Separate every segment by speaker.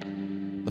Speaker 1: The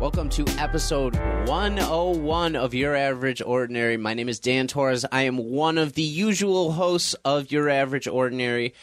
Speaker 2: Welcome to episode 101 of Your Average Ordinary. My name is Dan Torres. I am one of the usual hosts of Your Average Ordinary.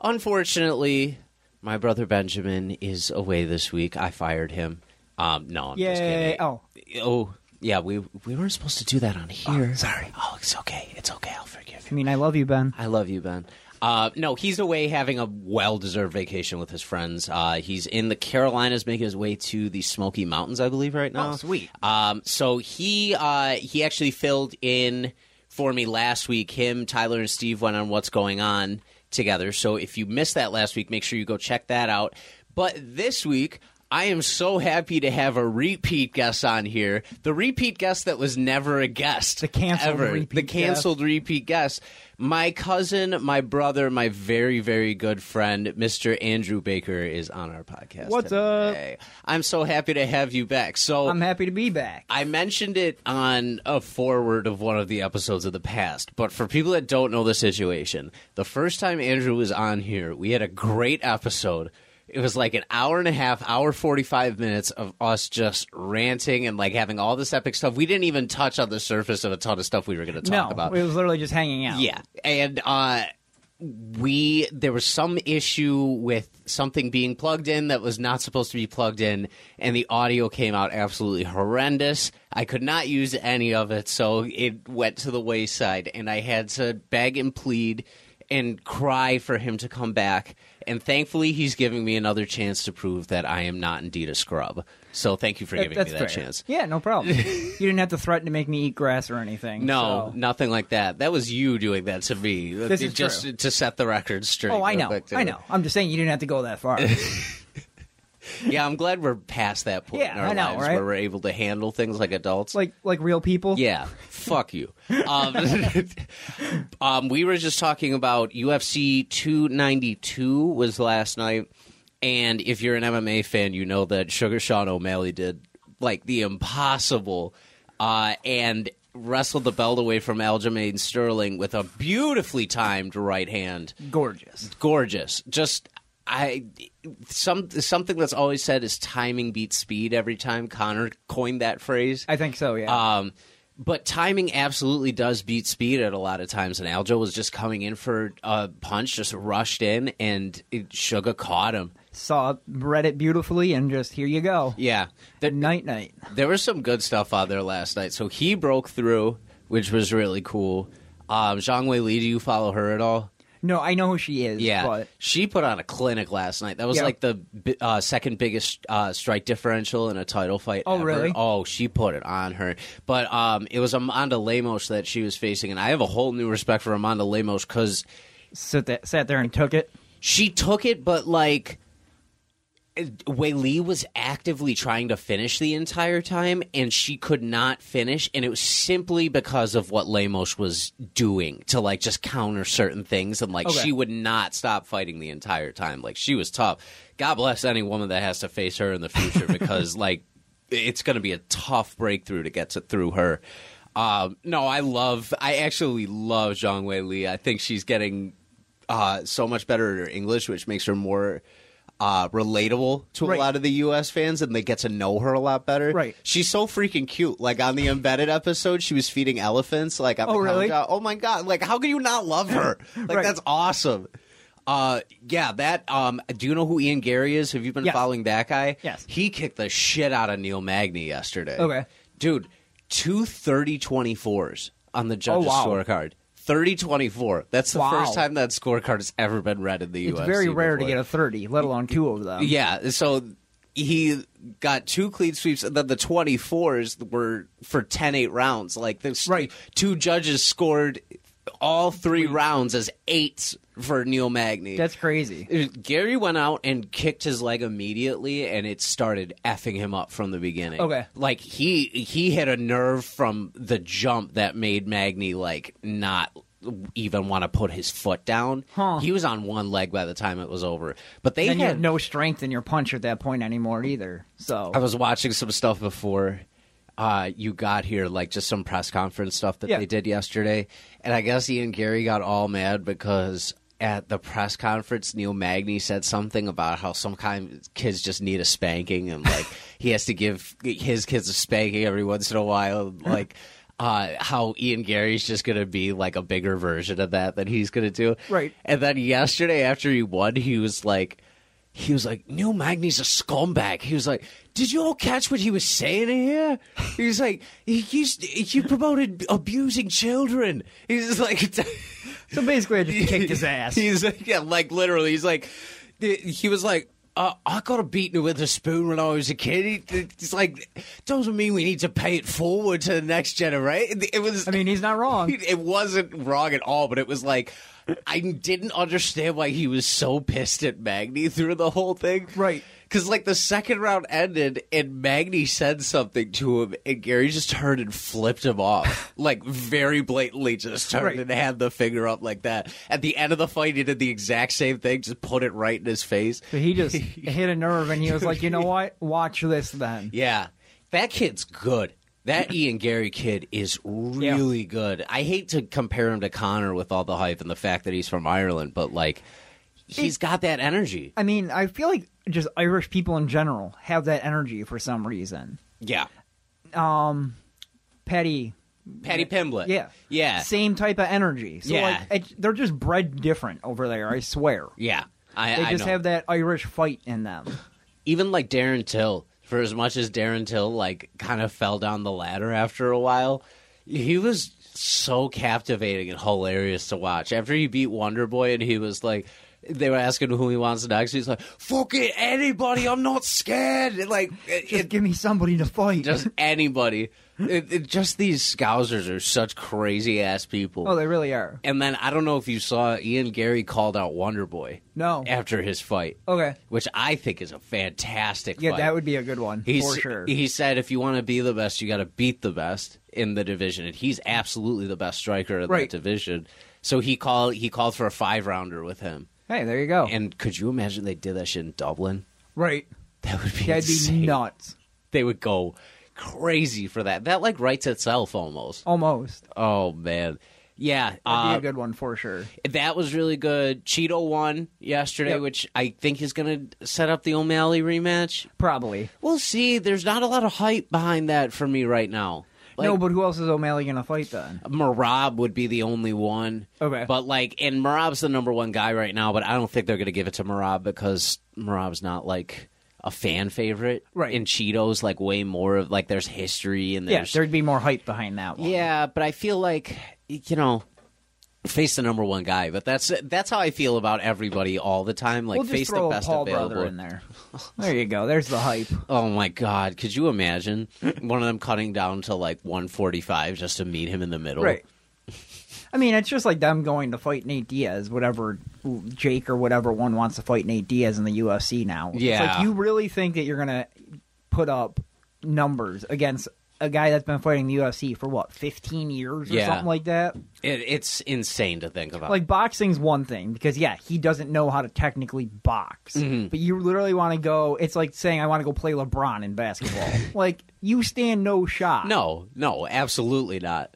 Speaker 2: Unfortunately, my brother Benjamin is away this week. I fired him. Um, no, I'm just
Speaker 3: Yay.
Speaker 2: kidding.
Speaker 3: Oh,
Speaker 2: Oh, yeah, we we weren't supposed to do that on here. sorry. Oh, it's okay. It's okay. I'll forgive you.
Speaker 3: I mean, I love you, Ben.
Speaker 2: I love you, Ben. Uh, no, he's away having a well deserved vacation with his friends. Uh, he's in the Carolinas making his way to the Smoky Mountains, I believe, right now.
Speaker 3: Oh, sweet.
Speaker 2: Um, so he uh, he actually filled in for me last week. Him, Tyler, and Steve went on what's going on together. So if you missed that last week, make sure you go check that out. But this week. I am so happy to have a repeat guest on here. The repeat guest that was never a guest.
Speaker 3: The canceled
Speaker 2: ever.
Speaker 3: repeat
Speaker 2: The
Speaker 3: guest.
Speaker 2: canceled repeat guest. My cousin, my brother, my very, very good friend, Mr. Andrew Baker, is on our podcast.
Speaker 3: What's
Speaker 2: today. I'm so happy to have you back. So
Speaker 3: I'm happy to be back.
Speaker 2: I mentioned it on a forward of one of the episodes of the past, but for people that don't know the situation, the first time Andrew was on here, we had a great episode. It was like an hour and a half, hour 45 minutes of us just ranting and like having all this epic stuff. We didn't even touch on the surface of a ton of stuff we were going to talk
Speaker 3: no,
Speaker 2: about.
Speaker 3: it was literally just hanging out.
Speaker 2: Yeah, and uh, we there was some issue with something being plugged in that was not supposed to be plugged in, and the audio came out absolutely horrendous. I could not use any of it, so it went to the wayside, and I had to beg and plead and cry for him to come back. And thankfully, he's giving me another chance to prove that I am not indeed a scrub. So thank you for
Speaker 3: That-
Speaker 2: giving
Speaker 3: that's
Speaker 2: me that
Speaker 3: fair.
Speaker 2: chance.
Speaker 3: Yeah, no problem. you didn't have to threaten to make me eat grass or anything.
Speaker 2: No,
Speaker 3: so-
Speaker 2: nothing like that. That was you doing that to me.
Speaker 3: This is
Speaker 2: just
Speaker 3: true.
Speaker 2: to set the record straight.
Speaker 3: Oh, I
Speaker 2: real
Speaker 3: know.
Speaker 2: quick, too.
Speaker 3: I know. I'm just saying you didn't have to go that far.
Speaker 2: Yeah, I'm glad we're past that point
Speaker 3: Yeah,
Speaker 2: in our
Speaker 3: I know,
Speaker 2: lives
Speaker 3: right?
Speaker 2: where we're able to handle things like adults.
Speaker 3: like like real people.
Speaker 2: yeah, fuck you. Um, um, we were just talking about UFC 292 was last night, and if you're an MMA fan, you know that Sugar Sean O'Malley did like the impossible, uh, and wrestled the belt away from Aljamain Sterling with a beautifully timed right hand
Speaker 3: Gorgeous.
Speaker 2: gorgeous. Just I some something that's always said is timing beats speed every time. Connor coined that phrase.
Speaker 3: I think so, yeah.
Speaker 2: Um, but timing absolutely does beat speed at a lot of times. And Aljo was just coming in for a punch, just rushed in, and it, Sugar caught him.
Speaker 3: Saw read it beautifully and just here you go.
Speaker 2: Yeah, there,
Speaker 3: Night night.
Speaker 2: there was some good stuff out there last night. So he broke through, which was really cool. Um, Zhang Wei Li, do you follow her at all?
Speaker 3: No, I know who she is,
Speaker 2: Yeah,
Speaker 3: but
Speaker 2: she put on a clinic last night. That was
Speaker 3: Yeah.
Speaker 2: like the bi- uh, second biggest uh, strike differential in a title fight.
Speaker 3: Oh,
Speaker 2: ever.
Speaker 3: really?
Speaker 2: Oh, she put it on her. But um, it was Amanda Lemos that she was facing, and I have a whole new respect for Amanda Lemos because
Speaker 3: sit that, sat there and took it.
Speaker 2: she took it, but like. Wei Lee was actively trying to finish the entire time, and she could not finish, and it was simply because of what Lemos was doing to like just counter certain things, and like
Speaker 3: Okay.
Speaker 2: she would not stop fighting the entire time. Like she was tough. God bless any woman that has to face her in the future because like it's going to be a tough breakthrough to get to through her. Um, no, I love. I actually love Zhang Wei Li. I think she's getting uh, so much better at her English, which makes her more uh, relatable to
Speaker 3: Right.
Speaker 2: a lot of the U.S. fans, and they get to know her a lot better.
Speaker 3: Right.
Speaker 2: She's so freaking cute. Like on the embedded episode, she was feeding elephants. Like on
Speaker 3: Oh,
Speaker 2: the
Speaker 3: really?
Speaker 2: countdown. Oh my god! Like how can you not love her? Like
Speaker 3: Right.
Speaker 2: that's awesome. Uh, yeah, that. Um, do you know who Ian Gary is? Have you been
Speaker 3: Yes.
Speaker 2: following that guy?
Speaker 3: Yes.
Speaker 2: He kicked the shit out of Neil Magny yesterday.
Speaker 3: Okay.
Speaker 2: Dude, two 30 24s on the judge's
Speaker 3: Oh, wow.
Speaker 2: scorecard. 30-24. That's the
Speaker 3: Wow.
Speaker 2: first time that scorecard has ever been read in the
Speaker 3: It's
Speaker 2: UFC.
Speaker 3: very rare
Speaker 2: before.
Speaker 3: to get a 30, let alone two of them.
Speaker 2: Yeah, so he got two clean sweeps, and then the 24s were for 10 8 rounds. Like, there's
Speaker 3: Right.
Speaker 2: two judges scored all three rounds as eights for Neil Magny.
Speaker 3: That's crazy.
Speaker 2: Gary went out and kicked his leg immediately, and it started effing him up from the beginning.
Speaker 3: Okay.
Speaker 2: like he he hit a nerve from the jump that made Magny like not even want to put his foot down.
Speaker 3: Huh.
Speaker 2: He was on one leg by the time it was over. But they
Speaker 3: And you
Speaker 2: had
Speaker 3: have no strength in your punch at that point anymore either. So
Speaker 2: I was watching some stuff before uh, you got here, like just some press conference stuff that
Speaker 3: Yeah.
Speaker 2: they did yesterday. And I guess Ian Gary got all mad because at the press conference, Neil Magny said something about how some kind kids just need a spanking and like he has to give his kids a spanking every once in a while. Like, uh, how Ian Gary's just going to be like a bigger version of that that he's going to do.
Speaker 3: Right.
Speaker 2: And then yesterday after he won, he was like, he was like, Neil Magny's a scumbag. He was like, did you all catch what he was saying in here? He was like, he, he's, he promoted abusing children. He's just like,
Speaker 3: so basically, I just kicked his ass.
Speaker 2: He's like, yeah, like literally, he's like, he was like, uh, I got a beaten with a spoon when I was a kid. It's like doesn't mean we need to pay it forward to the next generation. It was,
Speaker 3: I mean, he's not wrong.
Speaker 2: it wasn't wrong at all, but it was like I didn't understand why he was so pissed at Magni through the whole thing.
Speaker 3: Right.
Speaker 2: Because, like, the second round ended and Magni said something to him, and Gary just turned and flipped him off. like, very blatantly just turned
Speaker 3: Right.
Speaker 2: and had the finger up like that. At the end of the fight, he did the exact same thing, just put it right in his face.
Speaker 3: So he just hit a nerve and he was like, you know what? Watch this then.
Speaker 2: Yeah. That kid's good. That Ian Gary kid is really good. I hate to compare him to Connor with all the hype and the fact that he's from Ireland, but like he's got that energy.
Speaker 3: I mean, I feel like just Irish people in general have that energy for some reason.
Speaker 2: Yeah.
Speaker 3: Um, Petty,
Speaker 2: Patty Pimblett.
Speaker 3: yeah,
Speaker 2: Yeah.
Speaker 3: same type of energy. So
Speaker 2: Yeah.
Speaker 3: like, it, they're just bred different over there. I swear,
Speaker 2: Yeah. I,
Speaker 3: they
Speaker 2: I
Speaker 3: just
Speaker 2: know.
Speaker 3: have that Irish fight in them.
Speaker 2: even like Darren Till, for as much as Darren Till like kind of fell down the ladder after a while, he was so captivating and hilarious to watch. After he beat Wonder Boy and he was like they were asking who he wants next. He's like, "Fuck it, anybody. I'm not scared." And, Like, it,
Speaker 3: Just
Speaker 2: it-
Speaker 3: give me somebody to fight.
Speaker 2: just anybody. It, it, just these scousers are such crazy ass people.
Speaker 3: oh, they really are.
Speaker 2: and then I don't know if you saw Ian Gary called out Wonder Boy
Speaker 3: No,
Speaker 2: after his fight,
Speaker 3: okay,
Speaker 2: which I think is a fantastic.
Speaker 3: yeah,
Speaker 2: fight.
Speaker 3: that would be a good one
Speaker 2: He's,
Speaker 3: for sure.
Speaker 2: He said, if you want to be the best, you got to beat the best in the division, and he's absolutely the best striker in
Speaker 3: Right.
Speaker 2: that division. So he called he called for a five rounder with him.
Speaker 3: hey, there you go.
Speaker 2: And could you imagine they did that shit in Dublin?
Speaker 3: right,
Speaker 2: That would be
Speaker 3: that'd
Speaker 2: insane.
Speaker 3: be nuts.
Speaker 2: They would go crazy for that. That like writes itself almost.
Speaker 3: Almost, that'd
Speaker 2: Oh man, yeah.
Speaker 3: be
Speaker 2: uh,
Speaker 3: a good one for sure.
Speaker 2: that was really good. Cheeto won yesterday,
Speaker 3: Yep.
Speaker 2: which I think is going to set up the O'Malley rematch.
Speaker 3: Probably.
Speaker 2: We'll see. There's not a lot of hype behind that for me right now. Like,
Speaker 3: no, but who else is O'Malley gonna fight then?
Speaker 2: Marab would be the only one.
Speaker 3: Okay.
Speaker 2: But like, and Marab's the number one guy right now, but I don't think they're going to give it to Marab because Marab's not like a fan favorite.
Speaker 3: Right.
Speaker 2: And Cheeto's like way more of like there's history and
Speaker 3: Yeah,
Speaker 2: there's.
Speaker 3: there'd be more hype behind that one.
Speaker 2: yeah, but I feel like, you know. Face the number one guy, but that's that's how I feel about everybody all the time. Like
Speaker 3: we'll just
Speaker 2: face
Speaker 3: throw
Speaker 2: the
Speaker 3: a
Speaker 2: best
Speaker 3: Paul
Speaker 2: available.
Speaker 3: brother in there. There you go. There's the hype.
Speaker 2: Oh my god, could you imagine one of them cutting down to like one forty five just to meet him in the middle?
Speaker 3: Right. I mean, it's just like them going to fight Nate Diaz, whatever Jake or whatever one wants to fight Nate Diaz in the UFC now. It's
Speaker 2: Yeah.
Speaker 3: like you really think that you're gonna put up numbers against a guy that's been fighting the UFC for what 15 years or
Speaker 2: Yeah.
Speaker 3: something like that.
Speaker 2: It, it's insane to think about.
Speaker 3: Like boxing's one thing because yeah, he doesn't know how to technically box.
Speaker 2: Mm-hmm.
Speaker 3: But you literally want to go. It's like saying I want to go play LeBron in basketball. like you stand no shot.
Speaker 2: no, no, absolutely not.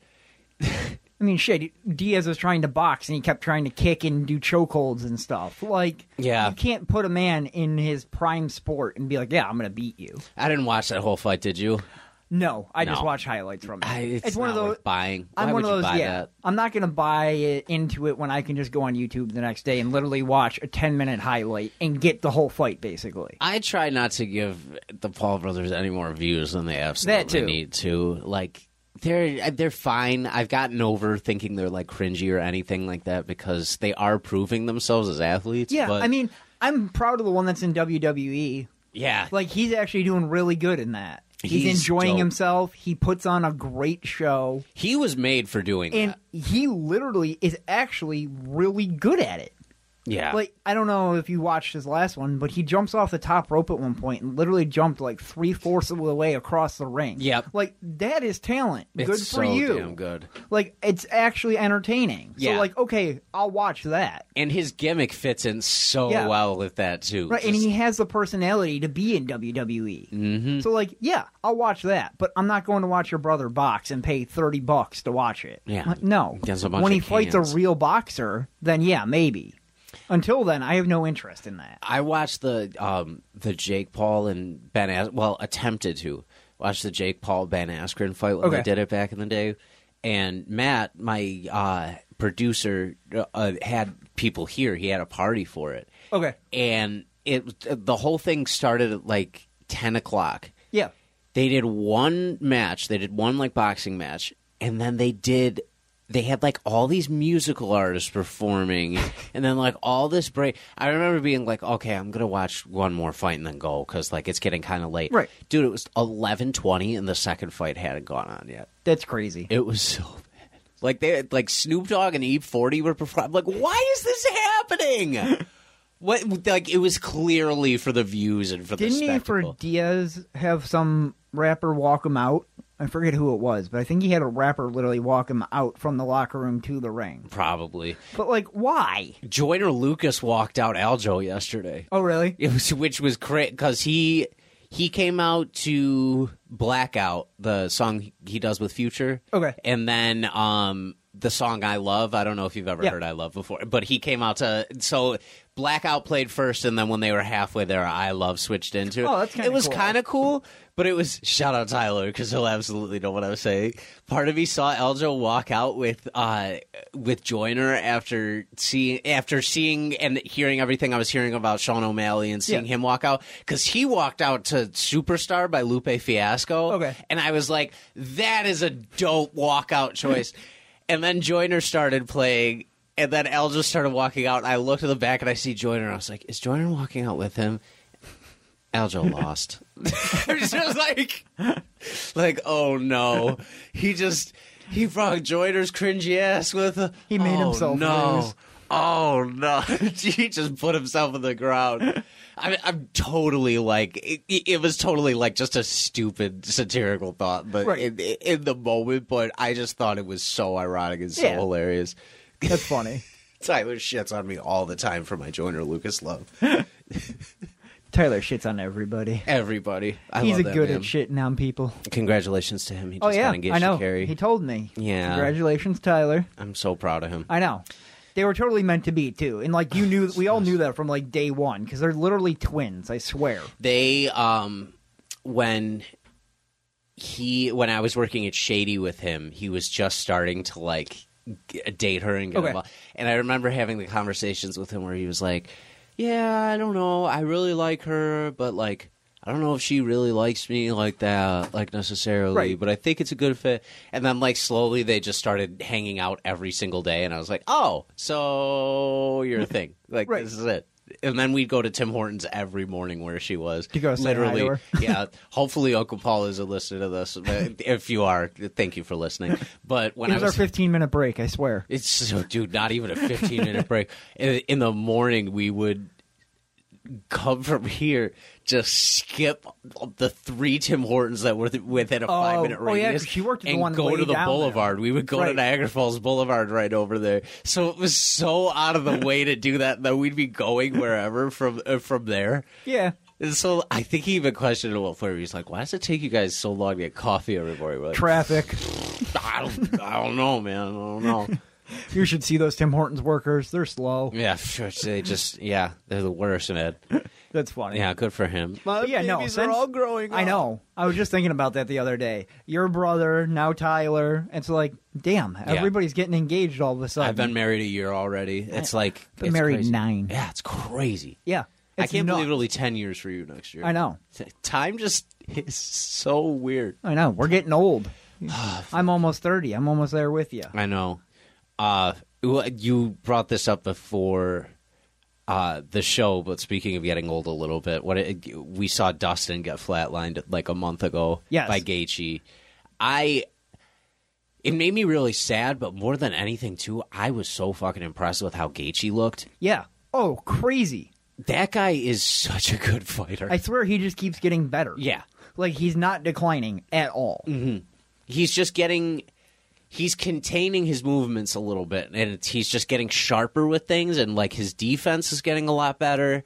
Speaker 3: I mean, shit. Diaz was trying to box and he kept trying to kick and do chokeholds and stuff. Like,
Speaker 2: Yeah.
Speaker 3: you can't put a man in his prime sport and be like, yeah, I'm gonna beat you.
Speaker 2: I didn't watch that whole fight. Did you?
Speaker 3: No, I
Speaker 2: No.
Speaker 3: just watch highlights from it.
Speaker 2: I, it's,
Speaker 3: one
Speaker 2: not
Speaker 3: of those.
Speaker 2: worth buying. Why
Speaker 3: I'm one
Speaker 2: would
Speaker 3: of those.
Speaker 2: you buy
Speaker 3: yeah,
Speaker 2: that?
Speaker 3: I'm not gonna buy it into it when I can just go on YouTube the next day and literally watch a 10 minute highlight and get the whole fight basically.
Speaker 2: I try not to give the Paul brothers any more views than they absolutely
Speaker 3: too.
Speaker 2: need to. Like, They're they're fine. I've gotten over thinking they're like cringy or anything like that because they are proving themselves as athletes.
Speaker 3: Yeah,
Speaker 2: but-
Speaker 3: I mean, I'm proud of the one that's in WWE.
Speaker 2: yeah,
Speaker 3: Like he's actually doing really good in that. He's,
Speaker 2: He's
Speaker 3: enjoying
Speaker 2: dope.
Speaker 3: himself. He puts on a great show,
Speaker 2: he was made for doing
Speaker 3: and
Speaker 2: that.
Speaker 3: he literally is actually really good at it.
Speaker 2: Yeah,
Speaker 3: Like I don't know if you watched his last one, but he jumps off the top rope at one point and literally jumped like three fourths of the way across the ring.
Speaker 2: Yep.
Speaker 3: like that is talent.
Speaker 2: it's
Speaker 3: good for
Speaker 2: so
Speaker 3: you.
Speaker 2: damn good.
Speaker 3: Like it's actually entertaining.
Speaker 2: Yeah.
Speaker 3: So like okay, I'll watch that.
Speaker 2: And his gimmick fits in so
Speaker 3: Yeah.
Speaker 2: well with that too.
Speaker 3: Right, and he has the personality to be in WWE. Mm-hmm. So, like, yeah, I'll watch that, but I'm not going to watch your brother box and pay thirty bucks to watch it.
Speaker 2: Yeah.
Speaker 3: Like, no.
Speaker 2: There's a bunch
Speaker 3: when
Speaker 2: of
Speaker 3: he fights a
Speaker 2: cans.
Speaker 3: real boxer, then yeah, maybe. Until then, I have no interest in that.
Speaker 2: I watched the um, the Jake Paul and Ben As well attempted to watch the Jake Paul Ben Askren fight when
Speaker 3: Okay.
Speaker 2: they did it back in the day, and Matt, my uh, producer, uh, had people here. He had a party for it,
Speaker 3: Okay,
Speaker 2: and it the whole thing started at like ten o'clock.
Speaker 3: yeah,
Speaker 2: They did one match. They did one like boxing match, and then they did. They had like all these musical artists performing, and then like all this break. I remember being like, "Okay, I'm gonna watch one more fight and then go," because like it's getting kind of late.
Speaker 3: Right.
Speaker 2: dude. It was eleven twenty, and the second fight hadn't gone on yet.
Speaker 3: that's crazy.
Speaker 2: It was so bad. Like they like Snoop Dogg and Eve Forty were performing. Like, why is this happening? what like it was clearly for the views and for
Speaker 3: Didn't
Speaker 2: the
Speaker 3: he for
Speaker 2: spectacle.
Speaker 3: Diaz have some rapper walk him out? I forget who it was, but I think he had a rapper literally walk him out from the locker room to the ring.
Speaker 2: Probably.
Speaker 3: But like, why?
Speaker 2: Joyner Lucas walked out Aljo yesterday.
Speaker 3: Oh, really?
Speaker 2: It was which was great because he he came out to Blackout, the song he does with Future.
Speaker 3: Okay.
Speaker 2: and then um the song I love. I don't know if you've ever
Speaker 3: Yeah.
Speaker 2: heard I love before, but he came out to so Blackout played first, and then when they were halfway there, I love switched into. it.
Speaker 3: Oh, that's kinda
Speaker 2: it was
Speaker 3: cool.
Speaker 2: kind of cool, but it was shout out Tyler because he'll absolutely know what I'm saying. Part of me saw Eljo walk out with uh with Joyner after seeing after seeing and hearing everything I was hearing about Sean O'Malley and seeing
Speaker 3: Yeah.
Speaker 2: him walk out because he walked out to Superstar by Lupe Fiasco.
Speaker 3: Okay.
Speaker 2: and I was like, that is a dope walkout choice. and then Joyner started playing. And then Eljo started walking out. And I looked at the back and I see Joyner. And I was like, "Is Joyner walking out with him?" Aljo lost. I was just like, like, oh no, he just he brought Joyner's cringy ass with. A,
Speaker 3: He made
Speaker 2: oh,
Speaker 3: himself
Speaker 2: No,
Speaker 3: lose.
Speaker 2: oh no, he just put himself in the ground. I mean, I'm totally like it, it it was totally like just a stupid satirical thought, but
Speaker 3: Right.
Speaker 2: in, in the moment, but I just thought it was so ironic and so
Speaker 3: Yeah.
Speaker 2: hilarious.
Speaker 3: That's funny.
Speaker 2: Tyler shits on me all the time for my Joyner Lucas love.
Speaker 3: Tyler shits on everybody.
Speaker 2: Everybody, I
Speaker 3: He's
Speaker 2: love
Speaker 3: a
Speaker 2: that
Speaker 3: good
Speaker 2: man.
Speaker 3: at shitting on people.
Speaker 2: Congratulations to him. He just
Speaker 3: Oh yeah,
Speaker 2: got engaged
Speaker 3: I know.
Speaker 2: to Carrie.
Speaker 3: He told me.
Speaker 2: Yeah.
Speaker 3: Congratulations, Tyler.
Speaker 2: I'm so proud of him.
Speaker 3: I know. They were totally meant to be too, and like you knew, we all knew that from like day one because they're literally twins. I swear.
Speaker 2: They um when he when I was working at Shady with him, he was just starting to like g- date her and get
Speaker 3: Okay.
Speaker 2: involved. And I remember having the conversations with him where he was like, "Yeah, I don't know. I really like her, but like I don't know if she really likes me like that, like necessarily,
Speaker 3: Right.
Speaker 2: but I think it's a good fit. And then, like, slowly they just started hanging out every single day. And I was like, oh, so you're a thing. Like,
Speaker 3: Right.
Speaker 2: this is it. And then we'd go to Tim Hortons every morning where she was.
Speaker 3: To go say hi to
Speaker 2: literally.
Speaker 3: her.
Speaker 2: yeah. Hopefully, Uncle Paul is a listener to this. But if you are, thank you for listening. But when
Speaker 3: it
Speaker 2: I
Speaker 3: was,
Speaker 2: was
Speaker 3: our 15 minute break. I swear.
Speaker 2: it's so, dude, not even a 15 minute break. In, in the morning, we would come from here, just skip the three Tim Hortons that were th- within a five minute
Speaker 3: oh, yeah,
Speaker 2: radius.
Speaker 3: 'cause she worked at the
Speaker 2: and
Speaker 3: one
Speaker 2: go
Speaker 3: way
Speaker 2: to the
Speaker 3: down there.
Speaker 2: boulevard. We would go to
Speaker 3: Right.
Speaker 2: Niagara Falls Boulevard right over there. So it was so out of the way to do that that we'd be going wherever from uh, from there.
Speaker 3: Yeah.
Speaker 2: And so I think he even questioned it at one point. He's like, "Why does it take you guys so long to get coffee every morning?" We're like,
Speaker 3: Traffic.
Speaker 2: I don't, I don't know, man. I don't know.
Speaker 3: you should see those Tim Hortons workers. They're slow.
Speaker 2: Yeah, sure. They just yeah, they're the worst, man.
Speaker 3: That's funny.
Speaker 2: Yeah, good for him.
Speaker 3: But yeah, no,
Speaker 1: babies are
Speaker 3: since-
Speaker 1: all growing
Speaker 3: I
Speaker 1: up.
Speaker 3: know. I was just thinking about that the other day. Your brother, now Tyler. It's like, damn, everybody's getting engaged all of a sudden.
Speaker 2: I've been married a year already. It's like
Speaker 3: Been
Speaker 2: it's
Speaker 3: married
Speaker 2: crazy.
Speaker 3: nine.
Speaker 2: Yeah, it's crazy.
Speaker 3: Yeah.
Speaker 2: I
Speaker 3: It's
Speaker 2: can't
Speaker 3: nuts.
Speaker 2: believe it'll be ten years for you next year.
Speaker 3: I know.
Speaker 2: Time just is so weird.
Speaker 3: I know. We're getting old. I'm almost 30. I'm almost there with you.
Speaker 2: I know. Uh, well, you brought this up before uh, the show, but speaking of getting old a little bit, what it, we saw Dustin get flatlined like a month ago
Speaker 3: Yes.
Speaker 2: by Gaethje. I it made me really sad, but more than anything, too, I was so fucking impressed with how Gaethje looked.
Speaker 3: Yeah. Oh, crazy.
Speaker 2: That guy is such a good fighter.
Speaker 3: I swear he just keeps getting better.
Speaker 2: yeah, Mm-hmm.
Speaker 3: Like he's not declining at all.
Speaker 2: he's just getting he's containing his movements a little bit and it's, he's just getting sharper with things and like his defense is getting a lot better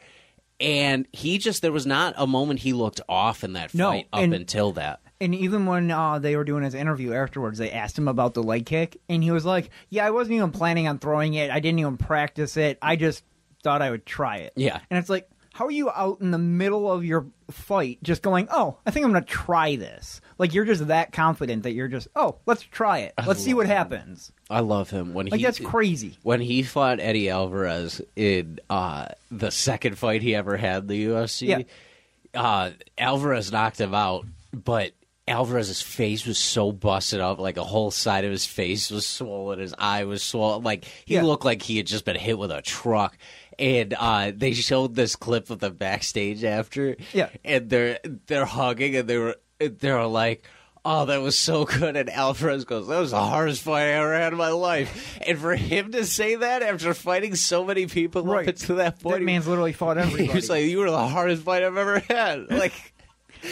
Speaker 2: and he just there was not a moment he looked off in that
Speaker 3: No,
Speaker 2: fight up
Speaker 3: and-
Speaker 2: until that
Speaker 3: And even when uh, they were doing his interview afterwards, they asked him about the leg kick, and he was like, "Yeah, I wasn't even planning on throwing it. I didn't even practice it. I just thought I would try it."
Speaker 2: Yeah.
Speaker 3: And it's like, how are you out in the middle of your fight just going, "Oh, I think I'm going to try this." Like you're just that confident that you're just, "Oh, let's try it. Let's see what happens."
Speaker 2: i love him when
Speaker 3: Like
Speaker 2: he
Speaker 3: that's crazy.
Speaker 2: when he fought Eddie Alvarez in uh, the second fight he ever had in the UFC, uh, Alvarez knocked him out, but Alvarez's face was so busted up, like a whole side of his face was swollen, his eye was swollen, like he
Speaker 3: Yeah.
Speaker 2: looked like he had just been hit with a truck. And uh, they showed this clip of the backstage after,
Speaker 3: Yeah.
Speaker 2: and they're they're hugging and they were they were like oh that was so good and alvarez goes that was the hardest fight i ever had in my life and for him to say that after fighting so many people
Speaker 3: Right.
Speaker 2: up until that point
Speaker 3: That man's literally fought
Speaker 2: he
Speaker 3: everybody.
Speaker 2: was like you were the hardest fight i've ever had like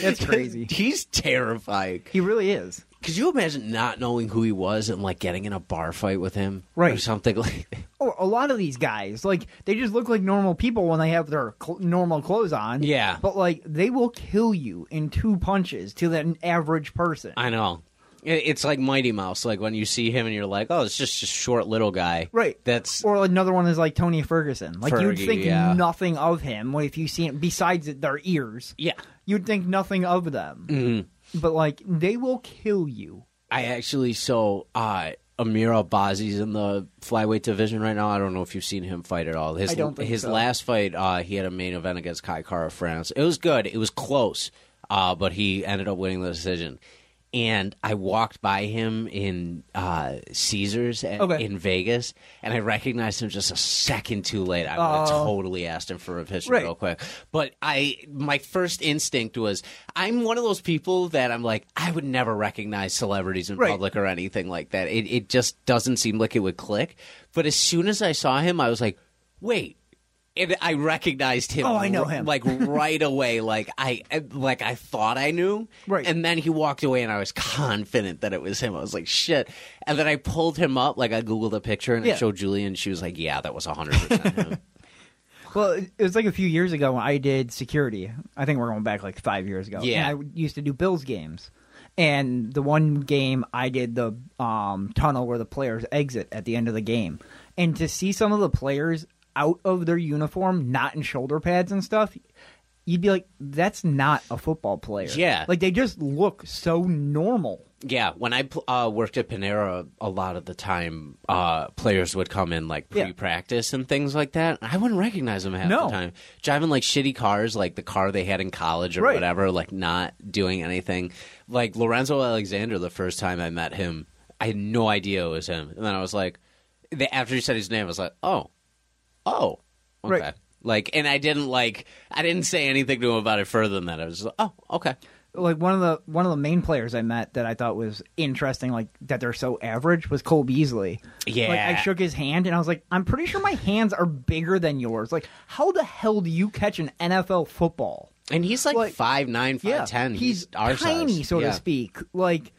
Speaker 3: that's crazy.
Speaker 2: he's terrifying
Speaker 3: He really is.
Speaker 2: could you imagine not knowing who he was and like getting in a bar fight with him or
Speaker 3: Right.
Speaker 2: something like that?
Speaker 3: Oh, a lot of these guys, like they just look like normal people when they have their cl- normal clothes on.
Speaker 2: Yeah.
Speaker 3: but like they will kill you in two punches to an average person.
Speaker 2: i know It- it's like mighty mouse like when you see him and you're like oh it's just a short little guy
Speaker 3: Right.
Speaker 2: that's
Speaker 3: or another one is like Tony Ferguson. Like you'd
Speaker 2: Fergie,
Speaker 3: think
Speaker 2: yeah.
Speaker 3: nothing of him if you see him. Besides their ears,
Speaker 2: yeah
Speaker 3: you'd think nothing of them. But like they will kill you.
Speaker 2: I actually so uh Amira Bazzi's in the flyweight division right now. I don't know if you've seen him fight at all. His
Speaker 3: I don't think
Speaker 2: his
Speaker 3: so.
Speaker 2: last fight, uh, he had a main event against Kai Kara France. It was good. It was close, uh, but he ended up winning the decision. And I walked by him in uh, Caesars at,
Speaker 3: Okay.
Speaker 2: in Vegas, and I recognized him just a second too late. I would have
Speaker 3: Oh.
Speaker 2: totally asked him for a picture
Speaker 3: Right.
Speaker 2: real quick. But I, my first instinct was, I'm one of those people that I'm like, I would never recognize celebrities in
Speaker 3: Right.
Speaker 2: public or anything like that. It, it just doesn't seem like it would click. But as soon as I saw him, I was like, wait. And I recognized him.
Speaker 3: Oh, I know
Speaker 2: r-
Speaker 3: him.
Speaker 2: Like right away. Like I, like I thought I knew.
Speaker 3: Right.
Speaker 2: And then he walked away, and I was confident that it was him. I was like, shit. And then I pulled him up. Like I googled a picture, and I
Speaker 3: Yeah.
Speaker 2: showed Julie, and she was like, yeah, that was hundred percent him.
Speaker 3: Well, it it was like a few years ago when I did security. I think we're going back like five years ago.
Speaker 2: Yeah.
Speaker 3: And I used to do Bills games. And the one game I did the um, tunnel where the players exit at the end of the game. And to see some of the players out of their uniform, not in shoulder pads and stuff, you'd be like, that's not a football player.
Speaker 2: Yeah.
Speaker 3: Like they just look so normal.
Speaker 2: Yeah, when I pl- uh, worked at Panera, a lot of the time uh, players would come in like
Speaker 3: Yeah.
Speaker 2: pre-practice and things like that. I wouldn't recognize them half
Speaker 3: No.
Speaker 2: the time, driving like shitty cars, like the car they had in college or
Speaker 3: Right.
Speaker 2: whatever, like not doing anything. Like Lorenzo Alexander, the first time I met him, I had no idea it was him, and then I was like, the, after he said his name, I was like, oh, oh, okay.
Speaker 3: Right.
Speaker 2: Like, and I didn't like, I didn't say anything to him about it further than that. I was just like, oh, okay.
Speaker 3: like one of the one of the main players I met that I thought was interesting, like that they're so average, was Cole Beasley.
Speaker 2: Yeah.
Speaker 3: like I shook his hand and I was like, I'm pretty sure my hands are bigger than yours. Like, how the hell do you catch an NFL football?
Speaker 2: And he's like,
Speaker 3: Like,
Speaker 2: five nine, five Uh, ten.
Speaker 3: yeah, he's,
Speaker 2: He's, our
Speaker 3: tiny,
Speaker 2: size.
Speaker 3: so
Speaker 2: Yeah.
Speaker 3: to speak. Like,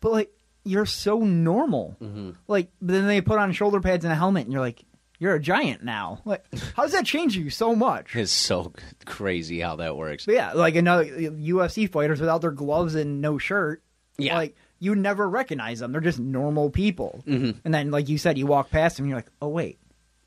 Speaker 3: but like you're so normal.
Speaker 2: Mm-hmm.
Speaker 3: Like, then they put on shoulder pads and a helmet, and you're like, you're a giant now. Like, how does that change you so much?
Speaker 2: It's so crazy how that works.
Speaker 3: But yeah, like another UFC fighters without their gloves and no shirt.
Speaker 2: Yeah.
Speaker 3: Like you never recognize them. They're just normal people. Mm-hmm. And then like you said, you walk past them and you're like, "Oh wait.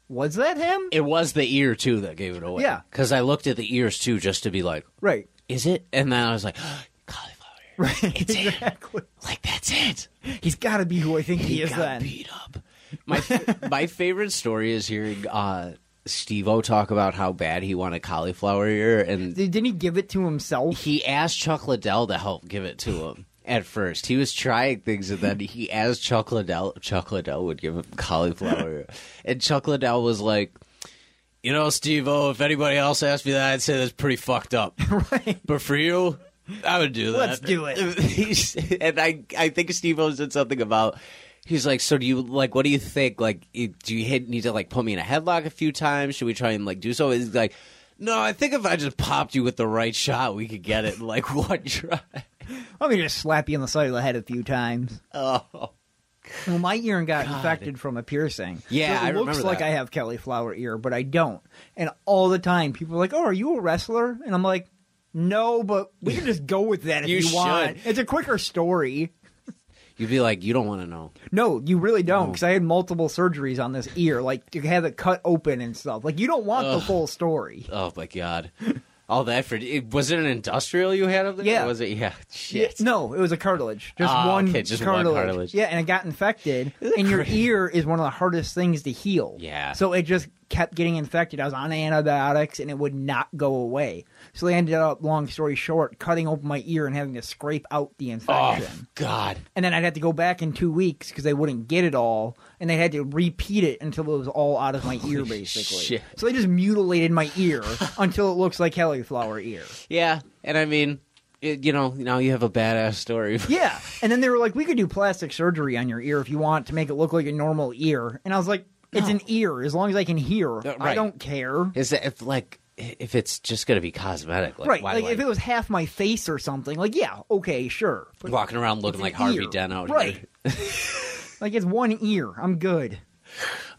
Speaker 3: Was that him?"
Speaker 2: It was the ear too that gave it away.
Speaker 3: Yeah.
Speaker 2: because I looked at the ears too just to be like,
Speaker 3: right.
Speaker 2: is it? And then I was like, cauliflower. ear. It's it.
Speaker 3: exactly.
Speaker 2: Like that's it.
Speaker 3: He's got to be who I think he,
Speaker 2: he
Speaker 3: is
Speaker 2: got
Speaker 3: then.
Speaker 2: beat up. My my favorite story is hearing uh, Steve O talk about how bad he wanted cauliflower ear and
Speaker 3: Did- Didn't he give it to himself?
Speaker 2: he asked Chuck Liddell to help give it to him. at first. He was trying things, and then he asked Chuck Liddell. Chuck Liddell would give him cauliflower, and Chuck Liddell was like, "You know, Steve O, if anybody else asked me that, I'd say that's pretty fucked up.
Speaker 3: Right.
Speaker 2: But for you." I would do that.
Speaker 3: Let's do it.
Speaker 2: He's- and I, I think Steve O said something about. He's like, so do you like? What do you think? Like, you- do you hit, need to like put me in a headlock a few times? Should we try and like do so? He's like, no, I think if I just popped you with the right shot, we could get it in like one try.
Speaker 3: Let me just slap you on the side of the head a few times.
Speaker 2: Oh,
Speaker 3: Well, my ear got infected from a piercing.
Speaker 2: Yeah,
Speaker 3: so it
Speaker 2: I
Speaker 3: looks
Speaker 2: remember
Speaker 3: like
Speaker 2: that.
Speaker 3: I have cauliflower ear, but I don't. And all the time, people are like, "Oh, are you a wrestler?" And I'm like, "No, but we can just go with that if
Speaker 2: You
Speaker 3: you, want.
Speaker 2: should.
Speaker 3: It's a quicker story."
Speaker 2: you'd be like, you don't want to know.
Speaker 3: No, you really don't, because I had multiple surgeries on this ear, like you have it cut open and stuff. Like you don't want the full story.
Speaker 2: Oh my god, all that for it, was it an industrial you had up there?
Speaker 3: Yeah.
Speaker 2: Or was it? Yeah, shit.
Speaker 3: No, it was a cartilage, just
Speaker 2: Ah,
Speaker 3: one
Speaker 2: okay, just one
Speaker 3: cartilage.
Speaker 2: cartilage.
Speaker 3: Yeah, and it got infected. And your ear is one of the hardest things to heal.
Speaker 2: Yeah.
Speaker 3: So it just kept getting infected. I was on antibiotics, and it would not go away. So they ended up, long story short, cutting open my ear and having to scrape out the
Speaker 2: Oh
Speaker 3: infection.
Speaker 2: god.
Speaker 3: And then I'd have to go back in two weeks because they wouldn't get it all, and they had to repeat it until it was all out of my ear, basically.
Speaker 2: shit.
Speaker 3: So they just mutilated my ear until it looks like cauliflower ear.
Speaker 2: Yeah, and I mean, it, you know, now you have a badass story.
Speaker 3: Yeah. And then they were like, we could do plastic surgery on your ear if you want to make it look like a normal ear. And I was like, it's an ear. As long as I can hear, I
Speaker 2: right.
Speaker 3: don't care.
Speaker 2: Is that if like if it's just gonna be cosmetic? Like,
Speaker 3: right.
Speaker 2: Why
Speaker 3: Like,
Speaker 2: do
Speaker 3: if
Speaker 2: I-
Speaker 3: it was half my face or something, like, yeah, okay, sure. But,
Speaker 2: walking around looking like
Speaker 3: an
Speaker 2: Harvey
Speaker 3: ear.
Speaker 2: Dent out
Speaker 3: Right.
Speaker 2: here.
Speaker 3: like, it's one ear. I'm good.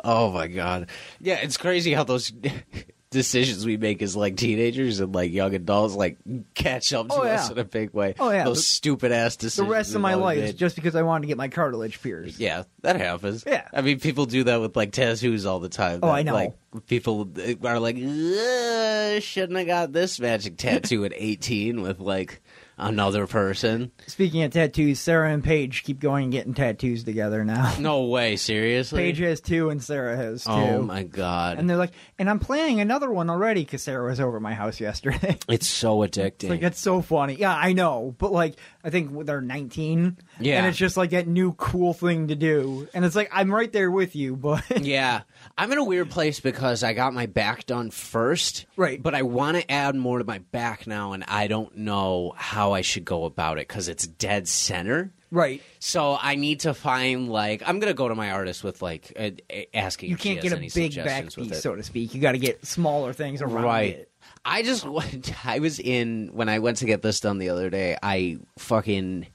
Speaker 2: Oh my god. Yeah, it's crazy how those decisions we make as like teenagers and like young adults like catch up to
Speaker 3: Oh,
Speaker 2: us
Speaker 3: yeah.
Speaker 2: in a big way.
Speaker 3: Oh, yeah.
Speaker 2: Those
Speaker 3: The-
Speaker 2: stupid ass
Speaker 3: The
Speaker 2: decisions.
Speaker 3: rest
Speaker 2: we
Speaker 3: of my
Speaker 2: all
Speaker 3: life is
Speaker 2: made.
Speaker 3: just because I wanted to get my cartilage pierced.
Speaker 2: Yeah, that happens.
Speaker 3: Yeah.
Speaker 2: I mean, people do that with like tattoos all the time.
Speaker 3: Oh, I
Speaker 2: that,
Speaker 3: know.
Speaker 2: Like, people uh, are like, "Ugh, shouldn't have got this magic tattoo at 18 with like another person.
Speaker 3: Speaking of tattoos, Sarah and Paige keep going and getting tattoos together now.
Speaker 2: No way, seriously.
Speaker 3: Paige has two, and Sarah has two.
Speaker 2: Oh my god.
Speaker 3: And they're like, and I'm planning another one already because Sarah was over at my house yesterday.
Speaker 2: It's so addicting.
Speaker 3: Like that's so funny. Yeah, I know, but like I think they're 19.
Speaker 2: Yeah.
Speaker 3: and it's just like that new cool thing to do, and it's like I'm right there with you, but
Speaker 2: yeah. I'm in a weird place because I got my back done first.
Speaker 3: Right.
Speaker 2: But I want to add more to my back now, and I don't know how I should go about it because it's dead center.
Speaker 3: right,
Speaker 2: So I need to find like I'm gonna go to my artist with like uh, uh, asking.
Speaker 3: you
Speaker 2: if she
Speaker 3: can't
Speaker 2: has
Speaker 3: get a
Speaker 2: any
Speaker 3: big back
Speaker 2: suggestions with
Speaker 3: piece,
Speaker 2: it.
Speaker 3: so to speak. You got to get smaller things around
Speaker 2: right.
Speaker 3: it.
Speaker 2: I just went- I was in when I went to get this done the other day. I fucking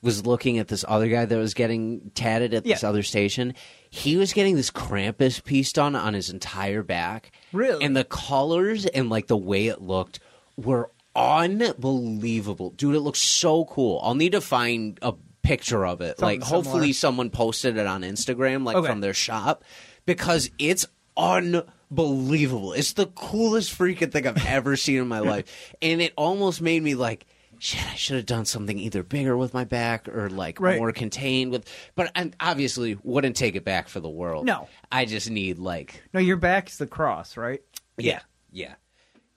Speaker 2: was looking at this other guy that was getting tatted at this
Speaker 3: Yeah.
Speaker 2: other station. He was getting this Krampus piece done on his entire back.
Speaker 3: Really?
Speaker 2: And the colors and like the way it looked were unbelievable. Dude, it looks so cool. I'll need to find a picture of it.
Speaker 3: Something
Speaker 2: like hopefully
Speaker 3: similar.
Speaker 2: someone posted it on Instagram like
Speaker 3: Okay.
Speaker 2: from their shop because it's unbelievable. It's the coolest freaking thing I've ever seen in my life. And it almost made me like, shit, I should have done something either bigger with my back or like
Speaker 3: Right.
Speaker 2: more contained with. But I obviously wouldn't take it back for the world.
Speaker 3: No.
Speaker 2: I just need like,
Speaker 3: No, your back's the cross, right?
Speaker 2: yeah, yeah,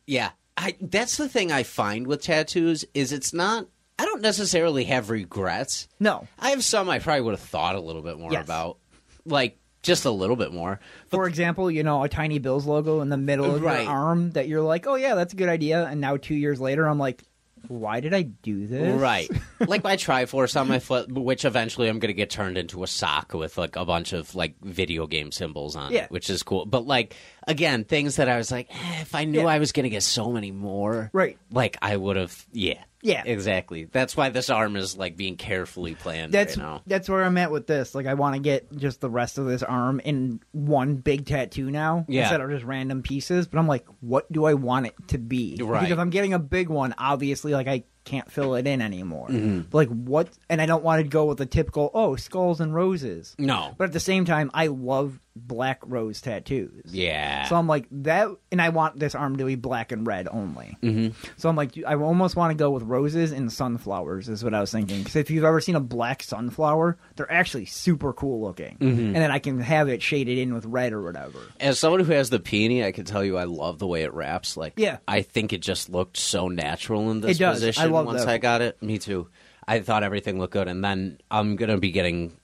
Speaker 2: yeah. I, that's the thing I find with tattoos is it's not. I don't necessarily have regrets.
Speaker 3: No,
Speaker 2: I have some I probably would have thought a little bit more
Speaker 3: Yes.
Speaker 2: about, like just a little bit more.
Speaker 3: for example, you know a tiny Bills logo in the middle of
Speaker 2: Right.
Speaker 3: your arm that you're like, oh yeah, that's a good idea, and now two years later, I'm like, why did I do this?
Speaker 2: Right. like my Triforce on my foot, which eventually I'm going to get turned into a sock with like a bunch of like video game symbols on
Speaker 3: Yeah.
Speaker 2: it, which is cool. But like, again, things that I was like, eh, if I knew
Speaker 3: Yeah.
Speaker 2: I was going to get so many more,
Speaker 3: Right.
Speaker 2: like I would have, yeah.
Speaker 3: Yeah.
Speaker 2: Exactly. That's why this arm is like being carefully planned
Speaker 3: That's
Speaker 2: right now.
Speaker 3: that's where I'm at with this. Like, I want to get just the rest of this arm in one big tattoo now,
Speaker 2: Yeah.
Speaker 3: instead of just random pieces. But I'm like, what do I want it to be?
Speaker 2: Right.
Speaker 3: Because if I'm getting a big one, obviously, like I can't fill it in anymore.
Speaker 2: Mm-hmm.
Speaker 3: Like what? And I don't want to go with the typical oh skulls and roses.
Speaker 2: No.
Speaker 3: But at the same time, I love black rose tattoos.
Speaker 2: Yeah.
Speaker 3: So I'm like that, and I want this arm to be black and red only. Mm-hmm. So I'm like, I almost want to go with roses and sunflowers is what I was thinking. Because if you've ever seen a black sunflower, they're actually super cool looking,
Speaker 2: Mm-hmm.
Speaker 3: and then I can have it shaded in with red or whatever.
Speaker 2: As someone who has the peony, I can tell you I love the way it wraps. Like,
Speaker 3: Yeah.
Speaker 2: I think it just looked so natural in this
Speaker 3: It does. I
Speaker 2: position
Speaker 3: love
Speaker 2: once
Speaker 3: that.
Speaker 2: I got it. Me too. I thought everything looked good, and then I'm gonna be getting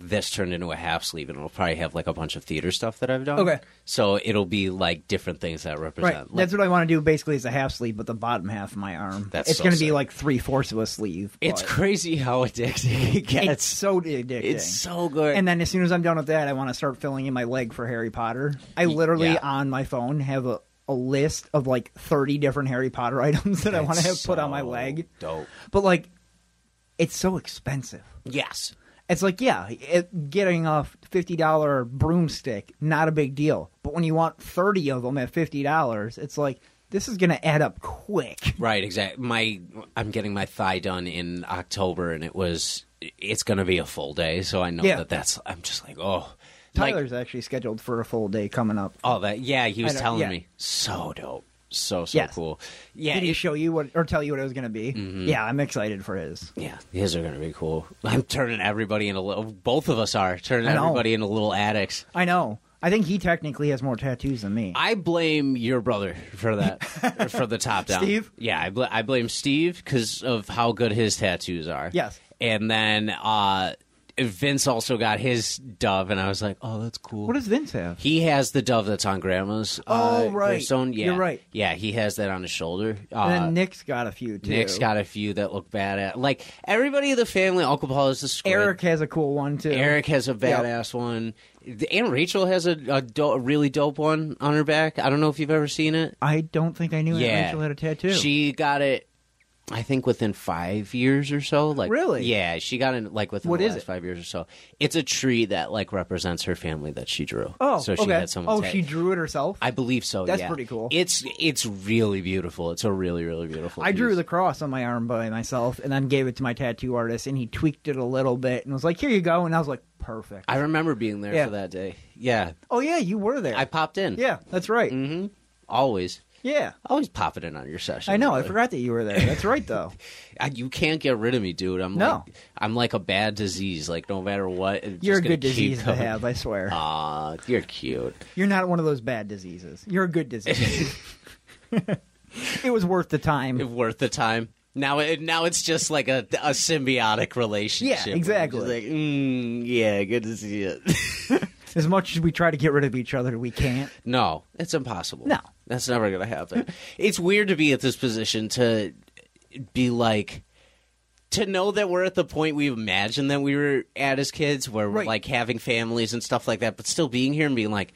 Speaker 2: this turned into a half sleeve, and it'll probably have like a bunch of theater stuff that I've done.
Speaker 3: Okay.
Speaker 2: so it'll be like different things that represent.
Speaker 3: Right.
Speaker 2: like-
Speaker 3: That's what I want to do. Basically, is a half sleeve, but the bottom half of my arm.
Speaker 2: That's
Speaker 3: it's
Speaker 2: so
Speaker 3: going to
Speaker 2: sick.
Speaker 3: be like three fourths of a sleeve.
Speaker 2: it's
Speaker 3: but
Speaker 2: crazy how addicting it gets.
Speaker 3: It's so addicting.
Speaker 2: It's so good.
Speaker 3: And then as soon as I'm done with that, I want to start filling in my leg for Harry Potter. I literally
Speaker 2: yeah.
Speaker 3: on my phone have a, a list of like 30 different Harry Potter items that I want to have
Speaker 2: That's
Speaker 3: put on my
Speaker 2: so
Speaker 3: leg.
Speaker 2: Dope.
Speaker 3: But like, it's so expensive.
Speaker 2: Yes.
Speaker 3: It's like, yeah, it, getting a $50 broomstick, not a big deal. But when you want 30 of them at $50, it's like, this is going to add up quick.
Speaker 2: Right, exactly. My I'm getting my thigh done in October, and it was it's going to be a full day, so I know
Speaker 3: Yeah.
Speaker 2: that that's. I'm just like, oh, Like,
Speaker 3: Tyler's actually scheduled for a full day coming up.
Speaker 2: oh, that yeah. He was
Speaker 3: I know,
Speaker 2: telling
Speaker 3: yeah.
Speaker 2: me so dope, so so
Speaker 3: Yes.
Speaker 2: cool. Yeah,
Speaker 3: Did he
Speaker 2: it- Mm-hmm.
Speaker 3: show you what or tell you what it was going to be? Yeah, I'm excited for his.
Speaker 2: yeah. His are going to be cool. I'm turning everybody into little. Both of us are turning
Speaker 3: I know.
Speaker 2: everybody into little addicts.
Speaker 3: I know. I think he technically has more tattoos than me.
Speaker 2: I blame your brother for that, for the top down.
Speaker 3: Steve?
Speaker 2: Yeah, I, bl- I blame Steve because of how good his tattoos are.
Speaker 3: Yes.
Speaker 2: And then uh, Vince also got his dove, and I was like, oh, that's cool.
Speaker 3: what does Vince have?
Speaker 2: He has the dove that's on Grandma's.
Speaker 3: Oh,
Speaker 2: uh,
Speaker 3: right.
Speaker 2: gravestone. Yeah.
Speaker 3: You're right.
Speaker 2: Yeah, he has that on his shoulder.
Speaker 3: and
Speaker 2: Uh,
Speaker 3: then Nick's got a few too.
Speaker 2: Nick's got a few that look bad at. Like everybody in the family, Uncle Paul is the squid.
Speaker 3: Eric has a cool one too.
Speaker 2: Eric has a
Speaker 3: Yeah.
Speaker 2: badass one. The- Aunt Rachel has a, a, do- a really dope one on her back. I don't know if you've ever seen it.
Speaker 3: I don't think I knew Aunt
Speaker 2: Yeah.
Speaker 3: Rachel had a tattoo.
Speaker 2: She got it, I think, within five years or so. Like
Speaker 3: Really?
Speaker 2: Yeah, she got it like within
Speaker 3: What
Speaker 2: the
Speaker 3: is
Speaker 2: last
Speaker 3: it?
Speaker 2: five years or so. It's a tree that like represents her family that she drew.
Speaker 3: oh,
Speaker 2: so she
Speaker 3: okay.
Speaker 2: had someone.
Speaker 3: oh,
Speaker 2: tag-
Speaker 3: she drew it herself.
Speaker 2: I believe so.
Speaker 3: That's
Speaker 2: yeah.
Speaker 3: pretty cool.
Speaker 2: It's it's really beautiful. It's a really really beautiful.
Speaker 3: I drew
Speaker 2: piece.
Speaker 3: the cross on my arm by myself, and then gave it to my tattoo artist, and he tweaked it a little bit, and was like, "Here you go," and I was like, "Perfect."
Speaker 2: I remember being there
Speaker 3: Yeah.
Speaker 2: for that day. Yeah,
Speaker 3: oh yeah, you were there.
Speaker 2: I popped in.
Speaker 3: yeah, that's right.
Speaker 2: hmm Always,
Speaker 3: Yeah,
Speaker 2: always popping in on your session.
Speaker 3: I know. I
Speaker 2: really.
Speaker 3: forgot that you were there. That's right, though.
Speaker 2: I- you can't get rid of me, dude. I'm
Speaker 3: No.
Speaker 2: like I'm like a bad disease. Like no matter what, it's
Speaker 3: You're a
Speaker 2: just gonna
Speaker 3: good
Speaker 2: keep
Speaker 3: disease to
Speaker 2: coming.
Speaker 3: have. I swear.
Speaker 2: Aw, you're cute.
Speaker 3: You're not one of those bad diseases. You're a good disease. it was worth the time.
Speaker 2: Worth the time. Now it now it's just like a a symbiotic relationship. where I'm
Speaker 3: exactly.
Speaker 2: just like, mm, yeah, good to see you.
Speaker 3: As much as we try to get rid of each other, we can't.
Speaker 2: No, it's impossible.
Speaker 3: No.
Speaker 2: That's never going to happen. it's weird to be at this position to be like to know that we're at the point we imagined that we were at as kids where we're
Speaker 3: Right.
Speaker 2: like having families and stuff like that but still being here and being like,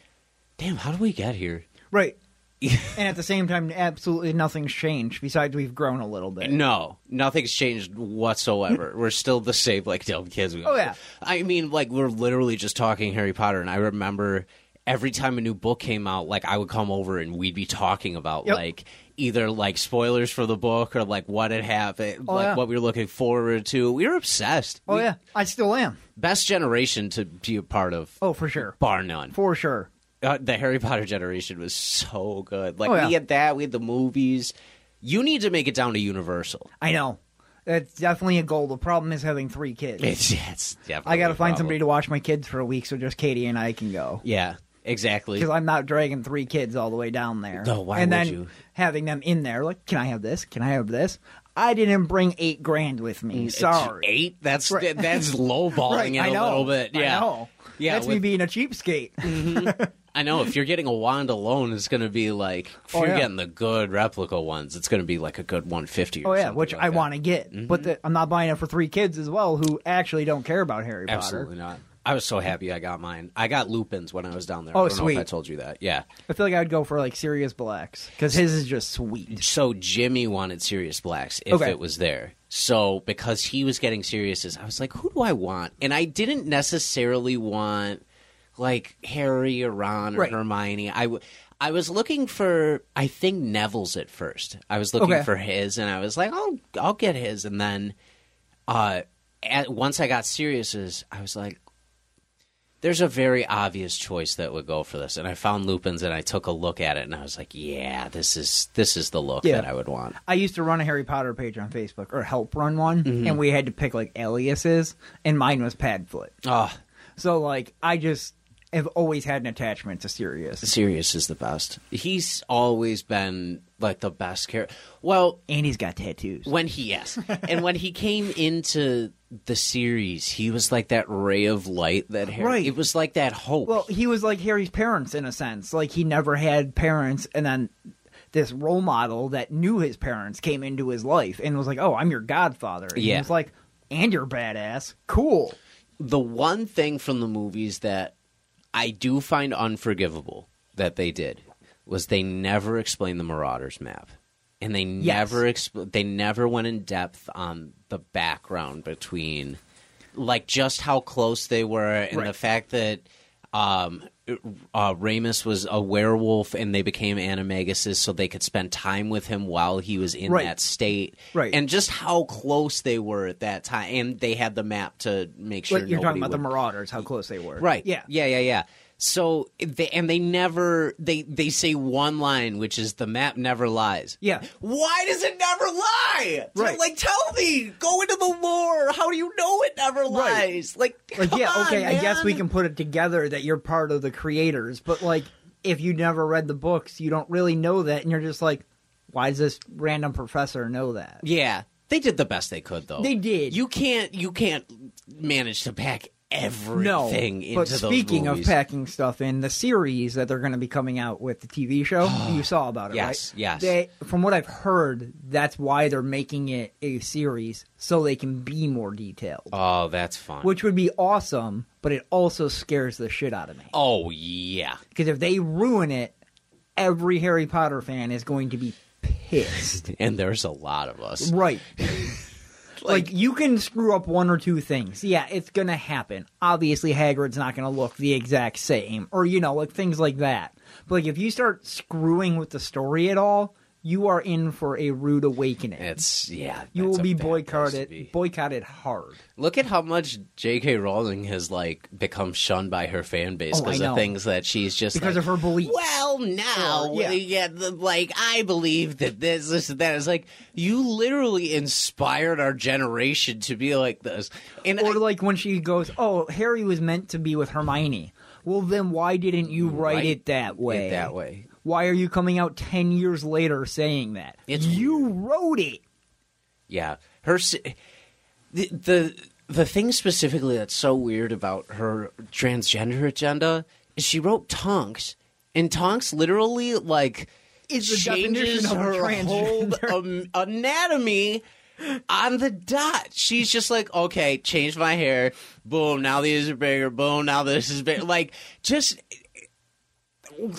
Speaker 2: "Damn, how do we get here?"
Speaker 3: Right. and at the same time, absolutely nothing's changed besides we've grown a little bit.
Speaker 2: No, nothing's changed whatsoever. we're still the same, like dumb kids. We
Speaker 3: Hmm. Oh, yeah.
Speaker 2: I mean, like we're literally just talking Harry Potter, and I remember every time a new book came out, like I would come over and we'd be talking about
Speaker 3: Yep.
Speaker 2: like either like spoilers for the book or like what had happened,
Speaker 3: Oh,
Speaker 2: like
Speaker 3: yeah.
Speaker 2: what we were looking forward to. We were obsessed.
Speaker 3: Oh,
Speaker 2: We-
Speaker 3: yeah. I still am.
Speaker 2: best generation to be a part of.
Speaker 3: Oh, for sure.
Speaker 2: Bar none.
Speaker 3: For sure.
Speaker 2: Uh, the Harry Potter generation was so good. Like
Speaker 3: Oh, yeah.
Speaker 2: we had that, we had the movies. You need to make it down to Universal.
Speaker 3: I know. That's definitely a goal. The problem is having three kids.
Speaker 2: It's, it's definitely
Speaker 3: I got to
Speaker 2: a
Speaker 3: find
Speaker 2: problem.
Speaker 3: somebody to watch my kids for a week so just Katie and I can go.
Speaker 2: Yeah, exactly.
Speaker 3: Because I'm not dragging three kids all the way down there.
Speaker 2: No, why
Speaker 3: and
Speaker 2: would
Speaker 3: then
Speaker 2: you?
Speaker 3: having them in there, like, can I have this? Can I have this? I didn't bring eight grand with me. Sorry.
Speaker 2: eight. That's
Speaker 3: Right.
Speaker 2: that's lowballing
Speaker 3: Right,
Speaker 2: it
Speaker 3: I
Speaker 2: a
Speaker 3: know.
Speaker 2: little bit. Yeah,
Speaker 3: I know.
Speaker 2: yeah.
Speaker 3: That's me
Speaker 2: with-
Speaker 3: being a cheapskate.
Speaker 2: I know. If you're getting a wand alone, it's going to be like if
Speaker 3: Oh,
Speaker 2: you're
Speaker 3: yeah.
Speaker 2: getting the good replica ones, it's going to be like a good 150. Or
Speaker 3: Oh yeah,
Speaker 2: something
Speaker 3: which
Speaker 2: like
Speaker 3: I
Speaker 2: that. Mm-hmm.
Speaker 3: want to get, but the, I'm not buying it for three kids as well who actually don't care about Harry
Speaker 2: Absolutely
Speaker 3: Potter.
Speaker 2: not. I was so happy I got mine. I got Lupin's when I was down there.
Speaker 3: Oh,
Speaker 2: I don't know
Speaker 3: sweet.
Speaker 2: if I told you that. Yeah.
Speaker 3: I feel like I'd go for like Sirius Blacks because his is just sweet.
Speaker 2: So Jimmy wanted Sirius Blacks if
Speaker 3: Okay.
Speaker 2: it was there. So because he was getting Sirius's, I was like, who do I want? And I didn't necessarily want like Harry or Ron or
Speaker 3: Right.
Speaker 2: Hermione. I, w- I was looking for I think Neville's at first. I was looking
Speaker 3: Okay.
Speaker 2: for his, and I was like, I'll I'll get his. And then, uh, at, once I got Sirius's, I was like, there's a very obvious choice that would go for this and i found lupin's and i took a look at it and i was like yeah this is this is the look
Speaker 3: Yeah.
Speaker 2: that i would want
Speaker 3: I used to run a Harry Potter page on Facebook or help run one,
Speaker 2: Mm-hmm.
Speaker 3: and we Ah. had to pick like aliases, and mine was Padfoot.
Speaker 2: oh
Speaker 3: So like I just have always had an attachment to Sirius.
Speaker 2: Sirius is the best. He's always been like the best character. Well,
Speaker 3: And he's got tattoos.
Speaker 2: when he yes, and when he came into the series, he was like that ray of light that Harry.
Speaker 3: Right.
Speaker 2: It was like that hope.
Speaker 3: Well, he was like Harry's parents in a sense. Like he never had parents, and then this role model that knew his parents came into his life and was like, "Oh, I'm your godfather." And
Speaker 2: Yeah.
Speaker 3: He was like, "And you're badass. Cool."
Speaker 2: the one thing from the movies that I do find unforgivable that they did was they never explained the Marauders map, and they never expl- they never went in depth on the background between, like just how close they were, and the
Speaker 3: Right.
Speaker 2: fact that. Um, uh, Ramus was a werewolf, and they became animaguses, so they could spend time with him while he was in
Speaker 3: Right.
Speaker 2: that state,
Speaker 3: Right.
Speaker 2: And just how close they were at that time, and they had the map to make sure.
Speaker 3: But you're
Speaker 2: nobody
Speaker 3: talking about the
Speaker 2: would-
Speaker 3: Marauders, how close they were.
Speaker 2: Right.
Speaker 3: Yeah.
Speaker 2: Yeah. Yeah. Yeah. So they and they never they they say one line, which is the map never lies.
Speaker 3: Yeah.
Speaker 2: Why does it never lie?
Speaker 3: Right.
Speaker 2: Like, tell me. Go into the lore. How do you know it never
Speaker 3: Right.
Speaker 2: lies? Like,
Speaker 3: Like,
Speaker 2: come
Speaker 3: yeah,
Speaker 2: on,
Speaker 3: okay, I guess we
Speaker 2: man.
Speaker 3: can put it together that you're part of the creators, but like, if you never read the books, you don't really know that, and you're just like, why does this random professor know that?
Speaker 2: Yeah, they did the best they could, though.
Speaker 3: They did.
Speaker 2: You can't. You can't manage to pack
Speaker 3: no,
Speaker 2: everything into
Speaker 3: but
Speaker 2: those
Speaker 3: speaking
Speaker 2: movies.
Speaker 3: of packing stuff in, the series that they're going to be coming out with the TV show you saw about it,
Speaker 2: Yes,
Speaker 3: right?
Speaker 2: yes.
Speaker 3: They, from what I've heard, that's why they're making it a series so they can be more detailed,
Speaker 2: Oh, that's fun.
Speaker 3: which would be awesome. But it also scares the shit out of me
Speaker 2: Oh yeah.
Speaker 3: because if they ruin it, every Harry Potter fan is going to be pissed.
Speaker 2: And there's a lot of us.
Speaker 3: right. Like, you can screw up one or two things. Yeah, it's gonna happen. Obviously, Hagrid's not gonna look the exact same, or you know, like things like that. But like, if you start screwing with the story at all, you are in for a rude awakening.
Speaker 2: It's yeah.
Speaker 3: you
Speaker 2: that's
Speaker 3: will
Speaker 2: a
Speaker 3: be
Speaker 2: bad place to
Speaker 3: boycotted,
Speaker 2: be.
Speaker 3: boycotted hard.
Speaker 2: Look at how much J.K. Rowling has like become shunned by her fan base
Speaker 3: Oh, I
Speaker 2: because of
Speaker 3: know.
Speaker 2: things that she's just
Speaker 3: Because
Speaker 2: like,
Speaker 3: of her beliefs.
Speaker 2: Well, now
Speaker 3: Sure, yeah.
Speaker 2: we get the, like I believe that this, this, and that. It's like you literally inspired our generation to be like this, and I-
Speaker 3: Or like when she goes, "Oh, Harry was meant to be with Hermione." Well, then why didn't you write,
Speaker 2: Write
Speaker 3: it that way?
Speaker 2: it that way.
Speaker 3: Why are you coming out ten years later saying that?
Speaker 2: It's
Speaker 3: you wrote it.
Speaker 2: Yeah, her s- the the the thing specifically that's so weird about her transgender agenda is she wrote Tonks, and Tonks literally like
Speaker 3: Is the
Speaker 2: changes
Speaker 3: definition of a
Speaker 2: her whole
Speaker 3: transgender.
Speaker 2: um, anatomy on the dot. She's just like, okay, change my hair. Boom, now these are bigger. Boom, now this is bigger. Like, just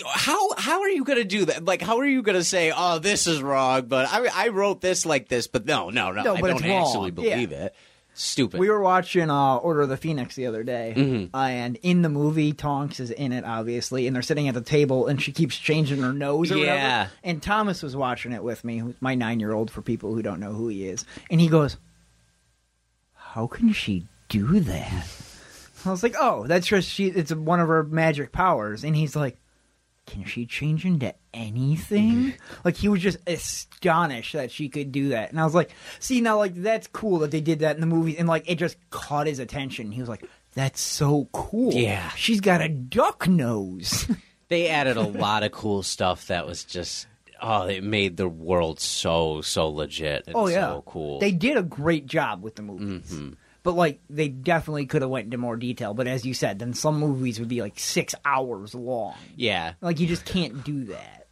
Speaker 2: how how are you gonna do that? Like, how are you gonna say, "Oh, this is wrong"? But I I wrote this like this, but no, no, no,
Speaker 3: No,
Speaker 2: I
Speaker 3: but
Speaker 2: don't
Speaker 3: it's wrong.
Speaker 2: actually believe it. Stupid.
Speaker 3: We were watching uh, Order of the Phoenix the other day,
Speaker 2: Mm-hmm.
Speaker 3: and in the movie, Tonks is in it, obviously, and they're sitting at the table, and she keeps changing her nose or
Speaker 2: Yeah.
Speaker 3: whatever. And Thomas was watching it with me, who's my nine year old, for people who don't know who he is, and he goes, "How can she do that?" I was like, "Oh, that's just she. It's one of her magic powers." And he's like. Can she change into anything?
Speaker 2: Mm-hmm.
Speaker 3: like he was just astonished that she could do that, and I was like, "See now, like that's cool that they did that in the movie," and like it just caught his attention. He was like, "That's so cool!
Speaker 2: Yeah.
Speaker 3: she's got a duck nose."
Speaker 2: they added a lot of cool stuff that was just oh, it made the world so so legit. And
Speaker 3: oh yeah,
Speaker 2: so cool. Mm-hmm.
Speaker 3: They did a great job with the movies, but like they definitely could have went into more detail. But as you said, then some movies would be like six hours long.
Speaker 2: yeah,
Speaker 3: Like you just can't do that.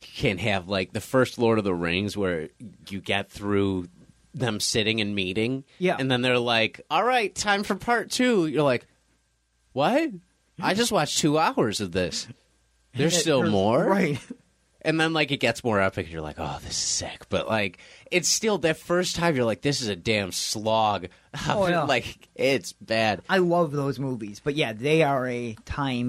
Speaker 2: can have like the first Lord of the Rings where you get through them sitting and meeting.
Speaker 3: Yeah.
Speaker 2: And then they're like, all right, time for part two. You're like, what? I just watched two hours of this. There's still more?
Speaker 3: right?
Speaker 2: And then like it gets more epic. You're like, oh, this is sick. But like it's still that first time you're like, this is a damn slog.
Speaker 3: Oh, yeah.
Speaker 2: like it's bad.
Speaker 3: I love those movies, but yeah, they are a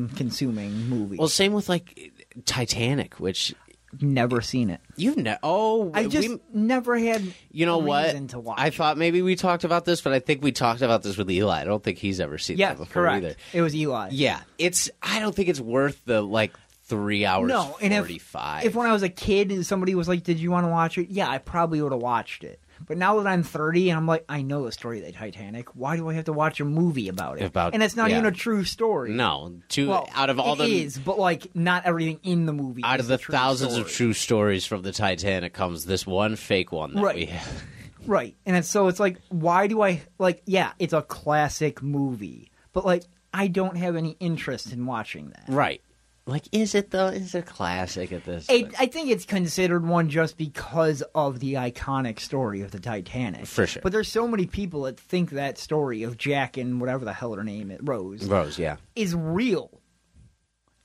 Speaker 3: time-consuming movie.
Speaker 2: Well, same with like Titanic, which
Speaker 3: never seen it.
Speaker 2: you've never. Oh,
Speaker 3: I
Speaker 2: we-
Speaker 3: just never had.
Speaker 2: You know
Speaker 3: a
Speaker 2: what?
Speaker 3: reason To watch.
Speaker 2: I thought maybe we talked about this, but I think we talked about this with Eli. I don't think he's ever seen
Speaker 3: yeah,
Speaker 2: that before
Speaker 3: correct.
Speaker 2: either.
Speaker 3: It was Eli.
Speaker 2: Yeah, it's. I don't think it's worth the like three hours.
Speaker 3: No, and if-
Speaker 2: forty-five.
Speaker 3: If when I was a kid and somebody was like, "Did you want to watch it?" Yeah, I probably would have watched it. But now that I'm 30 and I'm like, I know the story of the Titanic. Why do I have to watch a movie about it?
Speaker 2: About-
Speaker 3: and it's not
Speaker 2: yeah.
Speaker 3: even a true story.
Speaker 2: No, two
Speaker 3: Well,
Speaker 2: out of all
Speaker 3: it
Speaker 2: the
Speaker 3: is, but like not everything in the movie.
Speaker 2: out
Speaker 3: is
Speaker 2: of the
Speaker 3: a true
Speaker 2: thousands of
Speaker 3: story.
Speaker 2: true stories from the Titanic comes this one fake one that
Speaker 3: Right.
Speaker 2: we have.
Speaker 3: Right. And it's, so it's like, why do I, like, yeah, it's a classic movie, but like, I don't have any interest in watching that.
Speaker 2: Right. Like, is it though? Is it a classic at this?
Speaker 3: I,
Speaker 2: point?
Speaker 3: I think it's considered one just because of the iconic story of the Titanic.
Speaker 2: For sure.
Speaker 3: But there's so many people that think that story of Jack and whatever the hell her name is, Rose,
Speaker 2: Rose, yeah.
Speaker 3: is real.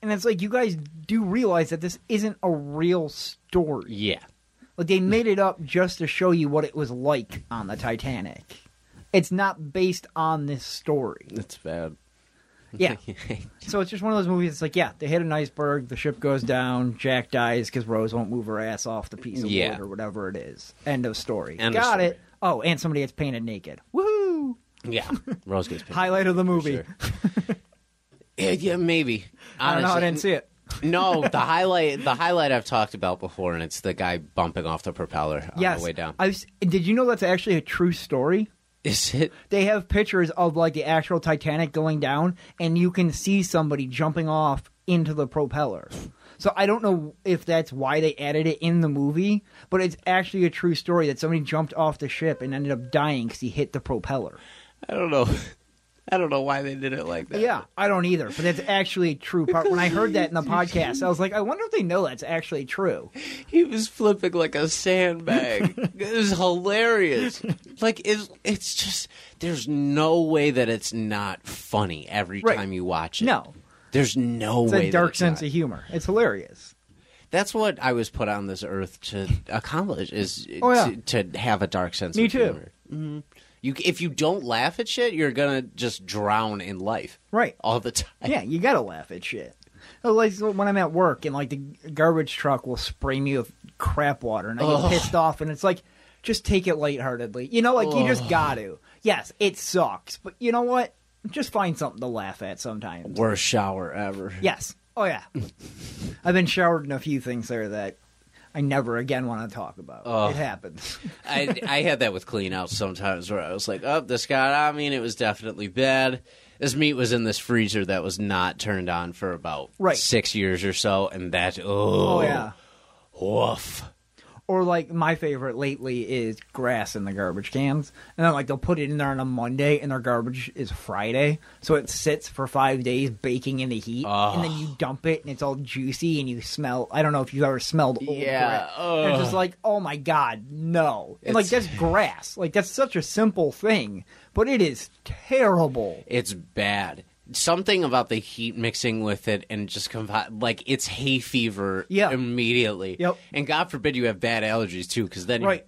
Speaker 3: And it's like, you guys do realize that this isn't a real story.
Speaker 2: Yeah.
Speaker 3: Like they made it up just to show you what it was like on the Titanic. It's not based on this story.
Speaker 2: That's bad.
Speaker 3: Yeah. so it's just one of those movies. It's like, yeah, they hit an iceberg, the ship goes down, Jack dies because Rose won't move her ass off the piece of
Speaker 2: Yeah.
Speaker 3: wood or whatever it is. End of story.
Speaker 2: End of
Speaker 3: Got
Speaker 2: story.
Speaker 3: it. Oh, and somebody gets painted naked. Woohoo!
Speaker 2: yeah. Rose gets picked.
Speaker 3: Highlight of the movie.
Speaker 2: sure. Yeah, yeah, maybe.
Speaker 3: I don't know. I
Speaker 2: Honestly,
Speaker 3: didn't see it.
Speaker 2: no, the highlight the highlight I've talked about before, and it's the guy bumping off the propeller on
Speaker 3: Yes.
Speaker 2: the way down.
Speaker 3: I've, s- did you know that's actually a true story?
Speaker 2: Is it?
Speaker 3: they have pictures of like the actual Titanic going down, and you can see somebody jumping off into the propeller. So I don't know if that's why they added it in the movie, but it's actually a true story that somebody jumped off the ship and ended up dying because he hit the propeller.
Speaker 2: I don't know. I don't know why they did it like that.
Speaker 3: Yeah, I don't either, but that's actually a true part. When I heard that in the podcast, I was like, I wonder if they know that's actually true.
Speaker 2: He was flipping like a sandbag. it was hilarious. Like it's it's just there's no way that it's not funny every
Speaker 3: Right.
Speaker 2: time you watch it.
Speaker 3: No,
Speaker 2: There's no
Speaker 3: it's
Speaker 2: way.
Speaker 3: a
Speaker 2: that
Speaker 3: dark
Speaker 2: it's
Speaker 3: sense
Speaker 2: not.
Speaker 3: of humor. It's hilarious.
Speaker 2: That's what I was put on this earth to accomplish is
Speaker 3: Oh, yeah.
Speaker 2: to, to have a dark sense
Speaker 3: Me
Speaker 2: of
Speaker 3: too.
Speaker 2: humor. Mhm. You if you don't laugh at shit, you're going to just drown in life
Speaker 3: Right.
Speaker 2: all the time.
Speaker 3: Yeah, you gotta laugh at shit. Oh, Like so when I'm at work and like the garbage truck will spray me with crap water and I get
Speaker 2: Ugh.
Speaker 3: pissed off and it's like, just take it lightheartedly. You know, like you just got to. Yes, it sucks, but you know what? Just find something to laugh at sometimes.
Speaker 2: Worst shower ever.
Speaker 3: Yes. Oh yeah. I've been showered in a few things there that I never again want to talk about. It happens.
Speaker 2: I, I had that with clean outs sometimes where I was like, oh, this got on me and it was definitely bad. This meat was in this freezer that was not turned on for about
Speaker 3: Right.
Speaker 2: six years or so, and that,
Speaker 3: Oh
Speaker 2: oh,
Speaker 3: yeah.
Speaker 2: woof.
Speaker 3: Or like my favorite lately is grass in the garbage cans, and then like they'll put it in there on a Monday, and their garbage is Friday, so it sits for five days baking in the heat, and then you dump it, and it's all juicy, and you smell. I don't know if you've ever smelled old
Speaker 2: Yeah,
Speaker 3: grass. And it's just like, oh my god, no! And like
Speaker 2: It's-
Speaker 3: that's grass. Like that's such a simple thing, but it is terrible.
Speaker 2: It's bad. Something about the heat mixing with it and just combi- like it's hay fever
Speaker 3: Yeah.
Speaker 2: immediately.
Speaker 3: Yep.
Speaker 2: And God forbid you have bad allergies too, because then
Speaker 3: Right.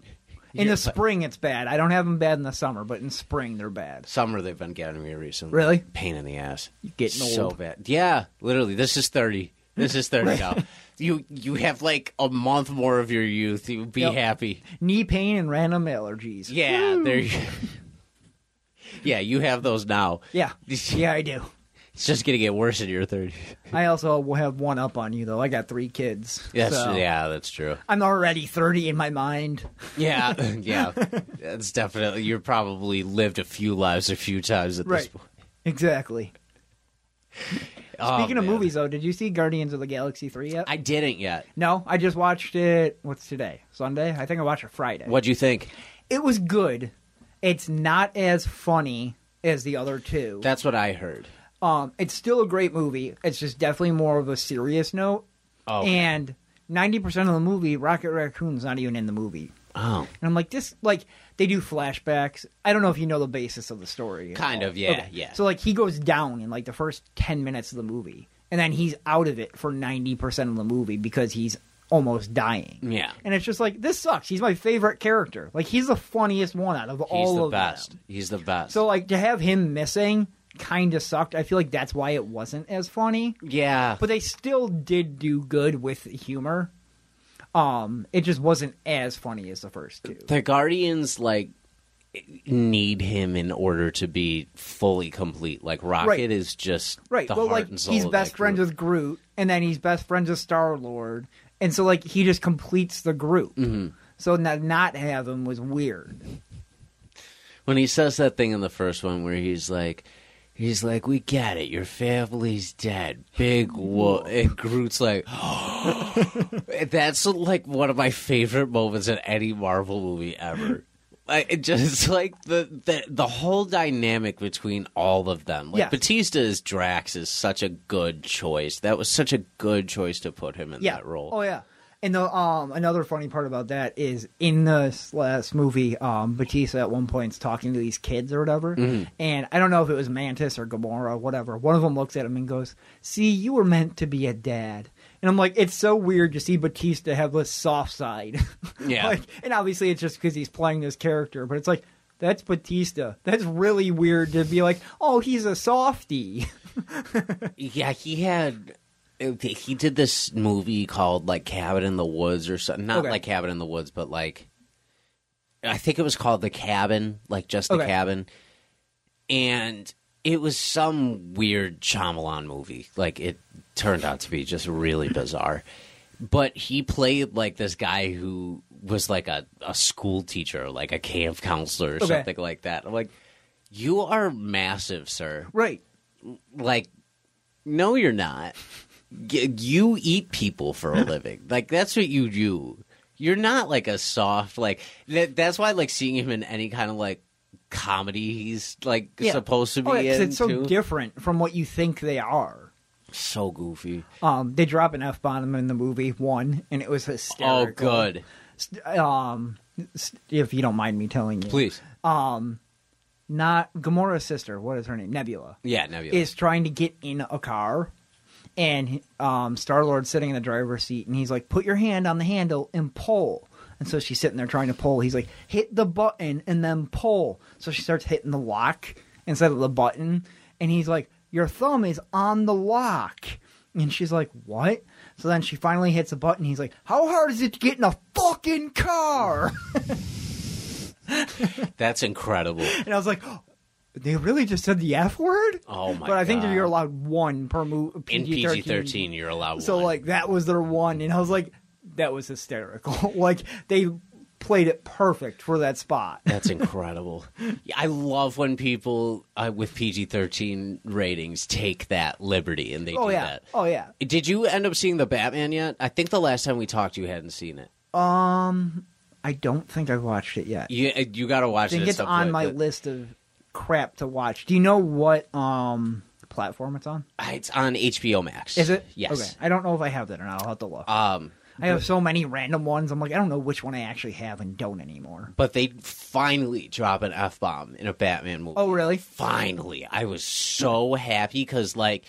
Speaker 3: In
Speaker 2: Yeah,
Speaker 3: the spring, it's bad. I don't have them bad in the summer, but in spring, they're bad.
Speaker 2: summer they've been getting me recently.
Speaker 3: Really?
Speaker 2: Pain in the ass. You're
Speaker 3: getting
Speaker 2: So
Speaker 3: old.
Speaker 2: bad. Yeah, literally. This is thirty. This is thirty now. You you have like a month more of your youth. You be
Speaker 3: Yep.
Speaker 2: happy.
Speaker 3: Knee pain and random allergies.
Speaker 2: Yeah, there you Yeah, you have those now.
Speaker 3: Yeah.
Speaker 2: It's
Speaker 3: Yeah, I do.
Speaker 2: just gonna get worse in your thirties.
Speaker 3: I also will have one up on you though. I got three kids.
Speaker 2: Yes,
Speaker 3: so
Speaker 2: yeah, that's true.
Speaker 3: I'm already thirty in my mind.
Speaker 2: Yeah, yeah. That's definitely. You're probably lived a few lives a few times at this
Speaker 3: Right.
Speaker 2: point.
Speaker 3: Exactly.
Speaker 2: Oh,
Speaker 3: Speaking of
Speaker 2: man.
Speaker 3: movies though, did you see Guardians of the Galaxy three yet?
Speaker 2: I didn't yet.
Speaker 3: no, I just watched it. What's today? Sunday? I think I watched it Friday.
Speaker 2: What'd you think?
Speaker 3: It was good. It's not as funny as the other two.
Speaker 2: That's what I heard.
Speaker 3: Um, it's still a great movie. It's just definitely more of a serious note.
Speaker 2: Oh.
Speaker 3: And ninety percent of the movie, Rocket Raccoon's not even in the movie.
Speaker 2: Oh,
Speaker 3: And I'm like, this, like, they do flashbacks. I don't know if you know the basis of the story. at
Speaker 2: Kind
Speaker 3: all.
Speaker 2: of, yeah, yeah.
Speaker 3: So, like, he goes down in, like, the first 10 minutes of the movie, and then he's out of it for 90% of the movie because he's almost dying.
Speaker 2: yeah.
Speaker 3: And it's just like, this sucks. He's my favorite character. Like, he's the funniest one out of
Speaker 2: He's
Speaker 3: all
Speaker 2: the
Speaker 3: of
Speaker 2: best.
Speaker 3: them.
Speaker 2: He's the best.
Speaker 3: So, like, to have him missing kind of sucked. I feel like that's why it wasn't as funny
Speaker 2: yeah,
Speaker 3: but they still did do good with humor. Um, it just wasn't as funny as the first two.
Speaker 2: the Guardians like need him in order to be fully complete. Like Rocket
Speaker 3: Right.
Speaker 2: is just
Speaker 3: Right.
Speaker 2: The
Speaker 3: well,
Speaker 2: heart
Speaker 3: like
Speaker 2: and soul
Speaker 3: he's
Speaker 2: of that
Speaker 3: best friends
Speaker 2: group.
Speaker 3: with
Speaker 2: Mm-hmm.
Speaker 3: Groot, and then he's best friends with Star Lord, and so like he just completes the group. So not, not have him was weird.
Speaker 2: when he says that thing in the first one where he's like he's like we get it your family's dead big whoop and groot's like that's like one of my favorite moments in any marvel movie ever I, it just like the, the the whole dynamic between all of them like
Speaker 3: Yes.
Speaker 2: batista as drax is such a good choice that was such a good choice to put him in
Speaker 3: Yeah.
Speaker 2: that role
Speaker 3: Oh yeah. And the um another funny part about that is in this last movie, um Batista at one point is talking to these kids or whatever,
Speaker 2: Mm-hmm.
Speaker 3: and I don't know if it was Mantis or Gamora or whatever. One of them looks at him and goes, "See, you were meant to be a dad." And I'm like, it's so weird to see Batista have this soft side.
Speaker 2: Yeah.
Speaker 3: like, and obviously it's just because he's playing this character, but it's like. That's Batista. That's really weird to be like, oh, he's a softie.
Speaker 2: Yeah, he had. He did this movie called like Cabin in the Woods or something. Not
Speaker 3: Okay.
Speaker 2: like Cabin in the Woods, but like I think it was called The Cabin, like just The
Speaker 3: Okay.
Speaker 2: Cabin. And it was some weird Shyamalan movie. Like it turned out to be just really bizarre. But he played like this guy who was like a, a school teacher, like a camp counselor or
Speaker 3: Okay.
Speaker 2: something like that. I'm like, you are massive, sir
Speaker 3: right.
Speaker 2: like no you're not G- you eat people for a living like that's what you do you're not like a soft like that, that's why like seeing him in any kind of like comedy he's like
Speaker 3: Yeah.
Speaker 2: supposed to be
Speaker 3: Oh, yeah, 'cause
Speaker 2: in
Speaker 3: it's so
Speaker 2: too.
Speaker 3: different from what you think they are.
Speaker 2: so goofy
Speaker 3: Um, they drop an f bomb in the movie one, and it was
Speaker 2: oh
Speaker 3: hysterical.
Speaker 2: good
Speaker 3: St- Um, st- if you don't mind me telling you,
Speaker 2: please
Speaker 3: Not Gamora's sister. What is her name? Nebula
Speaker 2: yeah nebula
Speaker 3: is trying to get in a car, and um, Star Lord's sitting in the driver's seat, and he's like, "Put your hand on the handle and pull." And so she's sitting there trying to pull. He's like, "Hit the button and then pull." So she starts hitting the lock instead of the button, and he's like, "Your thumb is on the lock," and she's like, "What?" So then she finally hits a button. He's like, "How hard is it to get in a fucking car?"
Speaker 2: that's incredible
Speaker 3: And I was like, they really just said the F word?
Speaker 2: Oh, my
Speaker 3: But I think
Speaker 2: God.
Speaker 3: you're allowed one per movie.
Speaker 2: in pg-13 you're allowed
Speaker 3: So,
Speaker 2: one.
Speaker 3: like, that was their one. And I was like, that was hysterical. like, they played it perfect for that spot.
Speaker 2: That's incredible. Yeah, I love when people uh, with PG 13 ratings take that liberty and they
Speaker 3: Oh,
Speaker 2: do
Speaker 3: yeah.
Speaker 2: that.
Speaker 3: Oh, yeah.
Speaker 2: Did you end up seeing The Batman yet? I think the last time we talked, you hadn't seen it.
Speaker 3: Um, I don't think I've watched it yet.
Speaker 2: You, uh, you got to watch
Speaker 3: I think
Speaker 2: it. at
Speaker 3: it's
Speaker 2: some
Speaker 3: on
Speaker 2: point, Uh,
Speaker 3: my
Speaker 2: but-
Speaker 3: list of crap to watch. Do you know what um platform it's on?
Speaker 2: It's on HBO Max.
Speaker 3: Is it?
Speaker 2: Yes.
Speaker 3: Okay. I don't know if I have that or not. I'll have to look.
Speaker 2: Um,
Speaker 3: I have so many random ones. I'm like, I don't know which one I actually have and don't anymore.
Speaker 2: but they finally drop an F bomb in a Batman movie.
Speaker 3: Oh, really?
Speaker 2: finally i was so happy because like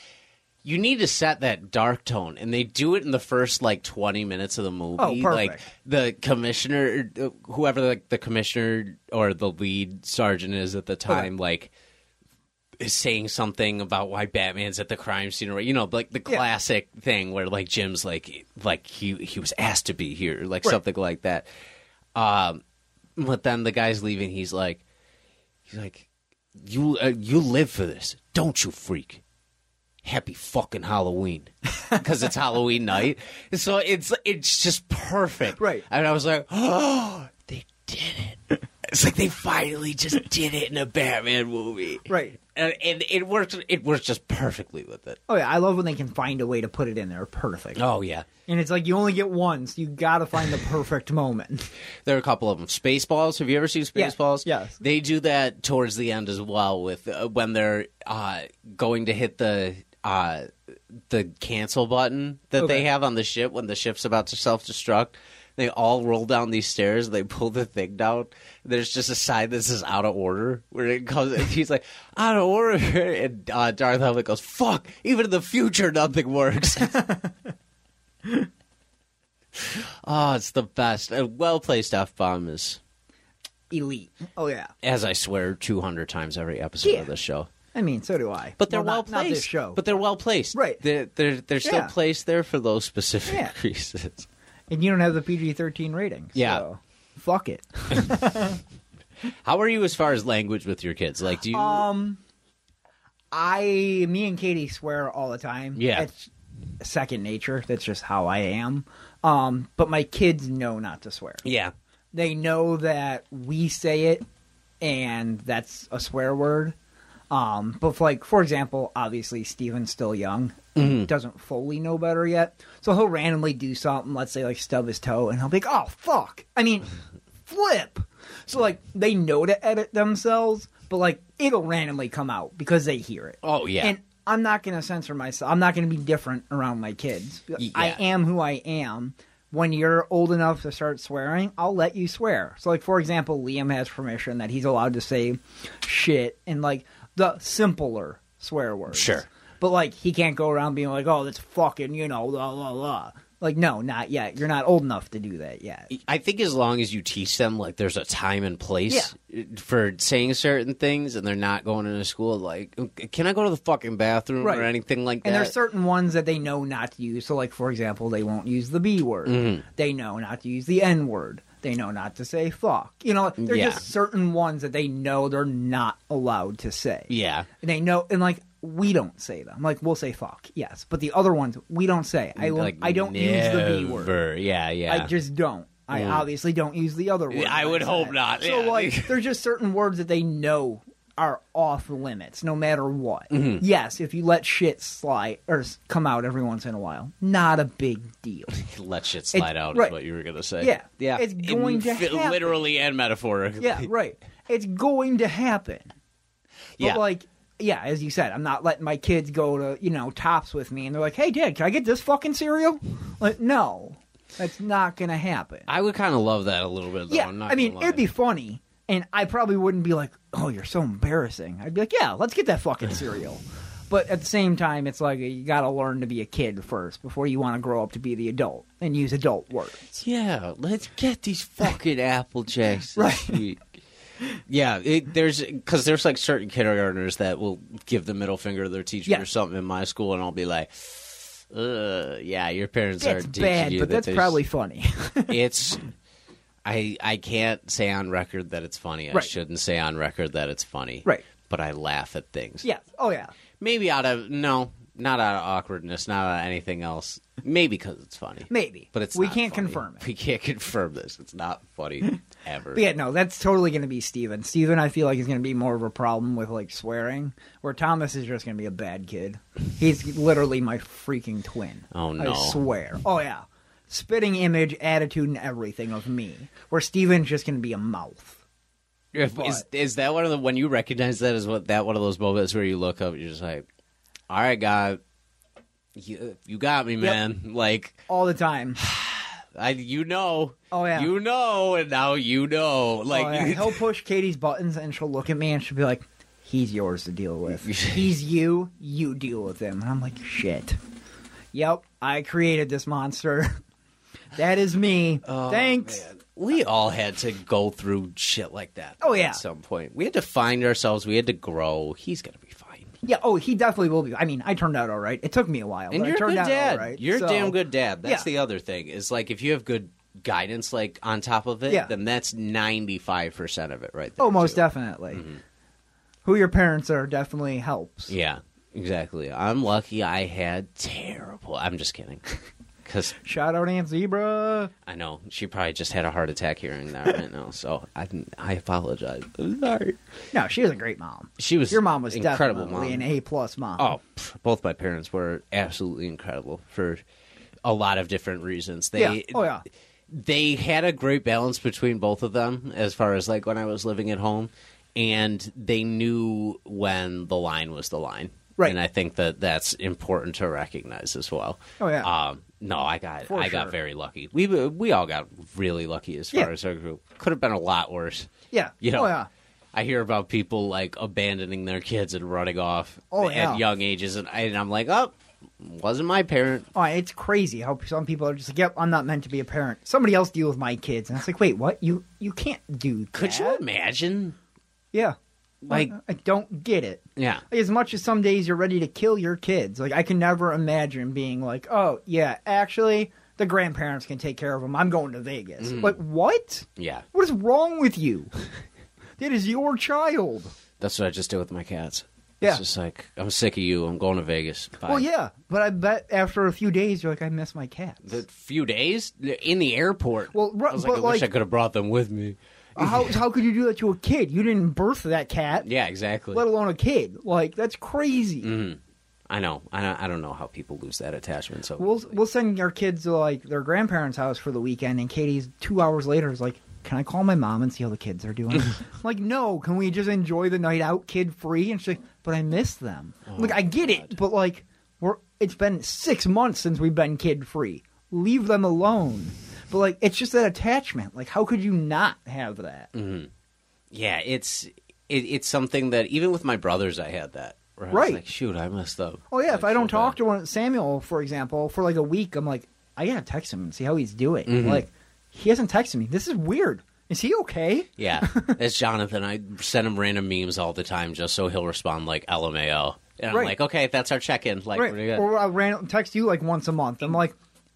Speaker 2: you need to set that dark tone and they do it in the first like 20 minutes of the movie
Speaker 3: Oh, perfect.
Speaker 2: like the commissioner uh, whoever like the commissioner or the lead sergeant is at the time like is saying something about why batman's at the crime scene or you know like the
Speaker 3: Yeah.
Speaker 2: classic thing where like jim's like like he he was asked to be here like something like that um but then the guy's leaving he's like he's like you uh, you live for this, don't you, freak? Happy fucking Halloween, because it's Halloween night. So it's it's just perfect,
Speaker 3: Right.
Speaker 2: And I was like, oh, they did it. It's like they finally just did it in a Batman movie,
Speaker 3: Right.
Speaker 2: And, and it worked. It worked just perfectly with it.
Speaker 3: Oh yeah, I love when they can find a way to put it in there perfect.
Speaker 2: Oh yeah,
Speaker 3: And it's like you only get one, so you gotta find the perfect moment.
Speaker 2: there are a couple of them. Spaceballs. Have you ever seen Spaceballs?
Speaker 3: yes.
Speaker 2: They do that towards the end as well with uh, when they're uh, going to hit the uh, the cancel button that they
Speaker 3: Okay.
Speaker 2: have on the ship when the ship's about to self destruct. They all roll down these stairs. They pull the thing down. There's just a sign that says "out of order" where it comes. And he's like, "Out of order," and uh, Darth Helmet goes, "Fuck! Even in the future, nothing works." oh, it's the best. A well placed f bomb is
Speaker 3: Elite. Oh yeah.
Speaker 2: as I swear 200 times every episode
Speaker 3: Yeah.
Speaker 2: of this show.
Speaker 3: I mean, so do I.
Speaker 2: But they're well,
Speaker 3: Well, not,
Speaker 2: placed.
Speaker 3: Not this show.
Speaker 2: But they're well placed.
Speaker 3: Right.
Speaker 2: They're they're, they're still
Speaker 3: Yeah.
Speaker 2: placed there for those specific
Speaker 3: Yeah.
Speaker 2: reasons.
Speaker 3: and you don't have the PG thirteen rating.
Speaker 2: Yeah.
Speaker 3: So fuck it.
Speaker 2: How are you as far as language with your kids? Like, do you?
Speaker 3: Um, I, me and Katie swear all the time.
Speaker 2: Yeah.
Speaker 3: It's second nature. That's just how I am. Um, but my kids know not to swear.
Speaker 2: yeah.
Speaker 3: They know that we say it, and that's a swear word. Um, but for, like for example, obviously Steven's still young, doesn't fully know better yet, so he'll randomly do something. Let's say like stub his toe, and he'll be like, "Oh fuck!" I mean, flip. So like they know to edit themselves, but like it'll randomly come out because they hear it.
Speaker 2: Oh, yeah.
Speaker 3: And I'm not going to censor myself. I'm not going to be different around my kids.
Speaker 2: Y-
Speaker 3: I
Speaker 2: yeah.
Speaker 3: am who I am. When you're old enough to start swearing, I'll let you swear. So, like for example, Liam has permission that he's allowed to say shit and like the simpler swear words.
Speaker 2: Sure.
Speaker 3: But like he can't go around being like, "Oh, that's fucking," you know, la la la. Like, no, not yet. You're not old enough to do that yet.
Speaker 2: I think as long as you teach them like there's a time and place for saying certain things, and they're not going into school like, can I go to the fucking bathroom
Speaker 3: Right.
Speaker 2: or anything like
Speaker 3: And
Speaker 2: that?
Speaker 3: there's certain ones that they know not to use. So, like for example, they won't use the B word.
Speaker 2: Mm-hmm.
Speaker 3: They know not to use the N word. They know not to say fuck. You know, there's
Speaker 2: Yeah.
Speaker 3: just certain ones that they know they're not allowed to say.
Speaker 2: yeah,
Speaker 3: And they know, and like we don't say them. Like we'll say fuck, yes, but the other ones we don't say. I
Speaker 2: like
Speaker 3: I don't use the B word.
Speaker 2: never. Yeah, yeah.
Speaker 3: I just don't. I
Speaker 2: Mm.
Speaker 3: obviously don't use the other word.
Speaker 2: I
Speaker 3: when
Speaker 2: would
Speaker 3: say
Speaker 2: hope
Speaker 3: it.
Speaker 2: not,
Speaker 3: So
Speaker 2: yeah.
Speaker 3: like, there's just certain words that they know are off limits, no matter what.
Speaker 2: Mm-hmm.
Speaker 3: Yes, if you let shit slide or s- come out every once in a while, not a big deal.
Speaker 2: let shit slide out.
Speaker 3: right.
Speaker 2: Is what you were gonna say?
Speaker 3: Yeah.
Speaker 2: yeah.
Speaker 3: It's
Speaker 2: In
Speaker 3: going to
Speaker 2: fi-
Speaker 3: happen.
Speaker 2: literally and metaphorically.
Speaker 3: yeah, right. It's going to happen. But
Speaker 2: Yeah.
Speaker 3: like, yeah, as you said, I'm not letting my kids go to you know tops with me, and they're like, "Hey, Dad, can I get this fucking cereal?" Like, no, that's not gonna happen.
Speaker 2: I would kind of love that a little bit. Though.
Speaker 3: Yeah,
Speaker 2: I'm not
Speaker 3: I mean,
Speaker 2: gonna lie.
Speaker 3: it'd be funny, and I probably wouldn't be like, "Oh, you're so embarrassing." I'd be like, "Yeah, let's get that fucking cereal." but at the same time, it's like you got to learn to be a kid first before you want to grow up to be the adult and use adult words.
Speaker 2: Yeah, let's get these fucking apple jacks this week. Yeah, it, there's because there's like certain kindergartners that will give the middle finger to their teacher
Speaker 3: Yeah.
Speaker 2: or something in my school, and I'll be like, Ugh, "Yeah, your parents
Speaker 3: That's
Speaker 2: aren't teaching
Speaker 3: bad,
Speaker 2: you."
Speaker 3: but
Speaker 2: that
Speaker 3: that's
Speaker 2: there's-
Speaker 3: probably funny.
Speaker 2: it's. I I can't say on record that it's funny. I
Speaker 3: Right.
Speaker 2: shouldn't say on record that it's funny.
Speaker 3: Right.
Speaker 2: But I laugh at things.
Speaker 3: yeah. Oh yeah.
Speaker 2: Maybe out of no, not out of awkwardness, not out of anything else. Maybe because it's funny.
Speaker 3: Maybe.
Speaker 2: But it's
Speaker 3: we
Speaker 2: not
Speaker 3: can't
Speaker 2: funny.
Speaker 3: confirm it.
Speaker 2: We can't confirm this. It's not funny ever.
Speaker 3: But yeah, no, that's totally going to be Steven. Steven, I feel like is going to be more of a problem with like swearing, where Thomas is just going to be a bad kid. He's literally my freaking twin.
Speaker 2: Oh, no.
Speaker 3: I swear. Oh yeah, spitting image, attitude, and everything of me. Where Steven's just going to be a mouth.
Speaker 2: If- is is that one of the when you recognize that is what that one of those moments where you look up, you're just like, all right, God, you you got me, man. Like
Speaker 3: All the time.
Speaker 2: I, you know,
Speaker 3: Oh, yeah.
Speaker 2: you know, and now you know, like.
Speaker 3: oh, yeah. he'll push Katie's buttons, and she'll look at me, and she'll be like, "He's yours to deal with. He's you. You deal with him." And I'm like, "Shit. Yep, I created this monster. that is me. Thanks."
Speaker 2: Oh, Man, we all had to go through shit like that.
Speaker 3: Oh, yeah.
Speaker 2: At some point, we had to find ourselves. We had to grow. He's gonna be fine.
Speaker 3: Yeah. Oh, he definitely will be. I mean, I turned out all right. It took me a while,
Speaker 2: And
Speaker 3: but
Speaker 2: you're
Speaker 3: I
Speaker 2: a
Speaker 3: turned
Speaker 2: good
Speaker 3: out
Speaker 2: dad.
Speaker 3: all right.
Speaker 2: You're
Speaker 3: so-
Speaker 2: a damn good dad. That's
Speaker 3: Yeah.
Speaker 2: the other thing. Is like if you have good guidance, like on top of it,
Speaker 3: Yeah.
Speaker 2: then that's ninety five percent of it, right there.
Speaker 3: Oh, most
Speaker 2: too. Mm-hmm.
Speaker 3: definitely. Who your parents are definitely helps.
Speaker 2: Yeah, exactly. I'm lucky. I had terrible. I'm just kidding. Because
Speaker 3: Shout out Aunt Zebra.
Speaker 2: I know she probably just had a heart attack hearing that right now. So I I apologize. I'm sorry.
Speaker 3: No, she was a great mom.
Speaker 2: She was
Speaker 3: Your mom was
Speaker 2: incredible
Speaker 3: definitely
Speaker 2: mom.
Speaker 3: an A plus mom.
Speaker 2: Oh, pff, both my parents were absolutely incredible for a lot of different reasons. They,
Speaker 3: Yeah. Oh, yeah.
Speaker 2: They had a great balance between both of them as far as like when I was living at home, and they knew when the line was the line.
Speaker 3: Right.
Speaker 2: And I think that that's important to recognize as well.
Speaker 3: Oh, yeah.
Speaker 2: Um, no, I got
Speaker 3: For
Speaker 2: I
Speaker 3: sure.
Speaker 2: got very lucky. We we all got really lucky as far
Speaker 3: Yeah.
Speaker 2: as our group. Could have been a lot worse.
Speaker 3: yeah.
Speaker 2: You know,
Speaker 3: Oh yeah.
Speaker 2: I hear about people like abandoning their kids and running off
Speaker 3: Oh,
Speaker 2: at
Speaker 3: yeah.
Speaker 2: young ages, and, I, and I'm like, oh, wasn't my parent.
Speaker 3: Oh, it's crazy how some people are just like, "Yep, I'm not meant to be a parent. Somebody else deal with my kids." And it's like, "Wait, what? You you can't do that."
Speaker 2: Could you imagine?
Speaker 3: Yeah.
Speaker 2: Like-
Speaker 3: I don't get it.
Speaker 2: Yeah,
Speaker 3: Like, as much as some days you're ready to kill your kids, like I can never imagine being like, oh yeah, actually the grandparents can take care of them. I'm going to Vegas.
Speaker 2: Mm.
Speaker 3: Like what?
Speaker 2: yeah.
Speaker 3: What is wrong with you? That is your child.
Speaker 2: That's what I just did with my cats.
Speaker 3: Yeah.
Speaker 2: It's just like I'm sick of you. I'm going to Vegas. Bye.
Speaker 3: Well, yeah, but I bet after a few days you're like, I miss my cats.
Speaker 2: The few days They're in the airport.
Speaker 3: Well, ru-
Speaker 2: I was like,
Speaker 3: but,
Speaker 2: I wish I
Speaker 3: like-
Speaker 2: could have brought them with me.
Speaker 3: how how could you do that to a kid? You didn't birth that cat,
Speaker 2: Yeah, exactly.
Speaker 3: let alone a kid. Like that's crazy.
Speaker 2: I know. I don't, I don't know how people lose that attachment. So
Speaker 3: We'll we'll send our kids to like their grandparents' house for the weekend, and Katie's two hours later is like, "Can I call my mom and see how the kids are doing?" I'm like, no. Can we just enjoy the night out, kid free? And she's like, "But I miss them."
Speaker 2: Oh,
Speaker 3: like, I get it, but like, we're it's been six months since we've been kid free. Leave them alone. But like, it's just that attachment. Like, how could you not have that?
Speaker 2: Mm, yeah, it's it, it's something that even with my brothers, I had that. where I was
Speaker 3: Right.
Speaker 2: like, shoot, I messed up.
Speaker 3: Oh yeah, if I don't
Speaker 2: so
Speaker 3: talk
Speaker 2: bad.
Speaker 3: to one Samuel, for example, for like a week, I'm like, I gotta text him and see how he's doing.
Speaker 2: Mm-hmm.
Speaker 3: Like, he hasn't texted me. This is weird. Is he okay?
Speaker 2: Yeah, it's Jonathan. I send him random memes all the time just so he'll respond like LMAO. And I'm
Speaker 3: Right.
Speaker 2: like, okay, that's our check-in. Like, what do you got?
Speaker 3: Or I ran text you like once a month. I'm like,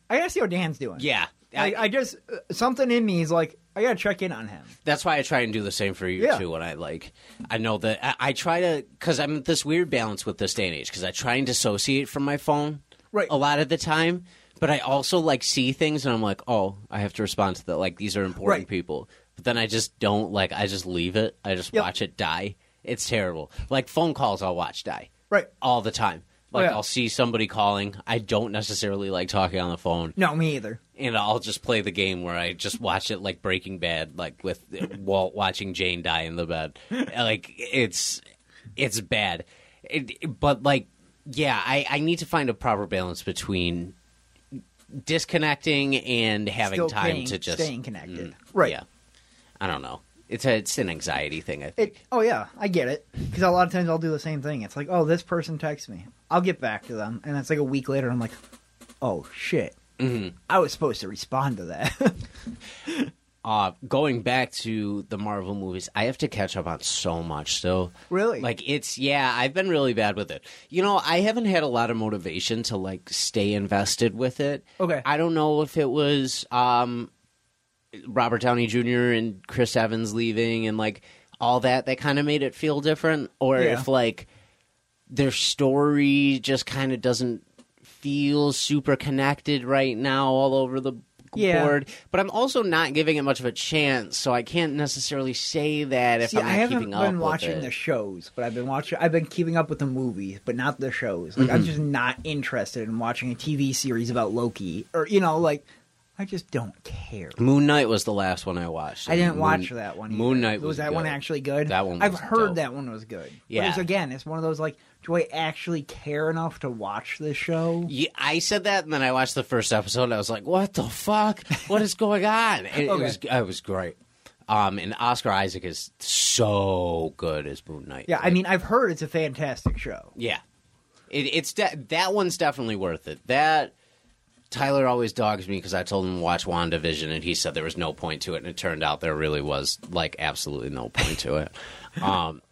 Speaker 3: I gotta see how Dan's doing.
Speaker 2: yeah,
Speaker 3: I, I just uh, something in me is like, I gotta check in on him.
Speaker 2: that's why I try and do the same for you
Speaker 3: Yeah.
Speaker 2: too. When I like, I know that I, I try to because I'm at this weird balance with this day and age because I try and dissociate from my phone
Speaker 3: Right.
Speaker 2: a lot of the time, but I also like see things and I'm like, oh, I have to respond to that. Like these are important
Speaker 3: Right.
Speaker 2: people, but then I just don't like. I just leave it. I just
Speaker 3: Yep.
Speaker 2: watch it die. It's terrible. Like phone calls, I'll watch die
Speaker 3: Right. Oh,
Speaker 2: all the time. Like
Speaker 3: yeah.
Speaker 2: I'll see somebody calling. I don't necessarily like talking on the phone
Speaker 3: No, me either.
Speaker 2: and I'll just play the game where I just watch it like Breaking Bad, like with Walt watching Jane die in the bed. Like it's it's bad, it, but like yeah, I I need to find a proper balance between disconnecting and having
Speaker 3: Still
Speaker 2: time
Speaker 3: staying-
Speaker 2: to just Mm,
Speaker 3: staying connected. right.
Speaker 2: Yeah, I don't know. It's a, it's an anxiety thing. I think.
Speaker 3: It, oh yeah, I get it. Because a lot of times I'll do the same thing. It's like, oh, this person texts me. I'll get back to them, and it's like a week later. I'm like, oh shit,
Speaker 2: Mm-hmm.
Speaker 3: I was supposed to respond to that.
Speaker 2: uh, going back to the Marvel movies, I have to catch up on so much still.
Speaker 3: Really?
Speaker 2: Like it's yeah, I've been really bad with it. You know, I haven't had a lot of motivation to like stay invested with it.
Speaker 3: Okay.
Speaker 2: I don't know if it was um Robert Downey Jr. and Chris Evans leaving and like all that that kind of made it feel different or
Speaker 3: Yeah.
Speaker 2: if like their story just kind of doesn't feel super connected right now all over the
Speaker 3: Yeah.
Speaker 2: board but i'm also not giving it much of a chance so i can't necessarily say that if
Speaker 3: See,
Speaker 2: i'm
Speaker 3: I
Speaker 2: not
Speaker 3: haven't
Speaker 2: keeping up
Speaker 3: been
Speaker 2: with
Speaker 3: watching
Speaker 2: it.
Speaker 3: the shows, but I've been watching. I've been keeping up with the movies, but not the shows. Like I'm just not interested in watching a TV series about Loki, or you know, like I just don't care.
Speaker 2: moon knight was the last one i watched
Speaker 3: I didn't
Speaker 2: Mm-hmm. Moon-
Speaker 3: watch that one. Either.
Speaker 2: moon knight
Speaker 3: was, that one
Speaker 2: good.
Speaker 3: actually good?
Speaker 2: That one
Speaker 3: I've
Speaker 2: was
Speaker 3: heard
Speaker 2: dope.
Speaker 3: that one was good. but
Speaker 2: Yeah.
Speaker 3: it's, again, it's one of those like, do I actually care enough to watch this show?
Speaker 2: Yeah, I said that, and then I watched the first episode. And I was like, "What the fuck? What is going on?" It, it
Speaker 3: Okay.
Speaker 2: was it was great. Um, and Oscar Isaac is so good as Moon Knight.
Speaker 3: Yeah, I mean, I've heard it's a fantastic show.
Speaker 2: yeah, it, it's de- that one's definitely worth it. That Tyler always dogs me because I told him to watch WandaVision, and he said there was no point to it, and it turned out there really was like absolutely no point to it. Um,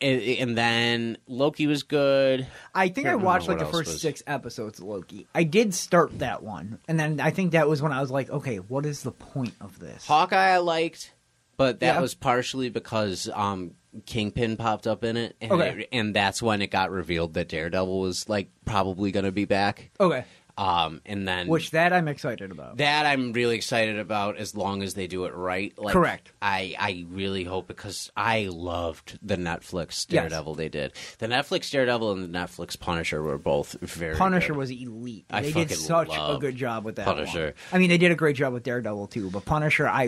Speaker 2: and, and then Loki was good.
Speaker 3: I think
Speaker 2: Can't
Speaker 3: I
Speaker 2: remember
Speaker 3: watched
Speaker 2: what
Speaker 3: like the
Speaker 2: else
Speaker 3: first
Speaker 2: was-
Speaker 3: six episodes of Loki. I did start that one, and then I think that was when I was like, okay, what is the point of this?
Speaker 2: Hawkeye I liked, but that
Speaker 3: Yeah.
Speaker 2: was partially because um, Kingpin popped up in it, and,
Speaker 3: Okay.
Speaker 2: it- and that's when it got revealed that Daredevil was like probably going to be back.
Speaker 3: Okay,
Speaker 2: Um, and then
Speaker 3: which that I'm excited about.
Speaker 2: that I'm really excited about as long as they do it right. Like,
Speaker 3: Correct.
Speaker 2: I, I really hope because I loved the Netflix
Speaker 3: Yes.
Speaker 2: Daredevil they did. The Netflix Daredevil and the Netflix Punisher were both very
Speaker 3: Punisher
Speaker 2: good.
Speaker 3: was elite.
Speaker 2: I
Speaker 3: they did
Speaker 2: fucking
Speaker 3: such a
Speaker 2: love
Speaker 3: good job with that.
Speaker 2: Punisher.
Speaker 3: One. I mean, they did a great job with Daredevil too, but Punisher, I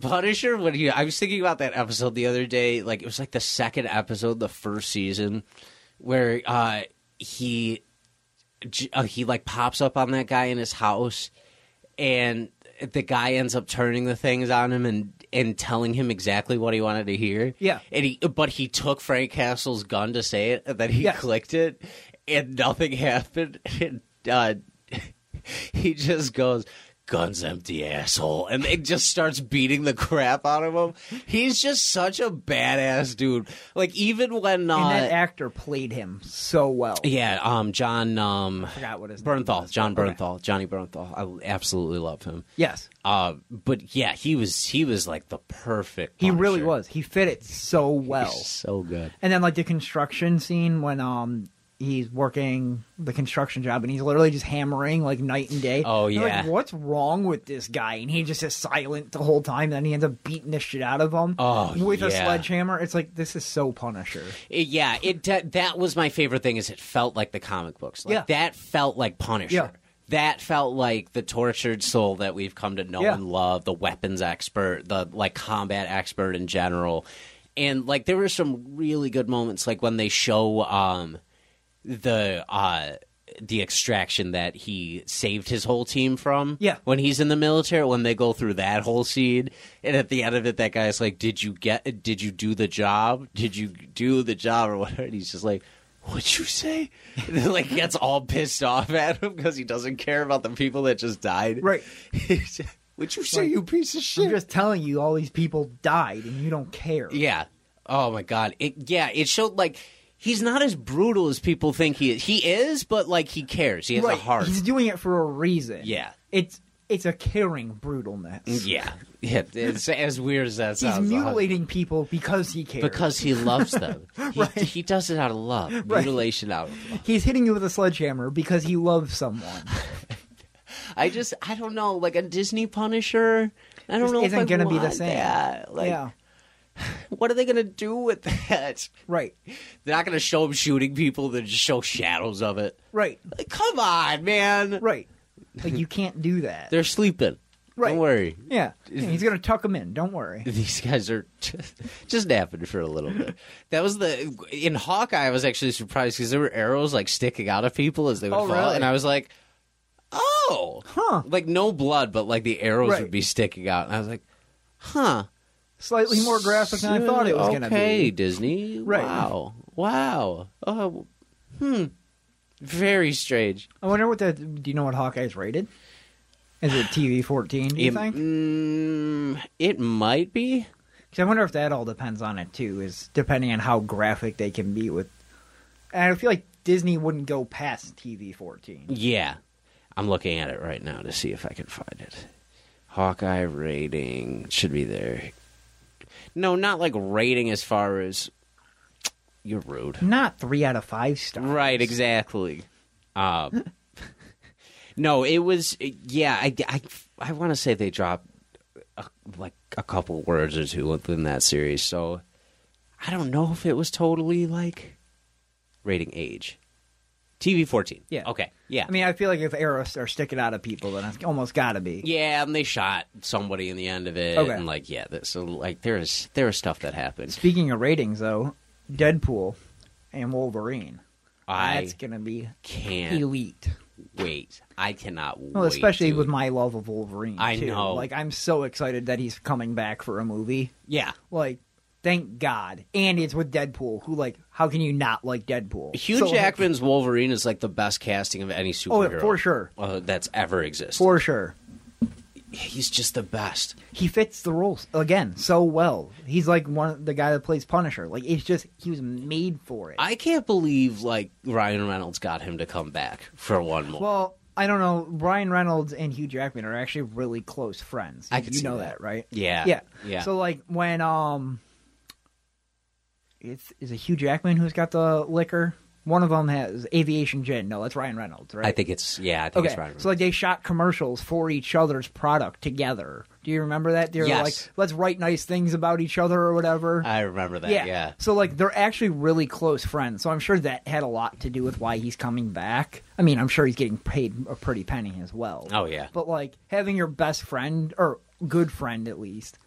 Speaker 2: Punisher, when he, I was thinking about that episode the other day, like it was like the second episode, the first season, where uh, he j- uh, he like pops up on that guy in his house, and the guy ends up turning the things on him and and telling him exactly what he wanted to hear.
Speaker 3: Yeah.
Speaker 2: and he but he took Frank Castle's gun to say it, and then he
Speaker 3: Yes.
Speaker 2: clicked it, and nothing happened. And, uh, he just goes. guns empty, asshole. And it just starts beating the crap out of him. He's just such a badass dude. Like, even when. Uh,
Speaker 3: and that actor played him so well.
Speaker 2: yeah, um, John. Um,
Speaker 3: forgot what his name
Speaker 2: Bernthal.
Speaker 3: was.
Speaker 2: John
Speaker 3: Okay.
Speaker 2: Bernthal. Johnny Bernthal. I absolutely love him.
Speaker 3: Yes,
Speaker 2: Uh, but yeah, he was he was like the perfect.
Speaker 3: he really
Speaker 2: Punisher.
Speaker 3: was. He fit it so well.
Speaker 2: He's so good.
Speaker 3: And then like the construction scene when um he's working the construction job and he's literally just hammering like night and day.
Speaker 2: Oh,
Speaker 3: They're
Speaker 2: yeah.
Speaker 3: like, what's wrong with this guy? And he just is silent the whole time. And then he ends up beating the shit out of him
Speaker 2: Oh,
Speaker 3: with a
Speaker 2: yeah.
Speaker 3: sledgehammer. It's like this is so Punisher.
Speaker 2: It- yeah, it that, that was my favorite thing is it felt like the comic books. Like
Speaker 3: Yeah.
Speaker 2: that felt like Punisher.
Speaker 3: Yeah.
Speaker 2: That felt like the tortured soul that we've come to know
Speaker 3: Yeah.
Speaker 2: and love, the weapons expert, the like combat expert in general. And like there were some really good moments like when they show um the uh the extraction that he saved his whole team from
Speaker 3: Yeah.
Speaker 2: when he's in the military when they go through that whole scene and at the end of it that guy's like did you get did you do the job did you do the job or whatever and he's just like what'd you say and then, like gets all pissed off at him because he doesn't care about the people that just died
Speaker 3: Right.
Speaker 2: He's- would you say you piece of shit
Speaker 3: I'm just telling you, all these people died and you don't care.
Speaker 2: yeah. Oh my god. It yeah, it showed like he's not as brutal as people think he is. He is, but like he cares. He has
Speaker 3: right.
Speaker 2: a heart.
Speaker 3: He's doing it for a reason.
Speaker 2: Yeah.
Speaker 3: It's it's a caring brutalness.
Speaker 2: Mm, yeah. Yeah. It's as weird as that
Speaker 3: He's
Speaker 2: sounds. a hundred-
Speaker 3: mutilating people because he cares.
Speaker 2: because he loves them. he, he does it out of love. Mutilation out of love.
Speaker 3: he's hitting you with a sledgehammer because he loves someone.
Speaker 2: I just I don't know, like a Disney Punisher. I don't
Speaker 3: Just
Speaker 2: know if I
Speaker 3: isn't gonna be the
Speaker 2: want
Speaker 3: same.
Speaker 2: that. Like
Speaker 3: yeah.
Speaker 2: what are they gonna do with that?
Speaker 3: Right.
Speaker 2: They're not gonna show him shooting people, they're just show shadows of it.
Speaker 3: Right.
Speaker 2: Like, come on, man.
Speaker 3: Right. Like you can't do that.
Speaker 2: They're sleeping.
Speaker 3: Right.
Speaker 2: Don't worry.
Speaker 3: yeah. Yeah, He's gonna tuck him in. Don't worry.
Speaker 2: These guys are just, just napping for a little bit. That was the in Hawkeye. I was actually surprised because there were arrows like sticking out of people as they would
Speaker 3: Oh,
Speaker 2: fall,
Speaker 3: really?
Speaker 2: and I was like, "Oh,
Speaker 3: Huh.
Speaker 2: Like no blood, but like the arrows
Speaker 3: Right.
Speaker 2: would be sticking out, and I was like, "Huh."
Speaker 3: Slightly more graphic than I thought it was
Speaker 2: okay,
Speaker 3: gonna be.
Speaker 2: Disney.
Speaker 3: Right.
Speaker 2: Wow. Wow. Oh, hmm. Very strange.
Speaker 3: I wonder what that. Do you know what Hawkeye's rated? Is it TV fourteen? Do you
Speaker 2: it,
Speaker 3: think?
Speaker 2: mm, it might be.
Speaker 3: 'Cause I wonder if that all depends on it too. Is depending on how graphic they can be with. And I feel like Disney wouldn't go past TV fourteen.
Speaker 2: Yeah. I'm looking at it right now to see if I can find it. Hawkeye rating should be there. No, not like rating as far as you're rude.
Speaker 3: Not three out of five stars.
Speaker 2: Right, exactly. Um, no, it was yeah, I I, I want to say they dropped a, like a couple words or two within that series. So I don't know if it was totally like rating age. TV 14.
Speaker 3: Yeah.
Speaker 2: Okay. Yeah.
Speaker 3: I mean, I feel like if arrows are sticking out of people, then it's almost got to be.
Speaker 2: Yeah, and they shot somebody in the end of it,
Speaker 3: Okay.
Speaker 2: and like yeah, that, so like there's there was stuff that happened.
Speaker 3: Speaking of ratings, though, Deadpool and Wolverine.
Speaker 2: I
Speaker 3: That's gonna be
Speaker 2: can't
Speaker 3: elite.
Speaker 2: wait. I cannot
Speaker 3: Well,
Speaker 2: wait.
Speaker 3: especially
Speaker 2: dude.
Speaker 3: with my love of Wolverine.
Speaker 2: I
Speaker 3: too.
Speaker 2: know.
Speaker 3: Like, I'm so excited that he's coming back for a movie.
Speaker 2: yeah.
Speaker 3: Like, thank God. And it's with Deadpool, who like, how can you not like Deadpool?
Speaker 2: Hugh
Speaker 3: So, like,
Speaker 2: Jackman's Wolverine is like the best casting of any
Speaker 3: Oh,
Speaker 2: superhero
Speaker 3: for sure,
Speaker 2: uh, that's ever existed.
Speaker 3: for sure.
Speaker 2: He's just the best.
Speaker 3: He fits the roles again so well. He's like one the guy that plays Punisher. Like, it's just he was made for it.
Speaker 2: I can't believe like Ryan Reynolds got him to come back for one more.
Speaker 3: Well, I don't know. Ryan Reynolds and Hugh Jackman are actually really close friends.
Speaker 2: I could
Speaker 3: you
Speaker 2: see
Speaker 3: know
Speaker 2: that.
Speaker 3: that. right?
Speaker 2: yeah,
Speaker 3: Yeah.
Speaker 2: yeah.
Speaker 3: So like when um, it's is it Hugh Jackman who's got the liquor? One of them has aviation gin. No, that's Ryan Reynolds, right?
Speaker 2: I think it's yeah. I think
Speaker 3: Okay,
Speaker 2: it's Ryan. Reynolds.
Speaker 3: so like they shot commercials for each other's product together. Do you remember that? They were
Speaker 2: Yes.
Speaker 3: like, "Let's write nice things about each other" or whatever.
Speaker 2: I remember that.
Speaker 3: yeah.
Speaker 2: Yeah.
Speaker 3: So like they're actually really close friends. So I'm sure that had a lot to do with why he's coming back. I mean, I'm sure he's getting paid a pretty penny as well.
Speaker 2: Oh yeah.
Speaker 3: But like having your best friend or good friend at least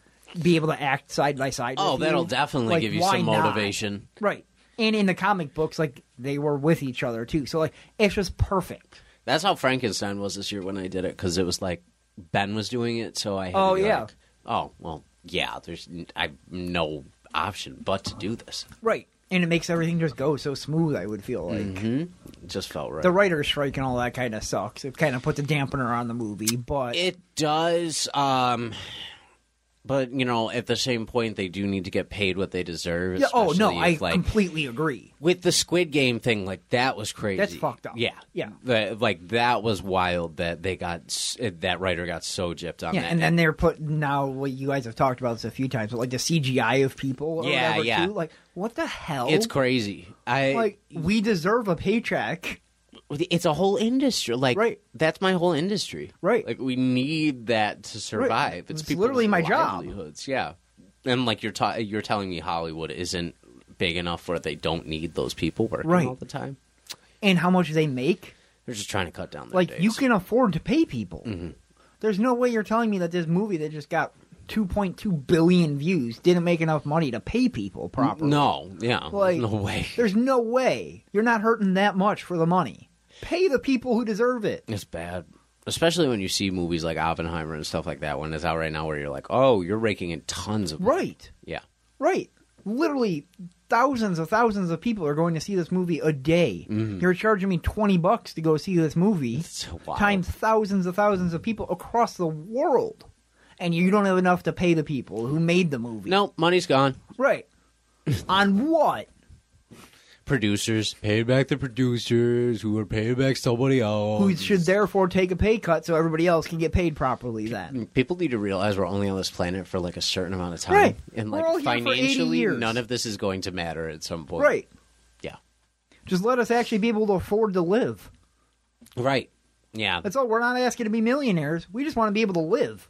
Speaker 3: be able to act side by side.
Speaker 2: Oh,
Speaker 3: with
Speaker 2: that'll
Speaker 3: you,
Speaker 2: definitely
Speaker 3: like,
Speaker 2: give you
Speaker 3: why
Speaker 2: some
Speaker 3: not?
Speaker 2: motivation.
Speaker 3: right? And in the comic books, like they were with each other too. So like it's just perfect.
Speaker 2: That's how Frankenstein was this year when I did it because it was like Ben was doing it, so I. Had
Speaker 3: Oh,
Speaker 2: to be
Speaker 3: yeah.
Speaker 2: like, oh well, yeah. There's n- I no option but to do this.
Speaker 3: Right. and it makes everything just go so smooth. I would feel like
Speaker 2: Mm-hmm. It just felt right.
Speaker 3: the writer's strike and all that kind of sucks. It kind of puts a dampener on the movie, but
Speaker 2: It does. Um, but you know, at the same point, they do need to get paid what they deserve.
Speaker 3: yeah, oh no,
Speaker 2: especially
Speaker 3: I
Speaker 2: if, like
Speaker 3: completely agree.
Speaker 2: with the Squid Game thing. Like that was crazy.
Speaker 3: That's fucked up.
Speaker 2: Yeah,
Speaker 3: Yeah.
Speaker 2: The- like that was wild. That they got s- that writer got so gypped on
Speaker 3: Yeah,
Speaker 2: that.
Speaker 3: and then they're put now. What you guys have talked about this a few times, but like the CGI of people, or
Speaker 2: Yeah,
Speaker 3: whatever,
Speaker 2: yeah.
Speaker 3: Too. Like what the hell?
Speaker 2: it's crazy. I
Speaker 3: like we deserve a paycheck.
Speaker 2: it's a whole industry. Like
Speaker 3: Right.
Speaker 2: that's my whole industry.
Speaker 3: Right.
Speaker 2: Like we need that to survive. It's,
Speaker 3: It's
Speaker 2: people's
Speaker 3: literally my job.
Speaker 2: livelihoods. Yeah. And like you're ta- you're telling me Hollywood isn't big enough where they don't need those people working
Speaker 3: Right.
Speaker 2: all the time.
Speaker 3: And how much they make?
Speaker 2: They're just trying to cut down their
Speaker 3: Like you
Speaker 2: days.
Speaker 3: can afford to pay people. There's no way you're telling me that this movie that just got 2.2 billion views didn't make enough money to pay people properly.
Speaker 2: No, yeah.
Speaker 3: Like,
Speaker 2: no way.
Speaker 3: There's no way you're not hurting that much for the money. Pay the people who deserve it.
Speaker 2: It's bad. Especially when you see movies like Oppenheimer and stuff like that when it's out right now where you're like, "Oh, you're raking in tons of money.
Speaker 3: Right,
Speaker 2: Yeah.
Speaker 3: right. Literally, thousands of thousands of people are going to see this movie a day. You're charging me 20 bucks to go see this movie.
Speaker 2: So wild.
Speaker 3: times thousands and thousands of people across the world, and you don't have enough to pay the people who made the movie.
Speaker 2: No, money's gone.
Speaker 3: right? On what?
Speaker 2: Producers, pay back the producers who are paying back somebody else.
Speaker 3: Who should therefore take a pay cut so everybody else can get paid properly? Then
Speaker 2: people need to realize we're only on this planet for like a certain amount of time
Speaker 3: Right.
Speaker 2: and
Speaker 3: We're
Speaker 2: like
Speaker 3: all here for 80
Speaker 2: financially
Speaker 3: years.
Speaker 2: none of this is going to matter at some point
Speaker 3: right?
Speaker 2: yeah
Speaker 3: Just let us actually be able to afford to live.
Speaker 2: right yeah
Speaker 3: That's all. We're not asking to be millionaires. We just want to be able to live.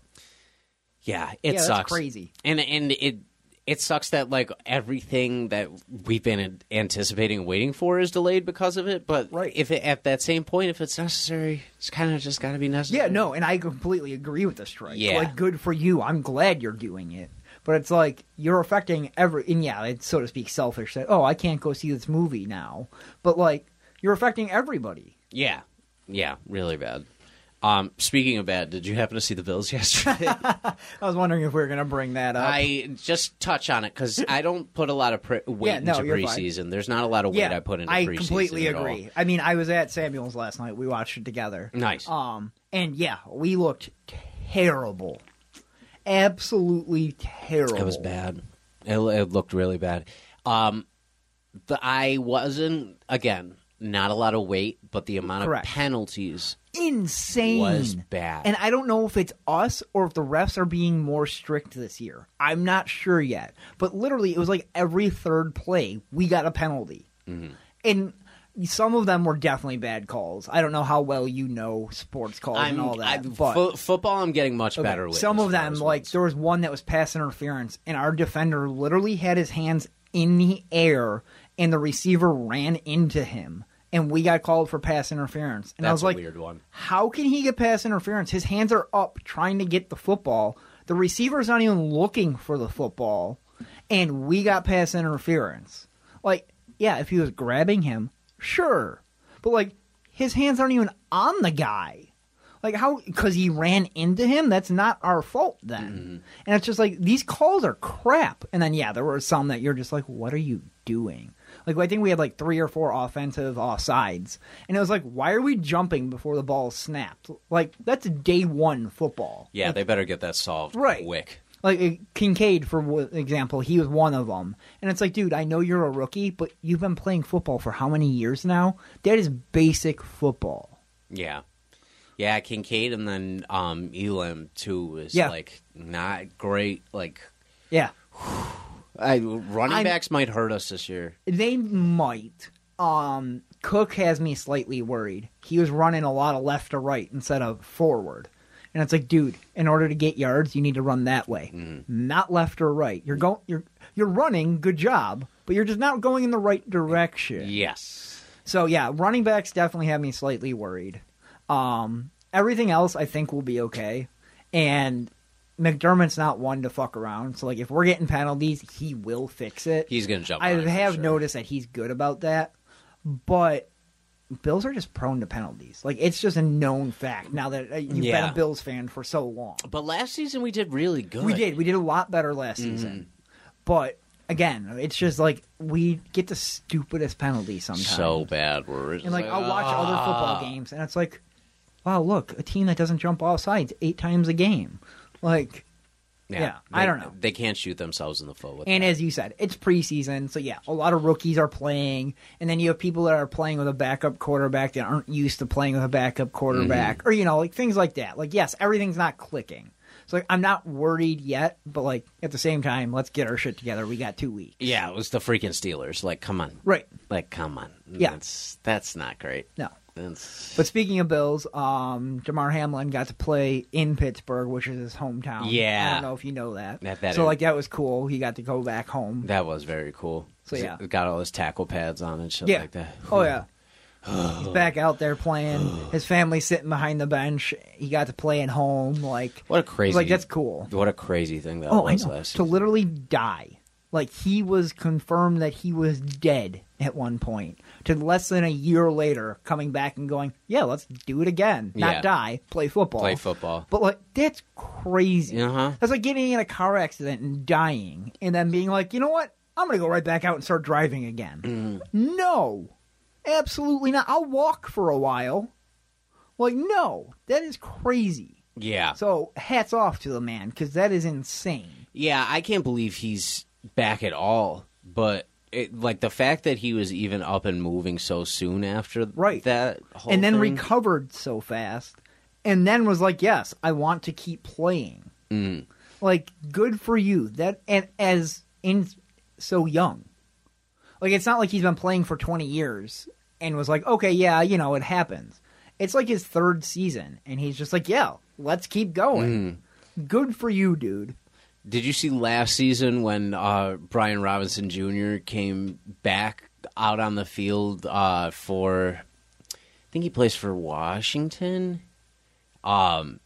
Speaker 2: yeah it
Speaker 3: yeah, that's
Speaker 2: sucks
Speaker 3: crazy.
Speaker 2: and and it it sucks that like everything that we've been an- anticipating and waiting for is delayed because of it but
Speaker 3: Right.
Speaker 2: if it, at that same point if it's necessary it's kind of just got to be necessary
Speaker 3: Yeah, no, and I completely agree with the strike.
Speaker 2: Yeah.
Speaker 3: Like, good for you. I'm glad you're doing it. But it's like you're affecting every, and yeah, it's so to speak selfish that, oh, I can't go see this movie now. But like, you're affecting everybody.
Speaker 2: yeah yeah really bad um speaking of bad did you happen to see the bills yesterday
Speaker 3: I was wondering if we were going to bring that up.
Speaker 2: I just touch on it because I don't put a lot of pre- weight
Speaker 3: Yeah, no,
Speaker 2: into
Speaker 3: you're fine.
Speaker 2: preseason. There's not a lot of weight
Speaker 3: yeah,
Speaker 2: I put into
Speaker 3: I
Speaker 2: preseason.
Speaker 3: completely
Speaker 2: at all.
Speaker 3: agree. I mean, I was at Samuel's last night. We watched it together.
Speaker 2: Nice.
Speaker 3: Um, and yeah, we looked terrible. Absolutely terrible.
Speaker 2: It was bad. It, it looked really bad. Um, the, I wasn't again not a lot of weight, but the amount
Speaker 3: Correct.
Speaker 2: of penalties
Speaker 3: insane.
Speaker 2: was bad.
Speaker 3: And I don't know if it's us or if the refs are being more strict this year. I'm not sure yet. But literally, it was like every third play, we got a penalty.
Speaker 2: Mm-hmm.
Speaker 3: And some of them were definitely bad calls. I don't know how well you know sports calls
Speaker 2: I'm
Speaker 3: and all that.
Speaker 2: I-
Speaker 3: but
Speaker 2: fo- football. I'm getting much
Speaker 3: Okay,
Speaker 2: better with
Speaker 3: some
Speaker 2: as
Speaker 3: of
Speaker 2: far
Speaker 3: them,
Speaker 2: as
Speaker 3: like,
Speaker 2: ones.
Speaker 3: there was one that was pass interference, and our defender literally had his hands in the air, and the receiver ran into him. And we got called for pass interference. And I
Speaker 2: That's
Speaker 3: was
Speaker 2: a
Speaker 3: like,
Speaker 2: weird one.
Speaker 3: how can he get past interference? His hands are up trying to get the football. The receiver's not even looking for the football. And we got past interference. Like, yeah, if he was grabbing him, sure. But, like, his hands aren't even on the guy. Like, how? Because he ran into him? That's not our fault then. And it's just like, these calls are crap. And then, yeah, there were some that you're just like, what are you doing? Like I think we had like three or four offensive offsides, and it was like, why are we jumping before the ball is snapped? Like that's day one football.
Speaker 2: yeah, they better get that solved
Speaker 3: Right.
Speaker 2: quick.
Speaker 3: Like uh, Kincaid, for w- example, he was one of them, and it's like, dude, I know you're a rookie, but you've been playing football for how many years now? That is basic football.
Speaker 2: Yeah. Yeah, Kincaid and then um, Elam too was
Speaker 3: Yeah.
Speaker 2: like not great. Like
Speaker 3: Yeah,
Speaker 2: I, running
Speaker 3: I'm-
Speaker 2: backs might hurt us this year.
Speaker 3: they might. Um, Cook has me slightly worried. He was running a lot of left to right instead of forward. And it's like, dude, in order to get yards, you need to run that way, not left or right. You're going, you're you're running, good job, but you're just not going in the right direction.
Speaker 2: Yes.
Speaker 3: So yeah, running backs definitely have me slightly worried. Um, everything else I think will be okay, and McDermott's not one to fuck around. So like, if we're getting penalties, he will fix it.
Speaker 2: He's gonna jump.
Speaker 3: I
Speaker 2: on it for
Speaker 3: have
Speaker 2: sure.
Speaker 3: noticed that he's good about that, but Bills are just prone to penalties. Like it's just a known fact now that uh, you've been
Speaker 2: Yeah.
Speaker 3: a Bills fan for so long.
Speaker 2: But last season we did really Mm-hmm. good.
Speaker 3: We did. We did a lot better last season, but again, it's just like we get the stupidest penalties sometimes.
Speaker 2: So Ah. bad. We're
Speaker 3: and like oh, I'll watch other football games, and it's like, wow, look, a team that doesn't jump all sides eight times a game, like, yeah, I
Speaker 2: they-
Speaker 3: don't know.
Speaker 2: They can't shoot themselves in the foot with
Speaker 3: And
Speaker 2: that.
Speaker 3: as you said, it's preseason, so yeah, a lot of rookies are playing, and then you have people that are playing with a backup quarterback that aren't used to playing with a backup quarterback,
Speaker 2: Mm-hmm.
Speaker 3: or you know, like things like that. Like, yes, everything's not clicking. So like, I'm not worried yet, but like at the same time, let's get our shit together. We got two weeks,
Speaker 2: yeah, it was the freaking Steelers. Like, come on,
Speaker 3: right?
Speaker 2: like, come on.
Speaker 3: Yeah.
Speaker 2: that's that's not great.
Speaker 3: No.
Speaker 2: That's
Speaker 3: But speaking of Bills, um, Damar Hamlin got to play in Pittsburgh, which is his hometown.
Speaker 2: Yeah.
Speaker 3: I don't know if you know that.
Speaker 2: That- that
Speaker 3: so
Speaker 2: is-
Speaker 3: like that was cool. He got to go back home.
Speaker 2: that was very cool.
Speaker 3: So, yeah.
Speaker 2: It got all his tackle pads on and shit
Speaker 3: yeah.
Speaker 2: like that.
Speaker 3: Oh yeah. He's back out there playing. His family's sitting behind the bench. He got to play at home. Like
Speaker 2: What a crazy.
Speaker 3: Like that's cool.
Speaker 2: What a crazy thing that
Speaker 3: Oh, I
Speaker 2: was
Speaker 3: know.
Speaker 2: last.
Speaker 3: To literally die. Like he was confirmed that he was dead at one point. To less than a year later, coming back and going, yeah, let's do it again. Not
Speaker 2: Yeah.
Speaker 3: die, play football.
Speaker 2: Play football.
Speaker 3: But like that's crazy.
Speaker 2: Uh-huh.
Speaker 3: That's like getting in a car accident and dying, and then being like, you know what? I'm gonna go right back out and start driving again. No, absolutely not. I'll walk for a while. Like no, that is crazy.
Speaker 2: Yeah.
Speaker 3: So hats off to the man because that is insane.
Speaker 2: Yeah, I can't believe he's back at all. But it, like the fact that he was even up and moving so soon after
Speaker 3: Right.
Speaker 2: that, whole
Speaker 3: and then
Speaker 2: thing,
Speaker 3: recovered so fast, and then was like, yes, I want to keep playing.
Speaker 2: Mm.
Speaker 3: Like good for you. That and as in so young. Like it's not like he's been playing for 20 years and was like, "Okay, yeah, you know, it happens." It's like his third season and he's just like, "Yeah, let's keep going." Good for you, dude.
Speaker 2: Did you see last season when uh, Brian Robinson Jr. came back out on the field uh, for? I think he plays for Washington. Um,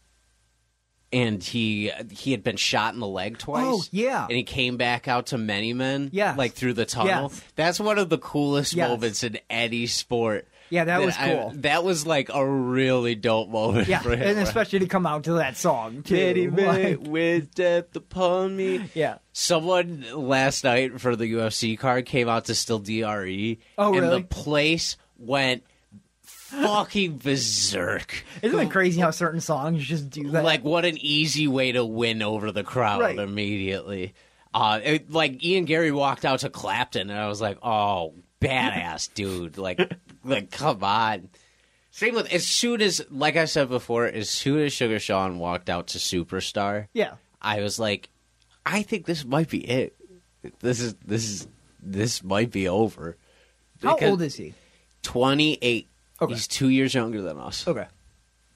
Speaker 2: and he he had been shot in the leg twice.
Speaker 3: Oh, yeah.
Speaker 2: and he came back out to many men.
Speaker 3: Yes.
Speaker 2: like through the tunnel.
Speaker 3: Yes.
Speaker 2: That's one of the coolest
Speaker 3: Yes.
Speaker 2: moments in any sport.
Speaker 3: Yeah, that was
Speaker 2: I-
Speaker 3: cool.
Speaker 2: that was like a really dope moment.
Speaker 3: Yeah,
Speaker 2: for him.
Speaker 3: and especially to come out to that song too.
Speaker 2: Many men
Speaker 3: Like,
Speaker 2: with death upon me.
Speaker 3: yeah.
Speaker 2: Someone last night for the UFC card came out to still DRE.
Speaker 3: Oh,
Speaker 2: E, And
Speaker 3: really?
Speaker 2: the place went fucking berserk.
Speaker 3: Isn't it crazy how certain songs just do that?
Speaker 2: Like, what an easy way to win over the crowd
Speaker 3: Right.
Speaker 2: immediately. Uh, it- like, Ian Gary walked out to Clapton, and I was like, oh, badass, dude. Like, like, come on. Same with as soon as, like I said before, as soon as Sugar Sean walked out to Superstar,
Speaker 3: yeah.
Speaker 2: I was like, I think this might be it. This is this is this might be over.
Speaker 3: How old is he?
Speaker 2: twenty eight?
Speaker 3: Okay.
Speaker 2: He's two years younger than us.
Speaker 3: Okay.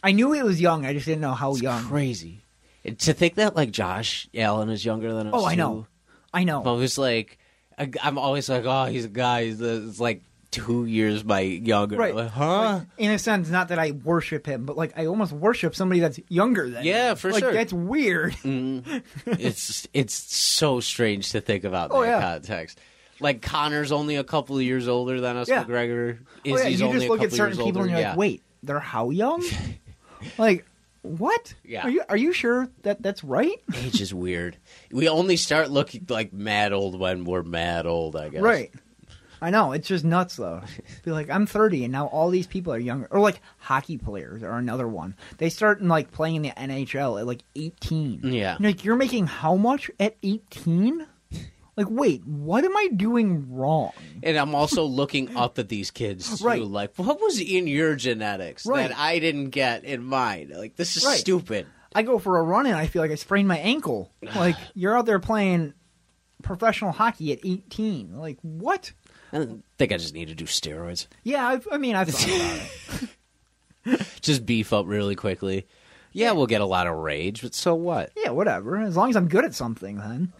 Speaker 3: I knew he was young. I just didn't know how young.
Speaker 2: Crazy. And to think that like Josh Allen is younger than us.
Speaker 3: oh, I
Speaker 2: too.
Speaker 3: know. I know.
Speaker 2: I'm always like, I, I'm always like, oh, he's a guy. He's, uh, it's like two years my younger.
Speaker 3: Right.
Speaker 2: Like, huh?
Speaker 3: in a sense, not that I worship him, but like I almost worship somebody that's younger than.
Speaker 2: Yeah,
Speaker 3: him.
Speaker 2: for
Speaker 3: like,
Speaker 2: sure.
Speaker 3: That's weird.
Speaker 2: it's it's so strange to think about that
Speaker 3: Oh, yeah.
Speaker 2: context. Like Connor's only a couple of years older than us.
Speaker 3: Yeah.
Speaker 2: McGregor
Speaker 3: Oh,
Speaker 2: is
Speaker 3: yeah,
Speaker 2: he's
Speaker 3: you
Speaker 2: only
Speaker 3: just
Speaker 2: a
Speaker 3: look
Speaker 2: couple
Speaker 3: at certain
Speaker 2: years older.
Speaker 3: people and you're
Speaker 2: yeah.
Speaker 3: like, wait, they're how young? like, what?
Speaker 2: Yeah.
Speaker 3: Are you are you sure that that's right?
Speaker 2: age is weird. We only start looking like mad old when we're mad old. I guess.
Speaker 3: Right. I know it's just nuts though. Be like, I'm 30 and now all these people are younger. Or like hockey players are another one. They start in like playing in the NHL at like 18.
Speaker 2: Yeah.
Speaker 3: And, like you're making how much at 18? Like, wait, what am I doing wrong?
Speaker 2: And I'm also looking up at these kids too.
Speaker 3: Right.
Speaker 2: Like, what was in your genetics
Speaker 3: Right.
Speaker 2: that I didn't get in mine? Like, this is
Speaker 3: Right.
Speaker 2: stupid.
Speaker 3: I go for a run and I feel like I sprained my ankle. Like you're out there playing professional hockey at 18. Like what?
Speaker 2: I don't think I just need to do steroids.
Speaker 3: Yeah, I've, I mean, I've thought about it.
Speaker 2: Just beef up really quickly. Yeah, we'll get a lot of rage, but so what?
Speaker 3: Yeah, whatever. As long as I'm good at something, then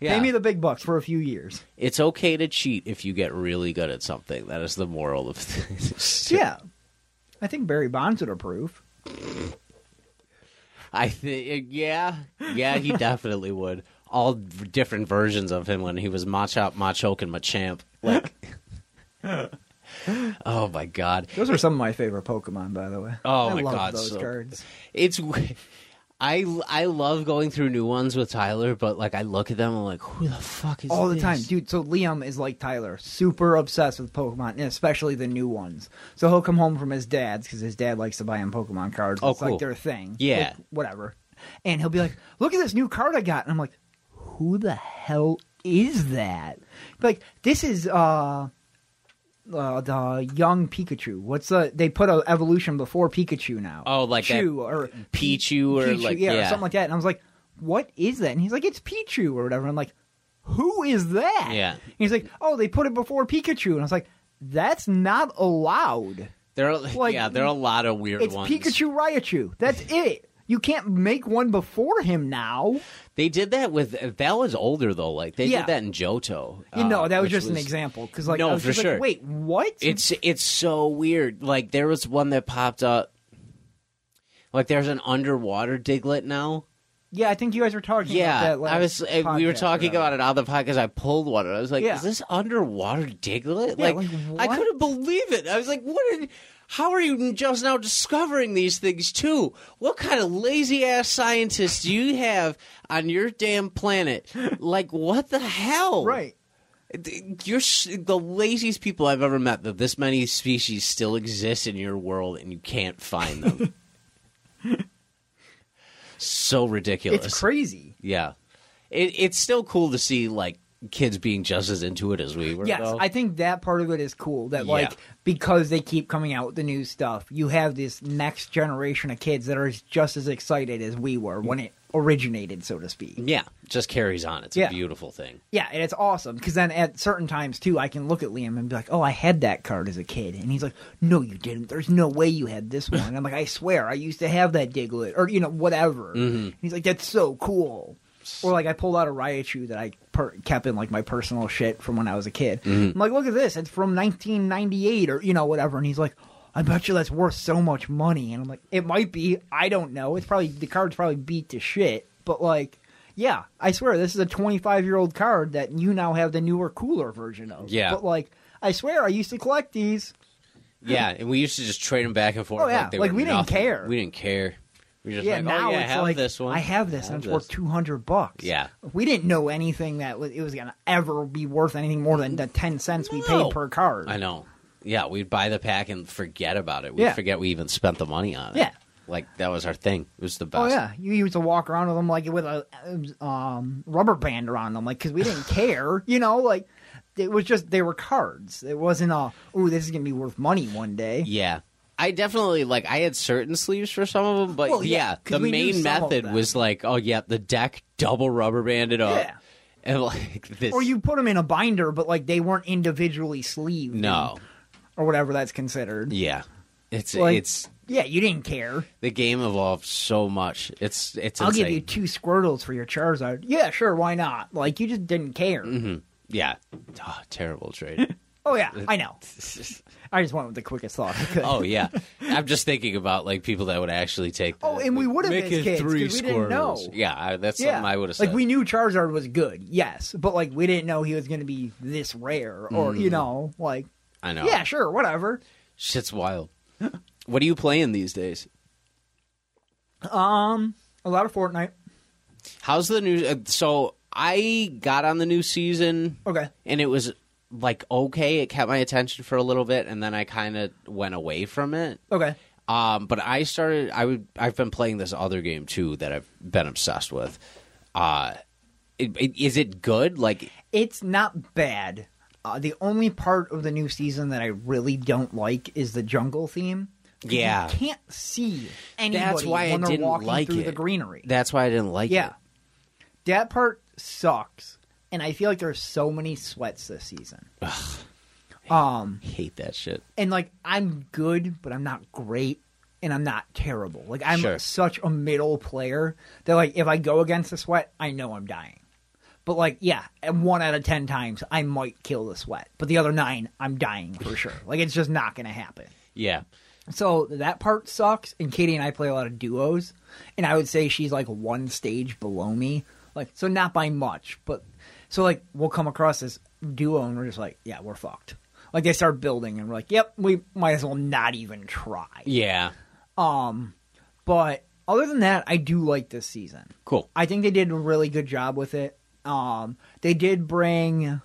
Speaker 2: Yeah.
Speaker 3: pay me the big bucks for a few years.
Speaker 2: it's okay to cheat if you get really good at something. That is the moral of this.
Speaker 3: Yeah, I think Barry Bonds would approve.
Speaker 2: I think, eh, yeah, yeah, he definitely would. All v- different versions of him when he was Machop, Machoke, and Machamp. Like, oh my god,
Speaker 3: Those are some of my favorite Pokemon, by the way.
Speaker 2: Oh
Speaker 3: I
Speaker 2: my
Speaker 3: love
Speaker 2: God,
Speaker 3: those
Speaker 2: so-
Speaker 3: cards.
Speaker 2: it's. w- I I love going through new ones with Tyler, but like I look at them, I'm like, who the fuck is
Speaker 3: all the time,
Speaker 2: this?
Speaker 3: dude. So Liam is like Tyler, super obsessed with Pokemon, and especially the new ones. So he'll come home from his dad's because his dad likes to buy him Pokemon cards.
Speaker 2: Oh,
Speaker 3: it's
Speaker 2: cool.
Speaker 3: like their thing.
Speaker 2: Yeah.
Speaker 3: Like, whatever. And he'll be like, "Look at this new card I got," and I'm like, "Who the hell is that?" Like, this is uh, uh the young Pikachu. What's the? They put a evolution before Pikachu now.
Speaker 2: Oh, like that
Speaker 3: Chew or
Speaker 2: Pichu or
Speaker 3: Pichu,
Speaker 2: like
Speaker 3: yeah, or something like that. And I was like, "What is that?" And he's like, "It's Pichu or whatever." I'm like, "Who is that?"
Speaker 2: Yeah.
Speaker 3: And he's like, "Oh, they put it before Pikachu," and I was like, "That's not allowed.
Speaker 2: There are,
Speaker 3: Like,
Speaker 2: yeah, there are a lot of weird
Speaker 3: It's
Speaker 2: ones.
Speaker 3: Pikachu Raichu. That's it. You can't make one before him now."
Speaker 2: They did that with that was older though. Like they did
Speaker 3: Yeah.
Speaker 2: that in Johto.
Speaker 3: You know, that
Speaker 2: Uh,
Speaker 3: was
Speaker 2: which
Speaker 3: just an example because, like,
Speaker 2: No,
Speaker 3: I was
Speaker 2: for
Speaker 3: just
Speaker 2: sure.
Speaker 3: like, Wait, what?
Speaker 2: It's it's so weird. Like there was one that popped up. Like there's an underwater diglet now.
Speaker 3: yeah, I think you guys were talking.
Speaker 2: Yeah,
Speaker 3: about that last
Speaker 2: I was. uh, We were
Speaker 3: podcast,
Speaker 2: talking
Speaker 3: whatever.
Speaker 2: about it on the podcast. I pulled one, and I was like,
Speaker 3: Yeah.
Speaker 2: "Is this underwater diglet?"
Speaker 3: Yeah,
Speaker 2: like,
Speaker 3: like,
Speaker 2: I
Speaker 3: what?
Speaker 2: couldn't believe it. I was like, "What? Are, how are you just now discovering these things too? What kind of lazy ass scientists do you have on your damn planet? like, what the hell?
Speaker 3: right.
Speaker 2: You're s- the laziest people I've ever met. That this many species still exist in your world, and you can't find them." so ridiculous.
Speaker 3: It's crazy.
Speaker 2: Yeah, it, it's still cool to see like kids being just as into it as we were.
Speaker 3: Yes,
Speaker 2: though.
Speaker 3: I think that part of it is cool. That
Speaker 2: Yeah.
Speaker 3: like because they keep coming out with the new stuff, you have this next generation of kids that are just as excited as we were when it originated, so to speak.
Speaker 2: yeah, just carries on. It's
Speaker 3: Yeah.
Speaker 2: a beautiful thing.
Speaker 3: Yeah, and it's awesome because then at certain times too, I can look at Liam and be like, "Oh, I had that card as a kid," and he's like, "No, you didn't. There's no way you had this one." And I'm like, "I swear, I used to have that Diglett, or you know, whatever." And he's like, "That's so cool." Or like I pulled out a Raichu that I per- kept in like my personal shit from when I was a kid. I'm like, "Look at this. It's from 1998, or you know, whatever." And he's like. I bet you that's worth so much money, and I'm like, it might be. I don't know. It's probably the card's probably beat to shit, but like, yeah, I swear this is a 25 year old card that you now have the newer, cooler version of.
Speaker 2: Yeah.
Speaker 3: but like I swear I used to collect these.
Speaker 2: Yeah, and we used to just trade them back and forth.
Speaker 3: Oh, yeah,
Speaker 2: like, they
Speaker 3: like,
Speaker 2: were
Speaker 3: we didn't
Speaker 2: nothing.
Speaker 3: care.
Speaker 2: We didn't care. We just
Speaker 3: Yeah,
Speaker 2: like,
Speaker 3: now
Speaker 2: oh, yeah,
Speaker 3: it's
Speaker 2: have
Speaker 3: like
Speaker 2: this one.
Speaker 3: I have this, and it's
Speaker 2: Have
Speaker 3: worth
Speaker 2: this.
Speaker 3: 200 bucks.
Speaker 2: Yeah.
Speaker 3: we didn't know anything that was, it was gonna ever be worth anything more than the 10 cents we
Speaker 2: No.
Speaker 3: paid per card.
Speaker 2: I know. Yeah, we'd buy the pack and forget about it. We
Speaker 3: Yeah.
Speaker 2: would forget we even spent the money on it.
Speaker 3: Yeah.
Speaker 2: like that was our thing. It was the best.
Speaker 3: Oh yeah, you used to walk around with them like with a um, rubber band around them, like because we didn't care, you know, like it was just they were cards. It wasn't a oh this is gonna be worth money one day.
Speaker 2: Yeah. I definitely like I had certain sleeves for some of them, but
Speaker 3: Well, yeah,
Speaker 2: yeah,
Speaker 3: 'cause
Speaker 2: the
Speaker 3: we knew
Speaker 2: main
Speaker 3: some of
Speaker 2: method
Speaker 3: them.
Speaker 2: was like, oh yeah, the deck double rubber banded up,
Speaker 3: Yeah.
Speaker 2: and like this.
Speaker 3: Or you put them in a binder, but like they weren't individually sleeved.
Speaker 2: no,
Speaker 3: or whatever that's considered.
Speaker 2: yeah, it's
Speaker 3: Like-
Speaker 2: it's
Speaker 3: Yeah, you didn't care.
Speaker 2: the game evolved so much. It's it's.
Speaker 3: I'll give
Speaker 2: insane.
Speaker 3: you two Squirtles for your Charizard. Yeah, sure, why not? Like you just didn't care.
Speaker 2: Mm. Mm-hmm. Yeah, oh, terrible trade.
Speaker 3: Oh yeah, I know. I just went with the quickest thought I could.
Speaker 2: oh yeah, I'm just thinking about like people that would actually take. The,
Speaker 3: Oh, and we would've
Speaker 2: make
Speaker 3: as
Speaker 2: it
Speaker 3: kids, 'cause
Speaker 2: three
Speaker 3: we didn't know.
Speaker 2: squirrels. Yeah, I, that's
Speaker 3: yeah,
Speaker 2: something I would have said.
Speaker 3: like we knew Charizard was good, yes, but like we didn't know he was going to be this rare, or you know, like
Speaker 2: Mm. I know.
Speaker 3: yeah, sure, whatever.
Speaker 2: shit's wild. what are you playing these days?
Speaker 3: Um, a lot of Fortnite.
Speaker 2: How's the new? Uh, so I got on the new season,
Speaker 3: Okay,
Speaker 2: and it was like okay. It kept my attention for a little bit, and then I kind of went away from it.
Speaker 3: okay,
Speaker 2: Um, but I started. I would. I've been playing this other game too that I've been obsessed with. Uh, it, it, is it good? Like,
Speaker 3: it's not bad. Uh, the only part of the new season that I really don't like is the jungle theme. 'Cause
Speaker 2: Yeah.
Speaker 3: you can't see anybody
Speaker 2: That's why I
Speaker 3: when they're
Speaker 2: didn't
Speaker 3: walking
Speaker 2: like
Speaker 3: through
Speaker 2: it.
Speaker 3: the greenery.
Speaker 2: that's why I didn't like
Speaker 3: yeah,
Speaker 2: it.
Speaker 3: that part sucks, and I feel like there's so many sweats this season. Um.
Speaker 2: Hate that shit.
Speaker 3: and like I'm good, but I'm not great, and I'm not terrible. Like I'm
Speaker 2: Sure.
Speaker 3: such a middle player that like if I go against the sweat, I know I'm dying. But like yeah, and one out of ten times I might kill the sweat, but the other nine I'm dying for sure. Like it's just not gonna happen.
Speaker 2: Yeah.
Speaker 3: So that part sucks. And Katie and I play a lot of duos, and I would say she's like one stage below me. Like so, not by much, but so like we'll come across this duo, and we're just like, yeah, we're fucked. Like they start building, and we're like, yep, we might as well not even try.
Speaker 2: Yeah.
Speaker 3: Um, but other than that, I do like this season.
Speaker 2: Cool.
Speaker 3: I think they did a really good job with it. Um, they did bring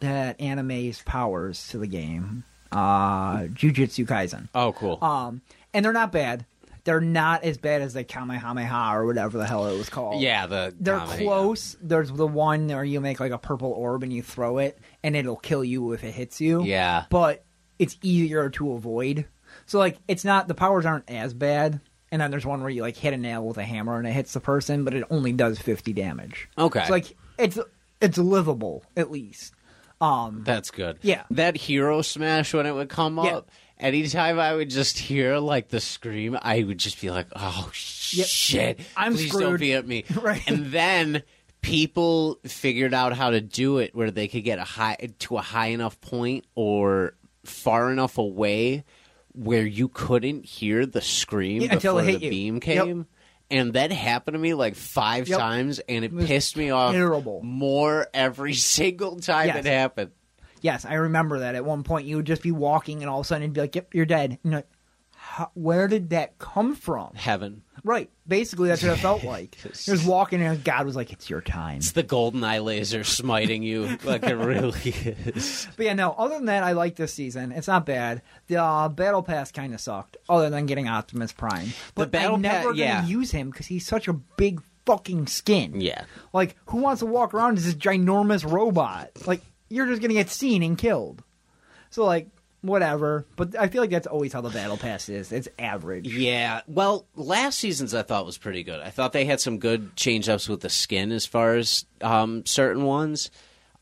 Speaker 3: that anime's powers to the game, uh, Jujutsu Kaisen.
Speaker 2: Oh, cool.
Speaker 3: Um, and they're not bad. They're not as bad as the Kamehameha or whatever the hell it was called.
Speaker 2: yeah, the
Speaker 3: They're
Speaker 2: Kame, yeah.
Speaker 3: close. There's the one where you make like a purple orb and you throw it, and it'll kill you if it hits you.
Speaker 2: Yeah.
Speaker 3: But it's easier to avoid. So like, it's not the powers aren't as bad. And then there's one where you like hit a nail with a hammer and it hits the person, but it only does 50 damage.
Speaker 2: Okay.
Speaker 3: So like, it's it's livable at least. Um.
Speaker 2: That's good.
Speaker 3: Yeah.
Speaker 2: That hero smash when it would come
Speaker 3: Yeah.
Speaker 2: up, anytime I would just hear like the scream, I would just be like, "Oh shit,
Speaker 3: I'm
Speaker 2: please don't
Speaker 3: screwed."
Speaker 2: be at me."
Speaker 3: Right.
Speaker 2: And then people figured out how to do it where they could get a high to a high enough point or far enough away where you couldn't hear the scream
Speaker 3: Yeah, until
Speaker 2: before
Speaker 3: it hit
Speaker 2: the
Speaker 3: you.
Speaker 2: beam
Speaker 3: Yep.
Speaker 2: came. And that happened to me like five
Speaker 3: Yep.
Speaker 2: times, and it,
Speaker 3: was
Speaker 2: pissed me off
Speaker 3: terrible.
Speaker 2: more every single time it
Speaker 3: Yes.
Speaker 2: happened.
Speaker 3: Yes, I remember that. At one point, you would just be walking, and all of a sudden, it'd be like, "Yep, you're dead." And you're like, How, where did that come from?
Speaker 2: Heaven.
Speaker 3: Right. Basically, that's what it felt like. You're just walking, and God was like, "It's your time."
Speaker 2: It's the golden eye laser smiting you like it really is.
Speaker 3: But yeah, no. Other than that, I like this season. It's not bad. The uh, battle pass kind of sucked, other than getting Optimus Prime. But
Speaker 2: battle
Speaker 3: I'm
Speaker 2: pa-
Speaker 3: never gonna
Speaker 2: yeah.
Speaker 3: use him because he's such a big fucking skin.
Speaker 2: Yeah.
Speaker 3: Like, who wants to walk around as this ginormous robot? Like, you're just gonna get seen and killed. So like, whatever. But I feel like that's always how the battle pass is. It's average.
Speaker 2: Yeah. Well, last season's I thought was pretty good. I thought they had some good change ups with the skin as far as um, certain ones.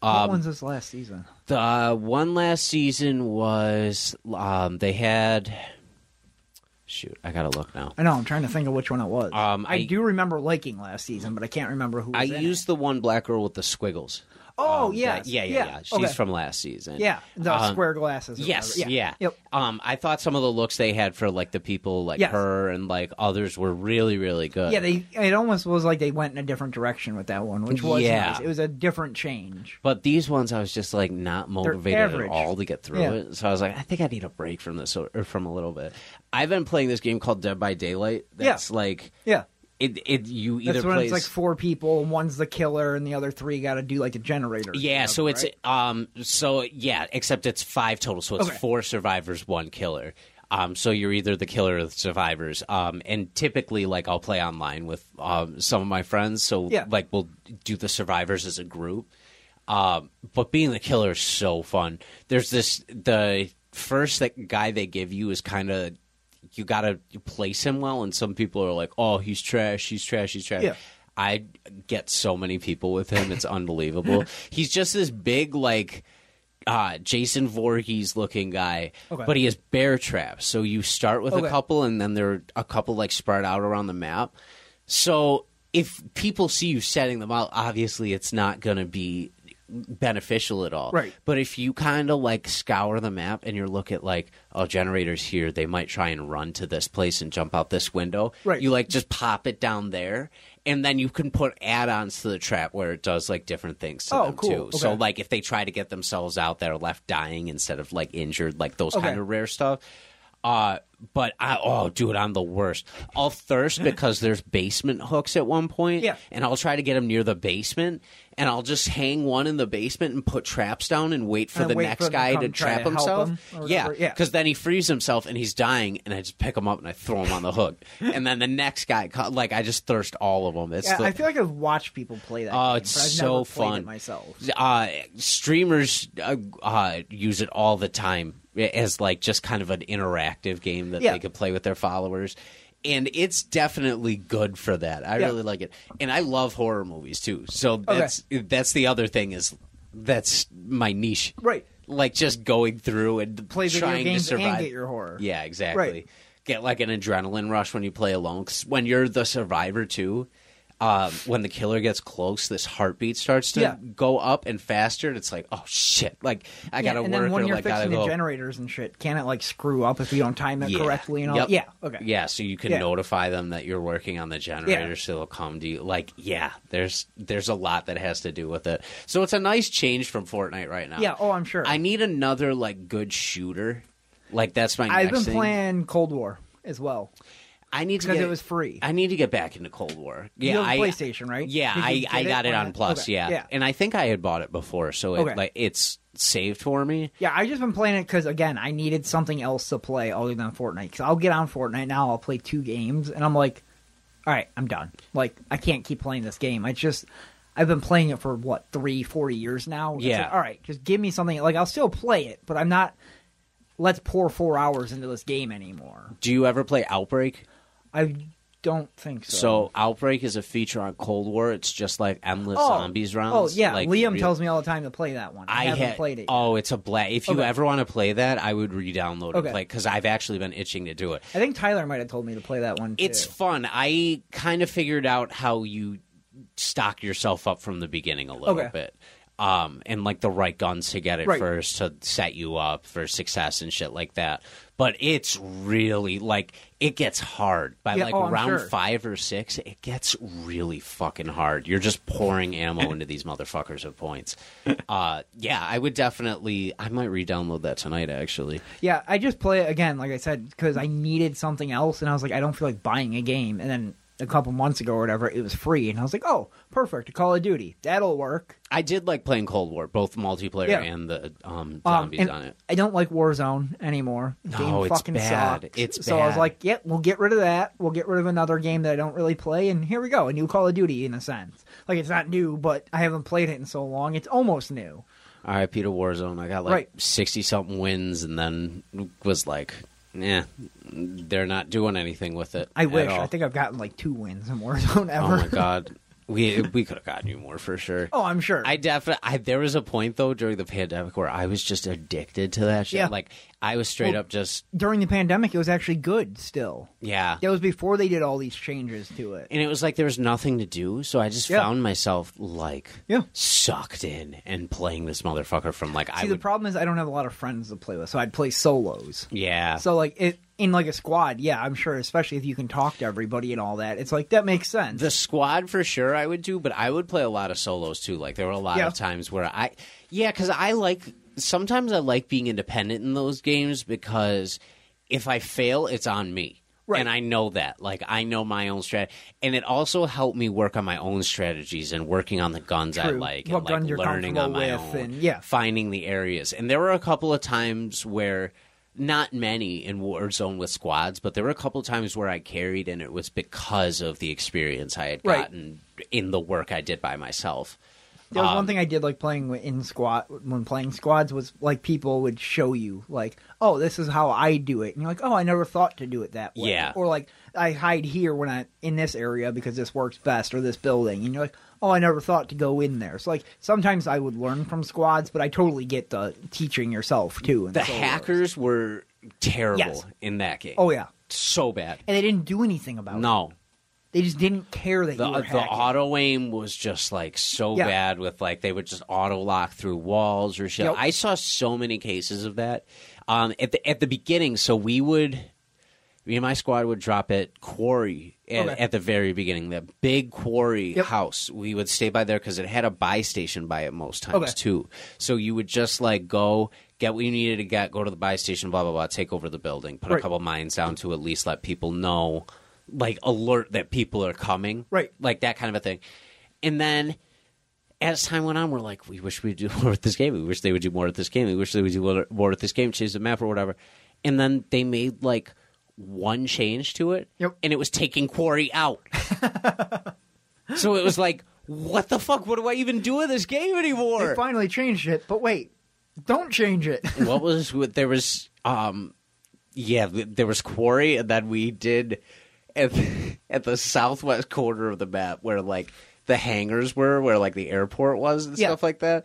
Speaker 3: What
Speaker 2: Um,
Speaker 3: one's this last season?
Speaker 2: The uh, one last season was um, they had. Shoot, I gotta look now.
Speaker 3: I know. I'm trying to think of which one it was.
Speaker 2: Um,
Speaker 3: I,
Speaker 2: I-
Speaker 3: do remember liking last season, but I can't remember who. Was
Speaker 2: I
Speaker 3: in it.
Speaker 2: used the one black girl with the squiggles.
Speaker 3: Oh
Speaker 2: Um,
Speaker 3: yeah,
Speaker 2: that- yeah, yeah, yeah. She's
Speaker 3: Okay.
Speaker 2: from last season.
Speaker 3: Yeah, the
Speaker 2: Um,
Speaker 3: square glasses. or
Speaker 2: Yes, yeah.
Speaker 3: whatever. Yep.
Speaker 2: Um, I thought some of the looks they had for like the people like
Speaker 3: Yes.
Speaker 2: her and like others were really, really good.
Speaker 3: Yeah, they. It almost was like they went in a different direction with that one, which was
Speaker 2: Yeah.
Speaker 3: nice. It was a different change.
Speaker 2: But these ones, I was just like not motivated at
Speaker 3: average.
Speaker 2: all to get through
Speaker 3: Yeah.
Speaker 2: it. So I was like, I think I need a break from this or or from a little bit. I've been playing this game called Dead by Daylight.
Speaker 3: Yeah.
Speaker 2: That's like
Speaker 3: Yeah,
Speaker 2: it. It you either
Speaker 3: that's when
Speaker 2: plays
Speaker 3: it's like four people, and one's the killer, and the other three got to do like a generator. or
Speaker 2: yeah. So
Speaker 3: whatever,
Speaker 2: it's
Speaker 3: right?
Speaker 2: um. So yeah, except it's five total. So it's
Speaker 3: Okay.
Speaker 2: four survivors, one killer. Um, so you're either the killer or the survivors. Um, and typically, like I'll play online with um, some of my friends. So
Speaker 3: Yeah.
Speaker 2: like we'll do the survivors as a group. Um, but being the killer is so fun. There's this the first that guy they give you is kind of you got to place him well, and some people are like, oh, he's trash, he's trash, he's trash.
Speaker 3: Yeah.
Speaker 2: I get so many people with him; it's unbelievable. He's just this big like. Uh, Jason Voorhees looking guy,
Speaker 3: Okay.
Speaker 2: but he has bear traps. So you start with a
Speaker 3: Okay.
Speaker 2: couple, and then there are a couple like spread out around the map. So if people see you setting them out, obviously it's not going to be beneficial at all.
Speaker 3: Right.
Speaker 2: But if you kind of like scour the map and you look at like, oh, generators here, they might try and run to this place and jump out this window.
Speaker 3: Right.
Speaker 2: You like just pop it down there, and then you can put add-ons to the trap where it does like different things to
Speaker 3: Oh,
Speaker 2: them
Speaker 3: cool.
Speaker 2: too. So
Speaker 3: Okay.
Speaker 2: like if they try to get themselves out, that are left dying instead of like injured, like those
Speaker 3: Okay.
Speaker 2: kind of rare stuff. Uh, but I oh dude, I'm the worst. I'll thirst because there's basement hooks at one point,
Speaker 3: Yeah.
Speaker 2: and I'll try to get them near the basement, and I'll just hang one in the basement and put traps down and wait for
Speaker 3: And
Speaker 2: the
Speaker 3: wait
Speaker 2: next
Speaker 3: for them to
Speaker 2: guy to,
Speaker 3: come try
Speaker 2: trap
Speaker 3: to help
Speaker 2: himself.
Speaker 3: him or
Speaker 2: yeah,
Speaker 3: whatever. Yeah.
Speaker 2: because then he frees himself and he's dying, and I just pick him up and I throw him on the hook, and then the next guy, co- like I just thirst all of them. It's
Speaker 3: Yeah,
Speaker 2: the,
Speaker 3: I feel like I've watched people play that.
Speaker 2: Oh,
Speaker 3: game,
Speaker 2: it's
Speaker 3: but I've
Speaker 2: so
Speaker 3: never played
Speaker 2: fun.
Speaker 3: it myself.
Speaker 2: uh, streamers uh, uh, use it all the time as like just kind of an interactive game that
Speaker 3: Yeah.
Speaker 2: they could play with their followers and it's definitely good for that i
Speaker 3: Yeah.
Speaker 2: really like it and i love horror movies too so that's that's the other thing is that's my niche
Speaker 3: Right.
Speaker 2: like just going through and
Speaker 3: Play video
Speaker 2: trying
Speaker 3: games
Speaker 2: to survive
Speaker 3: and get your horror.
Speaker 2: yeah, exactly.
Speaker 3: Right.
Speaker 2: Get like an adrenaline rush when you play alone. 'Cause when you're the survivor too, um, when the killer gets close, this heartbeat starts to
Speaker 3: Yeah.
Speaker 2: go up and faster. And it's like, oh shit! Like I
Speaker 3: Yeah,
Speaker 2: gotta
Speaker 3: and
Speaker 2: work
Speaker 3: then when
Speaker 2: or
Speaker 3: you're
Speaker 2: like gotta
Speaker 3: fixing
Speaker 2: go.
Speaker 3: the generators and shit, can it like screw up if you don't time it
Speaker 2: Yeah.
Speaker 3: correctly and all?
Speaker 2: Yep.
Speaker 3: Yeah. Okay.
Speaker 2: Yeah, so you can
Speaker 3: Yeah.
Speaker 2: notify them that you're working on the generator, so they'll come to you. Like, yeah, there's there's a lot that has to do with it. So it's a nice change from Fortnite right now.
Speaker 3: Yeah, oh, I'm sure.
Speaker 2: I need another like good shooter. Like that's my.
Speaker 3: I've
Speaker 2: next
Speaker 3: been
Speaker 2: thing.
Speaker 3: playing Cold War as well.
Speaker 2: I need to
Speaker 3: because
Speaker 2: get
Speaker 3: it was free.
Speaker 2: I need to get back into Cold War. Yeah,
Speaker 3: you have a
Speaker 2: I,
Speaker 3: PlayStation, right?
Speaker 2: Yeah,
Speaker 3: Did
Speaker 2: I,
Speaker 3: you
Speaker 2: I
Speaker 3: get
Speaker 2: got it,
Speaker 3: on
Speaker 2: on Plus.
Speaker 3: Okay.
Speaker 2: Yeah.
Speaker 3: yeah,
Speaker 2: and I think I had bought it before, so it,
Speaker 3: Okay.
Speaker 2: like it's saved for me.
Speaker 3: Yeah, I just been playing it because again, I needed something else to play other than Fortnite. Because I'll get on Fortnite now, I'll play two games, and I'm like, all right, I'm done. Like, I can't keep playing this game. I just, I've been playing it for what three, four years now. It's
Speaker 2: Yeah.
Speaker 3: like, all right, just give me something. Like, I'll still play it, but I'm not. Let's pour four hours into this game anymore.
Speaker 2: Do you ever play Outbreak?
Speaker 3: I don't think so.
Speaker 2: So Outbreak is a feature on Cold War. It's just like endless
Speaker 3: Oh,
Speaker 2: zombies rounds.
Speaker 3: Oh yeah,
Speaker 2: like
Speaker 3: Liam
Speaker 2: real-
Speaker 3: tells me all the time to play that one. I, haven't
Speaker 2: had-
Speaker 3: played it. yet.
Speaker 2: Oh, it's a blast! If you
Speaker 3: Okay.
Speaker 2: ever want to play that, I would re-download and
Speaker 3: Okay.
Speaker 2: play because I've actually been itching to do it.
Speaker 3: I think Tyler might have told me to play that one.
Speaker 2: It's
Speaker 3: too.
Speaker 2: fun. I kind of figured out how you stock yourself up from the beginning a little
Speaker 3: Okay.
Speaker 2: bit. Um, and like the right guns to get it
Speaker 3: Right.
Speaker 2: first to set you up for success and shit like that. But it's really like it gets hard by
Speaker 3: Yeah,
Speaker 2: like
Speaker 3: oh, I'm
Speaker 2: round
Speaker 3: sure.
Speaker 2: five or six. It gets really fucking hard. You're just pouring ammo into these motherfuckers with points. Uh, yeah, I would definitely. I might re-download that tonight. Actually,
Speaker 3: Yeah, I just play it again, like I said, because I needed something else, and I was like, I don't feel like buying a game. And then a couple months ago or whatever, it was free, and I was like, oh, perfect, Call of Duty, that'll work.
Speaker 2: I did like playing Cold War, both multiplayer
Speaker 3: Yeah.
Speaker 2: and the um,
Speaker 3: Um,
Speaker 2: zombies
Speaker 3: and
Speaker 2: on it.
Speaker 3: I don't like Warzone anymore.
Speaker 2: No,
Speaker 3: The game
Speaker 2: it's
Speaker 3: fucking
Speaker 2: bad.
Speaker 3: sucks.
Speaker 2: It's
Speaker 3: so I was
Speaker 2: bad.
Speaker 3: like, yep, we'll get rid of that. We'll get rid of another game that I don't really play, and here we go, a new Call of Duty in a sense. Like it's not new, but I haven't played it in so long. It's almost new.
Speaker 2: RIP to Warzone. I got like
Speaker 3: Right.
Speaker 2: sixty something wins, and then was like, "Yeah, they're not doing anything with it."
Speaker 3: I
Speaker 2: at
Speaker 3: wish.
Speaker 2: all."
Speaker 3: I think I've gotten like two wins in Warzone ever.
Speaker 2: Oh my god, we we could have gotten you more for sure.
Speaker 3: Oh, I'm sure.
Speaker 2: I definitely. I, there was a point though during the pandemic where I was just addicted to that shit.
Speaker 3: Yeah.
Speaker 2: Like I was straight
Speaker 3: Well-
Speaker 2: up just
Speaker 3: During the pandemic, it was actually good still.
Speaker 2: yeah.
Speaker 3: That was before they did all these changes to it.
Speaker 2: And it was like there was nothing to do, so I just
Speaker 3: Yeah.
Speaker 2: found myself like
Speaker 3: Yeah.
Speaker 2: sucked in and playing this motherfucker from like I
Speaker 3: See,
Speaker 2: would,
Speaker 3: the problem is I don't have a lot of friends to play with, so I'd play solos.
Speaker 2: yeah.
Speaker 3: So like it in like a squad, yeah, I'm sure. Especially if you can talk to everybody and all that, it's like that makes sense.
Speaker 2: The squad for sure I would do, but I would play a lot of solos too. Like there were a lot
Speaker 3: Yeah.
Speaker 2: of times where I Yeah, cuz I like sometimes I like being independent in those games because if I fail, it's on me.
Speaker 3: Right.
Speaker 2: And I know that. Like I know my own strategy, and it also helped me work on my own strategies and working on the guns I
Speaker 3: True.
Speaker 2: like
Speaker 3: What
Speaker 2: and like
Speaker 3: guns you're
Speaker 2: learning on my
Speaker 3: comfortable with
Speaker 2: own,
Speaker 3: and- yeah.
Speaker 2: finding the areas. And there were a couple of times where not many in Warzone with squads, but there were a couple of times where I carried, and it was because of the experience I had
Speaker 3: Right.
Speaker 2: gotten in the work I did by myself.
Speaker 3: There was
Speaker 2: Um,
Speaker 3: one thing I did like playing wi- in squad when playing squads was like people would show you like, oh, this is how I do it, and you're like, oh, I never thought to do it that way.
Speaker 2: Yeah.
Speaker 3: Or like I hide here when I in this area because this works best, or this building, and you're like, oh, I never thought to go in there. So like sometimes I would learn from squads, but I totally get the teaching yourself too. in
Speaker 2: The
Speaker 3: solos.
Speaker 2: hackers were terrible
Speaker 3: Yes.
Speaker 2: in that game.
Speaker 3: Oh yeah,
Speaker 2: so bad.
Speaker 3: and they didn't do anything about it.
Speaker 2: No,
Speaker 3: They just didn't care that
Speaker 2: the uh,
Speaker 3: you were
Speaker 2: the
Speaker 3: hacking.
Speaker 2: auto aim was just like so
Speaker 3: Yeah.
Speaker 2: bad with like they would just auto lock through walls or shit.
Speaker 3: Yep.
Speaker 2: I saw so many cases of that um, at the at the beginning. So we would. Me and my squad would drop at Quarry at,
Speaker 3: Okay.
Speaker 2: at the very beginning, the big Quarry
Speaker 3: Yep.
Speaker 2: house. We would stay by there because it had a buy station by it most times
Speaker 3: Okay.
Speaker 2: too. So you would just like go get what you needed to get, go to the buy station, blah blah blah, take over the building, put a
Speaker 3: Right.
Speaker 2: couple mines down to at least let people know, like alert that people are coming,
Speaker 3: Right.
Speaker 2: like that kind of a thing. And then as time went on, we're like, we wish we'd do more with this game. We wish they would do more with this game. We wish they would do more- more with this game, change the map or whatever. And then they made like one change to it,
Speaker 3: Yep.
Speaker 2: and it was taking Quarry out. so it was like, what the fuck? What do I even do with this game anymore?
Speaker 3: They finally changed it, but wait, don't change it.
Speaker 2: what was what there was um yeah th- there was quarry and then we did at the, at the southwest corner of the map where like the hangars were where like the airport was and
Speaker 3: Yeah.
Speaker 2: stuff like that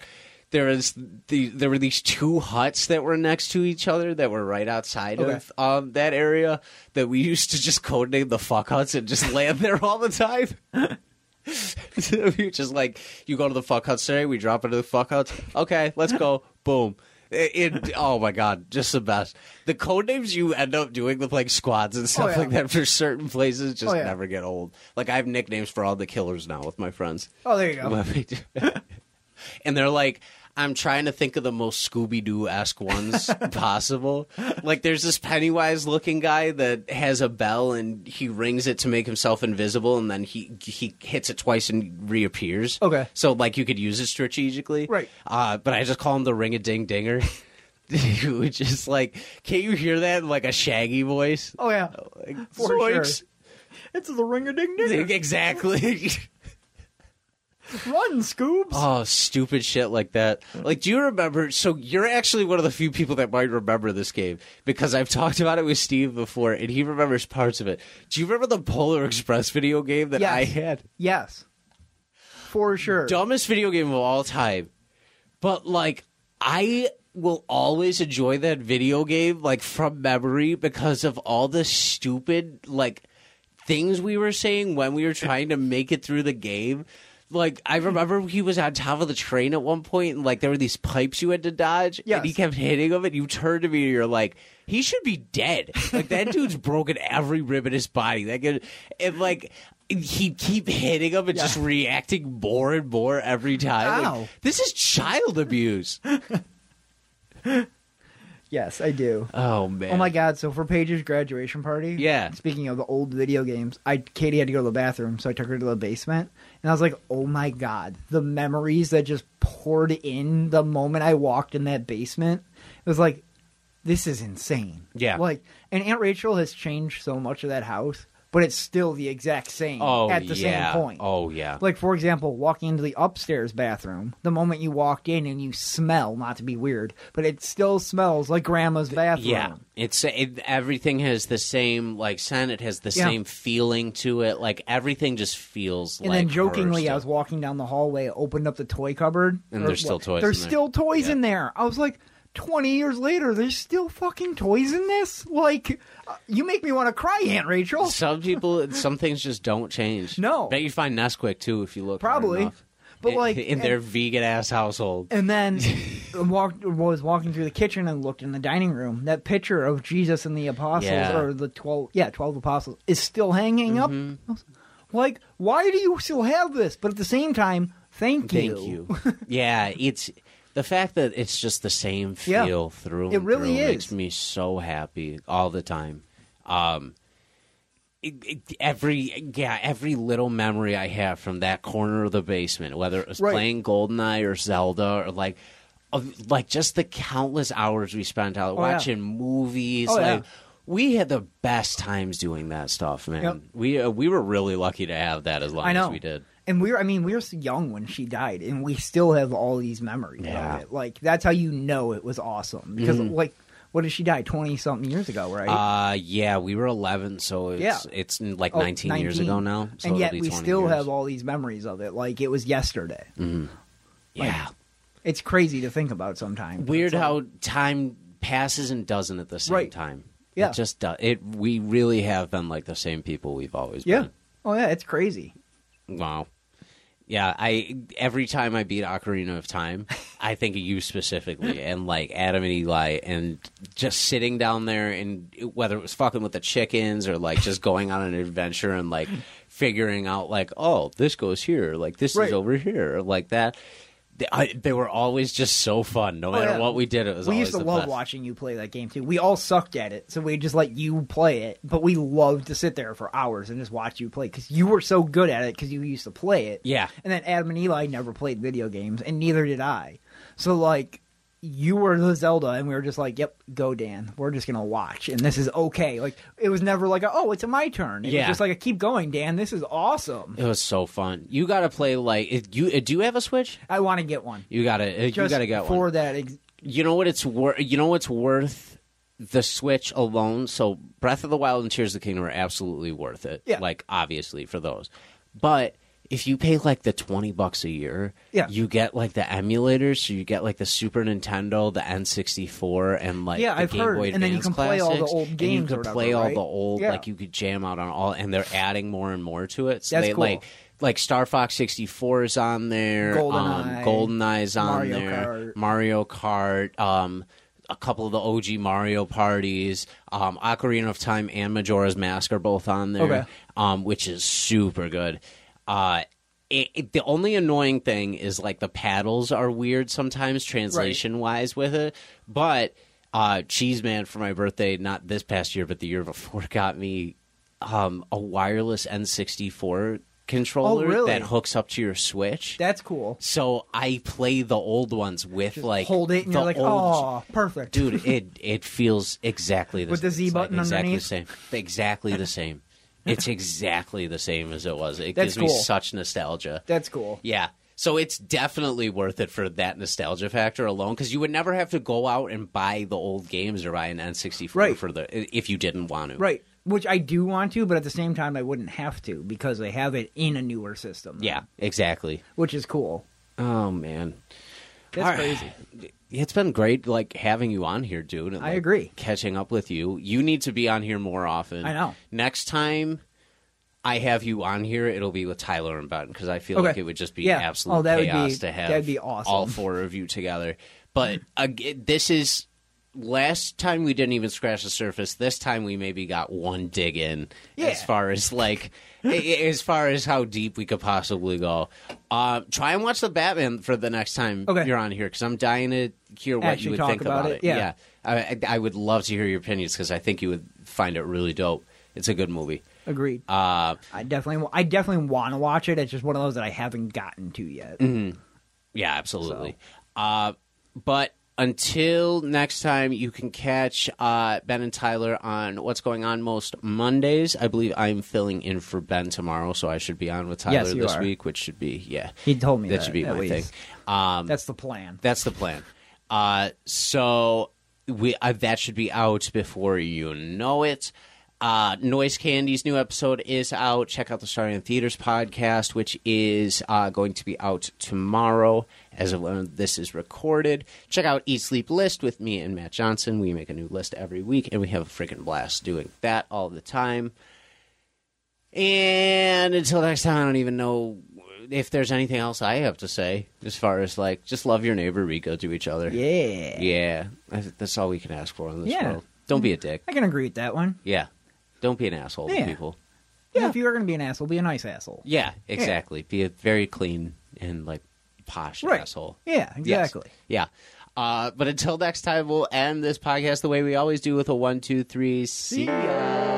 Speaker 2: there was the there were these two huts that were next to each other that were right outside
Speaker 3: Okay.
Speaker 2: of um that area that we used to just codename the fuck huts and just land there all the time you just like you go to the fuck huts today. We drop into the fuck huts. Okay, let's go. Boom. It, it- oh my god, just the best. The code names you end up doing with like squads and stuff
Speaker 3: Oh, yeah.
Speaker 2: like that for certain places just
Speaker 3: Oh, yeah.
Speaker 2: never get old. Like I have nicknames for all the killers now with my friends.
Speaker 3: Oh, there you go.
Speaker 2: and they're like, I'm trying to think of the most Scooby Doo esque ones possible. Like there's this Pennywise looking guy that has a bell and he rings it to make himself invisible, and then he he hits it twice and reappears.
Speaker 3: Okay.
Speaker 2: so like you could use it strategically,
Speaker 3: Right.
Speaker 2: Uh, but I just call him the Ring a Ding Dinger. Who just like can't you hear that in like a shaggy voice?
Speaker 3: Oh yeah,
Speaker 2: Like,
Speaker 3: for
Speaker 2: "Zoinks."
Speaker 3: sure. It's the ring a ding ding.
Speaker 2: Exactly.
Speaker 3: Run, Scoobs.
Speaker 2: Oh, stupid shit like that. Like, do you remember? So, you're actually one of the few people that might remember this game because I've talked about it with Steve before and he remembers parts of it. Do you remember the Polar Express video game that
Speaker 3: Yes.
Speaker 2: I had?
Speaker 3: yes, for sure.
Speaker 2: Dumbest video game of all time. But, like, I will always enjoy that video game, like, from memory because of all the stupid, like, things we were saying when we were trying to make it through the game. Like I remember, he was on top of the train at one point, and like there were these pipes you had to dodge,
Speaker 3: Yes.
Speaker 2: and he kept hitting them. And you turned to me, and you're like, "He should be dead. Like that dude's broken every rib in his body. That could, and like he keep hitting him and just reacting more and more every time. Like,
Speaker 3: Ow.
Speaker 2: this is child abuse.
Speaker 3: Yes, I do.
Speaker 2: Oh man.
Speaker 3: Oh my god! So for Paige's graduation party,
Speaker 2: Yeah.
Speaker 3: Speaking of the old video games, I Katie had to go to the bathroom, so I took her to the basement, and I was like, "Oh my god!" The memories that just poured in the moment I walked in that basement. It was like, this is insane.
Speaker 2: Yeah.
Speaker 3: Like, and Aunt Rachel has changed so much of that house, but it's still the exact same
Speaker 2: Oh
Speaker 3: at the
Speaker 2: yeah.
Speaker 3: same point.
Speaker 2: Oh yeah.
Speaker 3: Like for example, walking into the upstairs bathroom, the moment you walked in and you smell, not to be weird, but it still smells like grandma's bathroom.
Speaker 2: Yeah, it's it, everything has the same like scent. It has the
Speaker 3: Yeah.
Speaker 2: same feeling to it. Like everything just feels.
Speaker 3: And
Speaker 2: like
Speaker 3: then
Speaker 2: her
Speaker 3: jokingly, I
Speaker 2: stuff.
Speaker 3: was walking down the hallway, opened up the toy cupboard,
Speaker 2: And
Speaker 3: or
Speaker 2: there's still
Speaker 3: what-
Speaker 2: toys
Speaker 3: There's
Speaker 2: in there.
Speaker 3: still toys
Speaker 2: Yeah.
Speaker 3: in there. I was like, twenty years later, there's still fucking toys in this. Like, uh, you make me want to cry, Aunt Rachel.
Speaker 2: Some people, some things just don't change.
Speaker 3: No.
Speaker 2: bet you find Nesquik too if you look. hard
Speaker 3: Probably.
Speaker 2: enough.
Speaker 3: But,
Speaker 2: In-
Speaker 3: like,
Speaker 2: in
Speaker 3: and-
Speaker 2: their vegan ass household.
Speaker 3: And then walked was walking through the kitchen and looked in the dining room. That picture of Jesus and the apostles
Speaker 2: Yeah.
Speaker 3: or the twelve yeah, twelve apostles is still hanging
Speaker 2: Mm-hmm.
Speaker 3: up. Like, why do you still have this? But at the same time, thank you.
Speaker 2: Thank you. yeah, it's the fact that it's just the same
Speaker 3: Yeah.
Speaker 2: feel through.
Speaker 3: It
Speaker 2: and
Speaker 3: really
Speaker 2: through
Speaker 3: is.
Speaker 2: makes me so happy all the time. Um, it- it- every yeah, every little memory I have from that corner of the basement, whether it was
Speaker 3: Right.
Speaker 2: playing GoldenEye or Zelda or like. Of, like just the countless hours we spent out
Speaker 3: Oh, yeah.
Speaker 2: watching movies,
Speaker 3: Oh,
Speaker 2: like
Speaker 3: yeah.
Speaker 2: we had the best times doing that stuff, man.
Speaker 3: Yep.
Speaker 2: We uh, we were really lucky to have that as long
Speaker 3: I know.
Speaker 2: as we did.
Speaker 3: And we were I mean, we were so young when she died and we still have all these memories
Speaker 2: Yeah. Mm-hmm.
Speaker 3: of it. Like that's how you know it was awesome. Because like what did she die? Twenty something years ago, right?
Speaker 2: Uh, yeah, we were 11, so it's
Speaker 3: Yeah.
Speaker 2: it's like
Speaker 3: Oh,
Speaker 2: 19, years
Speaker 3: 19.
Speaker 2: ago now. So
Speaker 3: and
Speaker 2: it'll
Speaker 3: yet
Speaker 2: be
Speaker 3: we
Speaker 2: 20
Speaker 3: still
Speaker 2: years.
Speaker 3: have all these memories of it. Like it was yesterday.
Speaker 2: yeah.
Speaker 3: It's crazy to think about sometimes.
Speaker 2: Weird
Speaker 3: It's like-
Speaker 2: how time passes and doesn't at the same
Speaker 3: Right.
Speaker 2: time.
Speaker 3: Yeah.
Speaker 2: it just does. It we really have been like the same people we've always
Speaker 3: Yeah. Oh yeah, it's crazy.
Speaker 2: been. Wow. Yeah, I every time I beat Ocarina of Time, I think of you specifically, and like Adam and Eli, and just sitting down there, and whether it was fucking with the chickens or like just going on an adventure and like figuring out like, oh, this goes here, like this
Speaker 3: Right.
Speaker 2: is over here, or like that. They, I, they were always just so fun, no
Speaker 3: Oh,
Speaker 2: matter
Speaker 3: yeah.
Speaker 2: what we did. It was
Speaker 3: we
Speaker 2: always
Speaker 3: used to
Speaker 2: the
Speaker 3: love
Speaker 2: best.
Speaker 3: watching you play that game too. We all sucked at it, so we just let you play it. But we loved to sit there for hours and just watch you play because you were so good at it because you used to play it.
Speaker 2: Yeah.
Speaker 3: And then Adam and Eli never played video games, and neither did I. So like, you were the Zelda, and we were just like, "Yep, go Dan. We're just gonna watch, and this is okay." Like it was never like, a, "Oh, it's my turn." It was
Speaker 2: Yeah.
Speaker 3: just like, a, "Keep going, Dan. This is awesome."
Speaker 2: It was so fun. You got to play like it, you. Do you have a Switch?
Speaker 3: I want to get one.
Speaker 2: You got to. You
Speaker 3: Just
Speaker 2: got to get
Speaker 3: for
Speaker 2: one.
Speaker 3: that. Ex-
Speaker 2: you know what it's worth you know what's worth the switch alone so breath of the wild and tears of the kingdom are absolutely worth it
Speaker 3: Yeah.
Speaker 2: like obviously for those but if you pay like the 20 bucks a year
Speaker 3: Yeah.
Speaker 2: you get like the emulators so you get like the super nintendo the n64 and like
Speaker 3: Yeah,
Speaker 2: the
Speaker 3: I've
Speaker 2: game
Speaker 3: heard.
Speaker 2: boy
Speaker 3: And then you
Speaker 2: Advance
Speaker 3: can play all the
Speaker 2: classics,
Speaker 3: old
Speaker 2: and you
Speaker 3: games
Speaker 2: can
Speaker 3: or whatever,
Speaker 2: play all
Speaker 3: right?
Speaker 2: the old
Speaker 3: Yeah.
Speaker 2: like you could jam out on all and they're adding more and more to it so
Speaker 3: That's
Speaker 2: they
Speaker 3: cool.
Speaker 2: like like star fox 64 is on there
Speaker 3: GoldenEye,
Speaker 2: um, goldeneye's on
Speaker 3: Mario
Speaker 2: there
Speaker 3: Kart.
Speaker 2: Mario Kart, um, a couple of the OG Mario parties, um, Ocarina of Time and Majora's Mask are both on there,
Speaker 3: Okay.
Speaker 2: um, which is super good. Uh, it, it- the only annoying thing is like the paddles are weird sometimes translation wise with it, but uh, Cheese Man for my birthday, not this past year, but the year before, got me um, a wireless N64 controller
Speaker 3: really?
Speaker 2: that hooks up to your Switch.
Speaker 3: That's cool.
Speaker 2: so I play the old ones with like
Speaker 3: Hold it, and
Speaker 2: the
Speaker 3: you're like,
Speaker 2: old-
Speaker 3: oh, perfect,
Speaker 2: dude it it feels exactly the
Speaker 3: With the
Speaker 2: same.
Speaker 3: Z
Speaker 2: It's like
Speaker 3: button
Speaker 2: exactly
Speaker 3: underneath?
Speaker 2: the same exactly the same it's exactly the same as it was it
Speaker 3: That's
Speaker 2: gives me
Speaker 3: cool.
Speaker 2: such nostalgia
Speaker 3: That's cool.
Speaker 2: yeah so it's definitely worth it for that nostalgia factor alone because you would never have to go out and buy the old games or buy an n64
Speaker 3: Right.
Speaker 2: for the if you didn't want to
Speaker 3: Right. Which I do want to, but at the same time, I wouldn't have to because they have it in a newer system.
Speaker 2: yeah exactly
Speaker 3: Which is cool.
Speaker 2: oh man
Speaker 3: That's
Speaker 2: All right.
Speaker 3: crazy.
Speaker 2: It's been great, like having you on here, dude. and,
Speaker 3: I
Speaker 2: like,
Speaker 3: agree.
Speaker 2: Catching up with you, you need to be on here more often.
Speaker 3: I know.
Speaker 2: Next time I have you on here, it'll be with Tyler and Button because I feel
Speaker 3: Okay.
Speaker 2: like it would just be
Speaker 3: Yeah.
Speaker 2: absolute
Speaker 3: Oh, that would
Speaker 2: chaos
Speaker 3: be-
Speaker 2: to have
Speaker 3: that'd be awesome.
Speaker 2: all four of you together. But again, this is last time we didn't even scratch the surface. This time we maybe got one dig in
Speaker 3: Yeah.
Speaker 2: as far as like a- a- as far as how deep we could possibly go. Uh, try and watch the Batman for the next time
Speaker 3: Okay.
Speaker 2: you're on here because I'm dying to hear what
Speaker 3: Actually
Speaker 2: you would
Speaker 3: talk
Speaker 2: think about,
Speaker 3: about
Speaker 2: it.
Speaker 3: it, yeah.
Speaker 2: I, I- I would love to hear your opinions because I think you would find it really dope. It's a good movie.
Speaker 3: Agreed.
Speaker 2: Uh,
Speaker 3: I definitely, I definitely want to watch it. It's just one of those that I haven't gotten to yet.
Speaker 2: Mm-hmm. Yeah, absolutely. Uh, but until next time, you can catch uh, Ben and Tyler on What's Going On most Mondays. I believe I'm filling in for Ben tomorrow, so I should be on with Tyler
Speaker 3: Yes, you
Speaker 2: this
Speaker 3: are.
Speaker 2: week, which should be, yeah.
Speaker 3: He told me
Speaker 2: that,
Speaker 3: that,
Speaker 2: should be
Speaker 3: at
Speaker 2: my
Speaker 3: least.
Speaker 2: thing. Um,
Speaker 3: That's the plan.
Speaker 2: that's the plan. Uh, so we uh, that should be out before you know it. Uh, Noise Candy's new episode is out. Check out the Starting in Theaters podcast, which is uh, going to be out tomorrow as of when this is recorded. Check out Eat Sleep List with me and Matt Johnson. We make a new list every week, and we have a freaking blast doing that all the time. And until next time, I don't even know if there's anything else I have to say as far as like just love your neighbor, Rico, to each other.
Speaker 3: Yeah.
Speaker 2: Yeah. I think that's all we can ask for in this
Speaker 3: Yeah.
Speaker 2: world. Don't be a dick.
Speaker 3: I can agree with that one.
Speaker 2: Yeah. Don't be an asshole to
Speaker 3: Yeah.
Speaker 2: people.
Speaker 3: And if you are going to be an asshole, be a nice asshole.
Speaker 2: Yeah, exactly. Be a very clean and like posh
Speaker 3: Right.
Speaker 2: asshole.
Speaker 3: Yeah,
Speaker 2: Yes.
Speaker 3: exactly.
Speaker 2: Yeah. Uh, but until next time, we'll end this podcast the way we always do with a one, two, three, see ya.